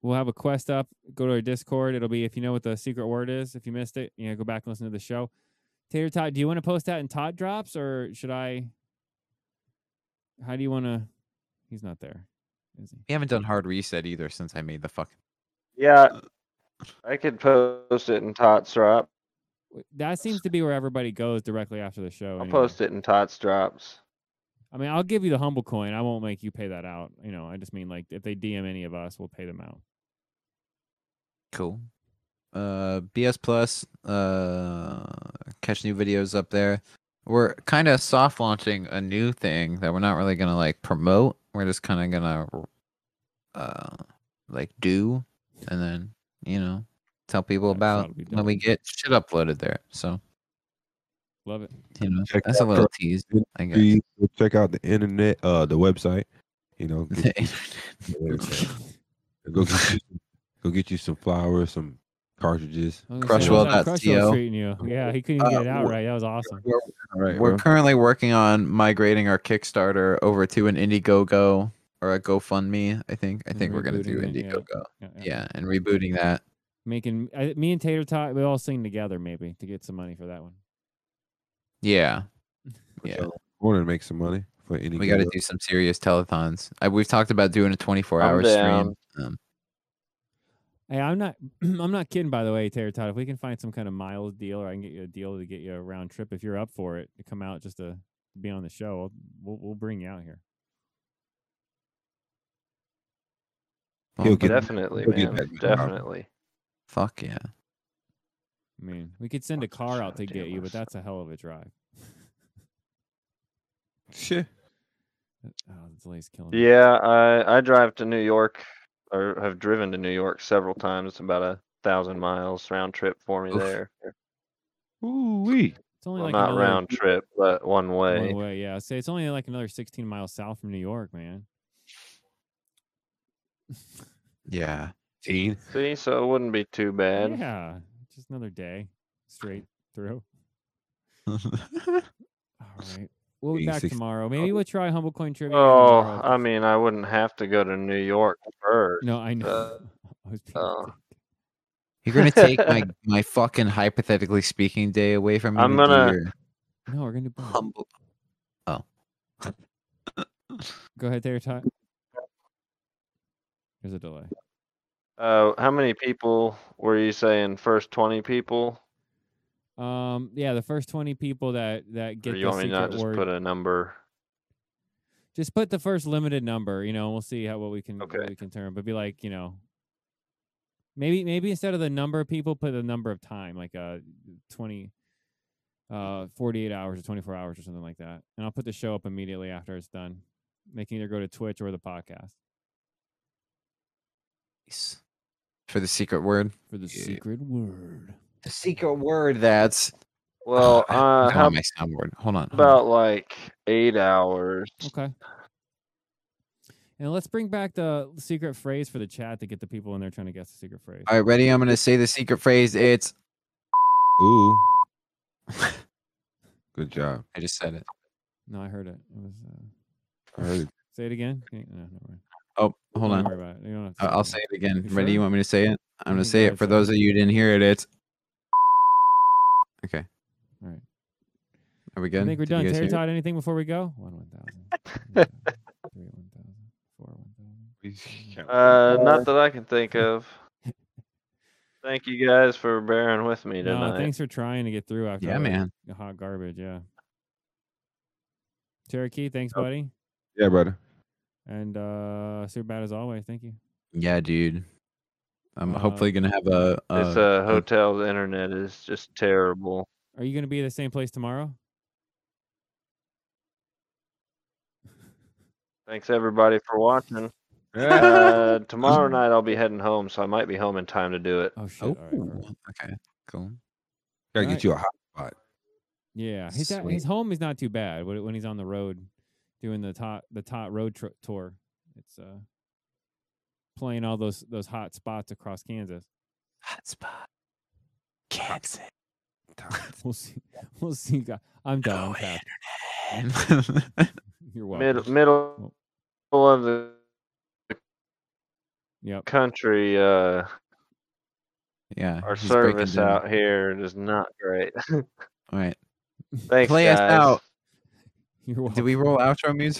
[SPEAKER 1] we'll have a quest up. Go to our Discord. It'll be if you know what the secret word is. If you missed it, you know, go back and listen to the show. Tater Tot, do you want to post that in Tot Drops or should I? How do you want to? He's not there. Is he?
[SPEAKER 2] We haven't done hard reset either since I made the fucking.
[SPEAKER 11] Yeah, I could post it in Tots Drop.
[SPEAKER 1] That seems to be where everybody goes directly after the show.
[SPEAKER 11] I'll
[SPEAKER 1] anyway.
[SPEAKER 11] post it in Tots Drops.
[SPEAKER 1] I mean, I'll give you the humble coin. I won't make you pay that out. You know, I just mean like if they DM any of us, we'll pay them out.
[SPEAKER 2] Cool. Uh, BS Plus. Uh, catch new videos up there. We're kind of soft launching a new thing that we're not really gonna like promote. We're just kind of gonna, uh, like do, and then you know, tell people about
[SPEAKER 1] probably
[SPEAKER 2] when we get shit uploaded there. So
[SPEAKER 1] Love it.
[SPEAKER 2] you know,
[SPEAKER 3] Check
[SPEAKER 2] that's a
[SPEAKER 3] out
[SPEAKER 2] little
[SPEAKER 3] the-
[SPEAKER 2] tease. I guess.
[SPEAKER 3] You should check out the internet, uh, the website. You know,
[SPEAKER 2] [LAUGHS]
[SPEAKER 3] get- [LAUGHS] go get you, go get you some flowers, some cartridges.
[SPEAKER 1] I was gonna say, how's that Um, Crushwell treating you. Yeah, he couldn't even get it out right. That was awesome.
[SPEAKER 3] All right,
[SPEAKER 2] We're
[SPEAKER 3] bro.
[SPEAKER 2] currently working on migrating our Kickstarter over to an Indiegogo or a GoFundMe. I think. I think we're gonna do
[SPEAKER 1] rebooting it, yeah.
[SPEAKER 2] Indiegogo.
[SPEAKER 1] Yeah,
[SPEAKER 2] Yeah,
[SPEAKER 1] yeah.
[SPEAKER 2] and rebooting that.
[SPEAKER 1] Making I, me and Tater Tot, we all sing together maybe to get some money for that one.
[SPEAKER 2] Yeah, yeah.
[SPEAKER 3] wanted to make some money for any.
[SPEAKER 2] We got to
[SPEAKER 3] good-
[SPEAKER 2] do some serious telethons. I, we've talked about doing a 24-hour stream.
[SPEAKER 11] down.
[SPEAKER 2] Um,
[SPEAKER 1] Hey, I'm not [CLEARS THROAT] I'm not kidding by the way, Tater Tot. If we can find some kind of miles deal or I can get you a deal to get you a round trip if you're up for it to come out just to be on the show, we'll we'll bring you out here.
[SPEAKER 2] well,
[SPEAKER 3] get-
[SPEAKER 11] Definitely,
[SPEAKER 3] he'll get
[SPEAKER 11] man.
[SPEAKER 3] back to the house.
[SPEAKER 11] Definitely.
[SPEAKER 2] fuck yeah.
[SPEAKER 1] I mean, we could send a car out to get you, but that's a hell of a drive. [LAUGHS]
[SPEAKER 3] Shit.
[SPEAKER 1] Oh, the delay's killing me.
[SPEAKER 11] Yeah, I I drive to New York, or have driven to New York several times. It's about a thousand miles round trip for me
[SPEAKER 3] Oof.
[SPEAKER 11] there.
[SPEAKER 3] Ooh wee.
[SPEAKER 1] It's only
[SPEAKER 11] Well,
[SPEAKER 1] like
[SPEAKER 11] not
[SPEAKER 1] another
[SPEAKER 11] round trip, but one way.
[SPEAKER 1] One way, yeah. Say it's only like another 16 miles south from New York, man.
[SPEAKER 2] Yeah.
[SPEAKER 3] Teen.
[SPEAKER 11] See, so it wouldn't be too bad.
[SPEAKER 1] yeah, just another day straight through. All right, we'll be
[SPEAKER 3] Being
[SPEAKER 1] back
[SPEAKER 3] 16
[SPEAKER 1] tomorrow. Maybe we'll try humble coin trivia.
[SPEAKER 11] Oh,
[SPEAKER 1] tomorrow.
[SPEAKER 11] I mean, I wouldn't have to go to New York first.
[SPEAKER 1] no, I know.
[SPEAKER 11] uh,
[SPEAKER 1] [LAUGHS] I was being
[SPEAKER 11] uh,
[SPEAKER 1] sick.
[SPEAKER 2] You're gonna take my my fucking hypothetically speaking day away from me.
[SPEAKER 11] I'm
[SPEAKER 2] to do
[SPEAKER 11] gonna-
[SPEAKER 2] your
[SPEAKER 1] no, we're gonna do-
[SPEAKER 2] humble.
[SPEAKER 1] go ahead, there, Ty. There's a delay.
[SPEAKER 11] Uh, how many people were you saying? First twenty people,
[SPEAKER 1] Um, yeah, the first 20 people that that
[SPEAKER 11] or
[SPEAKER 1] get
[SPEAKER 11] you
[SPEAKER 1] the
[SPEAKER 11] want me
[SPEAKER 1] secret
[SPEAKER 11] to not just
[SPEAKER 1] word,
[SPEAKER 11] put a number?
[SPEAKER 1] just put the first limited number, you know, and we'll see how what we can what
[SPEAKER 11] Okay.
[SPEAKER 1] we can turn. But be like, you know, maybe maybe instead of the number of people, put the number of time, like uh twenty, uh forty eight hours or twenty four hours or something like that. And I'll put the show up immediately after it's done. They can either go to Twitch or the podcast
[SPEAKER 2] Nice. For the secret word.
[SPEAKER 1] for the secret word.
[SPEAKER 2] The secret word that's. oh,
[SPEAKER 11] Well,
[SPEAKER 2] [LAUGHS] I have
[SPEAKER 11] uh,
[SPEAKER 2] it
[SPEAKER 11] how
[SPEAKER 2] on my soundboard. Hold on. hold on.
[SPEAKER 11] about like eight hours?
[SPEAKER 1] Okay. And let's bring back the secret phrase for the chat to get the people in there trying to guess the secret phrase.
[SPEAKER 2] All right, ready? I'm gonna say the secret phrase. It's.
[SPEAKER 3] Ooh. [LAUGHS] Good job.
[SPEAKER 2] I just said it.
[SPEAKER 1] No, I heard it. It was. Uh...
[SPEAKER 3] I heard it.
[SPEAKER 1] Say it again. Yeah, No, no, worry.
[SPEAKER 2] Oh,
[SPEAKER 1] Don't
[SPEAKER 2] hold on.
[SPEAKER 1] worry about it. You don't have to
[SPEAKER 2] I- I'll
[SPEAKER 1] it.
[SPEAKER 2] say it again.
[SPEAKER 1] You
[SPEAKER 2] Ready?
[SPEAKER 1] sure?
[SPEAKER 2] You want me to say it? I'm
[SPEAKER 1] You
[SPEAKER 2] gonna
[SPEAKER 1] can
[SPEAKER 2] say
[SPEAKER 1] go
[SPEAKER 2] it
[SPEAKER 1] ahead,
[SPEAKER 2] for
[SPEAKER 1] say it.
[SPEAKER 2] those of you who didn't hear it. It's. Okay.
[SPEAKER 1] All right.
[SPEAKER 2] Are we good?
[SPEAKER 1] I think we're
[SPEAKER 2] Did you
[SPEAKER 1] done.
[SPEAKER 2] guys hear
[SPEAKER 1] Terry
[SPEAKER 2] it?
[SPEAKER 1] Todd, anything before we go? One one thousand. Three one thousand. Four one thousand.
[SPEAKER 11] Uh, not that I can
[SPEAKER 2] [LAUGHS]
[SPEAKER 11] think of. Thank you guys for bearing with me
[SPEAKER 1] No,
[SPEAKER 11] tonight.
[SPEAKER 1] thanks for trying to get through after
[SPEAKER 2] Yeah,
[SPEAKER 1] all the-
[SPEAKER 2] man.
[SPEAKER 1] the hot garbage. Yeah. Cherokee, thanks, buddy.
[SPEAKER 3] Yeah, brother.
[SPEAKER 1] And uh super bad as always. Thank you.
[SPEAKER 2] Yeah, dude. I'm
[SPEAKER 1] Uh,
[SPEAKER 2] hopefully gonna have a. a
[SPEAKER 11] uh, This uh, hotel's internet is just terrible.
[SPEAKER 1] Are you gonna be at the same place tomorrow?
[SPEAKER 11] Thanks everybody for
[SPEAKER 2] [LAUGHS]
[SPEAKER 11] watching. uh, tomorrow night I'll be heading home, so I might be home in time to do it.
[SPEAKER 1] Oh shit!
[SPEAKER 2] Okay,
[SPEAKER 1] [LAUGHS]
[SPEAKER 2] cool. [LAUGHS]
[SPEAKER 3] Gotta
[SPEAKER 1] All
[SPEAKER 3] get
[SPEAKER 1] right.
[SPEAKER 3] you a hot spot.
[SPEAKER 1] Yeah, his at- his
[SPEAKER 3] Sweet.
[SPEAKER 1] home is not too bad when when he's on the road doing the tot the tot road tr- tour. It's uh playing all those those hot spots across Kansas.
[SPEAKER 2] Hot spot. Kansas.
[SPEAKER 1] [LAUGHS] We'll see. We'll see. guy- I'm done. I'm
[SPEAKER 2] tapped.
[SPEAKER 1] You're welcome.
[SPEAKER 11] Middle middle of the
[SPEAKER 1] Yep.
[SPEAKER 11] country uh
[SPEAKER 2] Yeah.
[SPEAKER 11] our
[SPEAKER 2] he's breaking
[SPEAKER 11] service
[SPEAKER 2] down.
[SPEAKER 11] out here is not great. [LAUGHS]
[SPEAKER 2] All right.
[SPEAKER 11] Thanks
[SPEAKER 2] Play
[SPEAKER 11] guys.
[SPEAKER 2] us out.
[SPEAKER 1] You're
[SPEAKER 2] Do we roll outro music?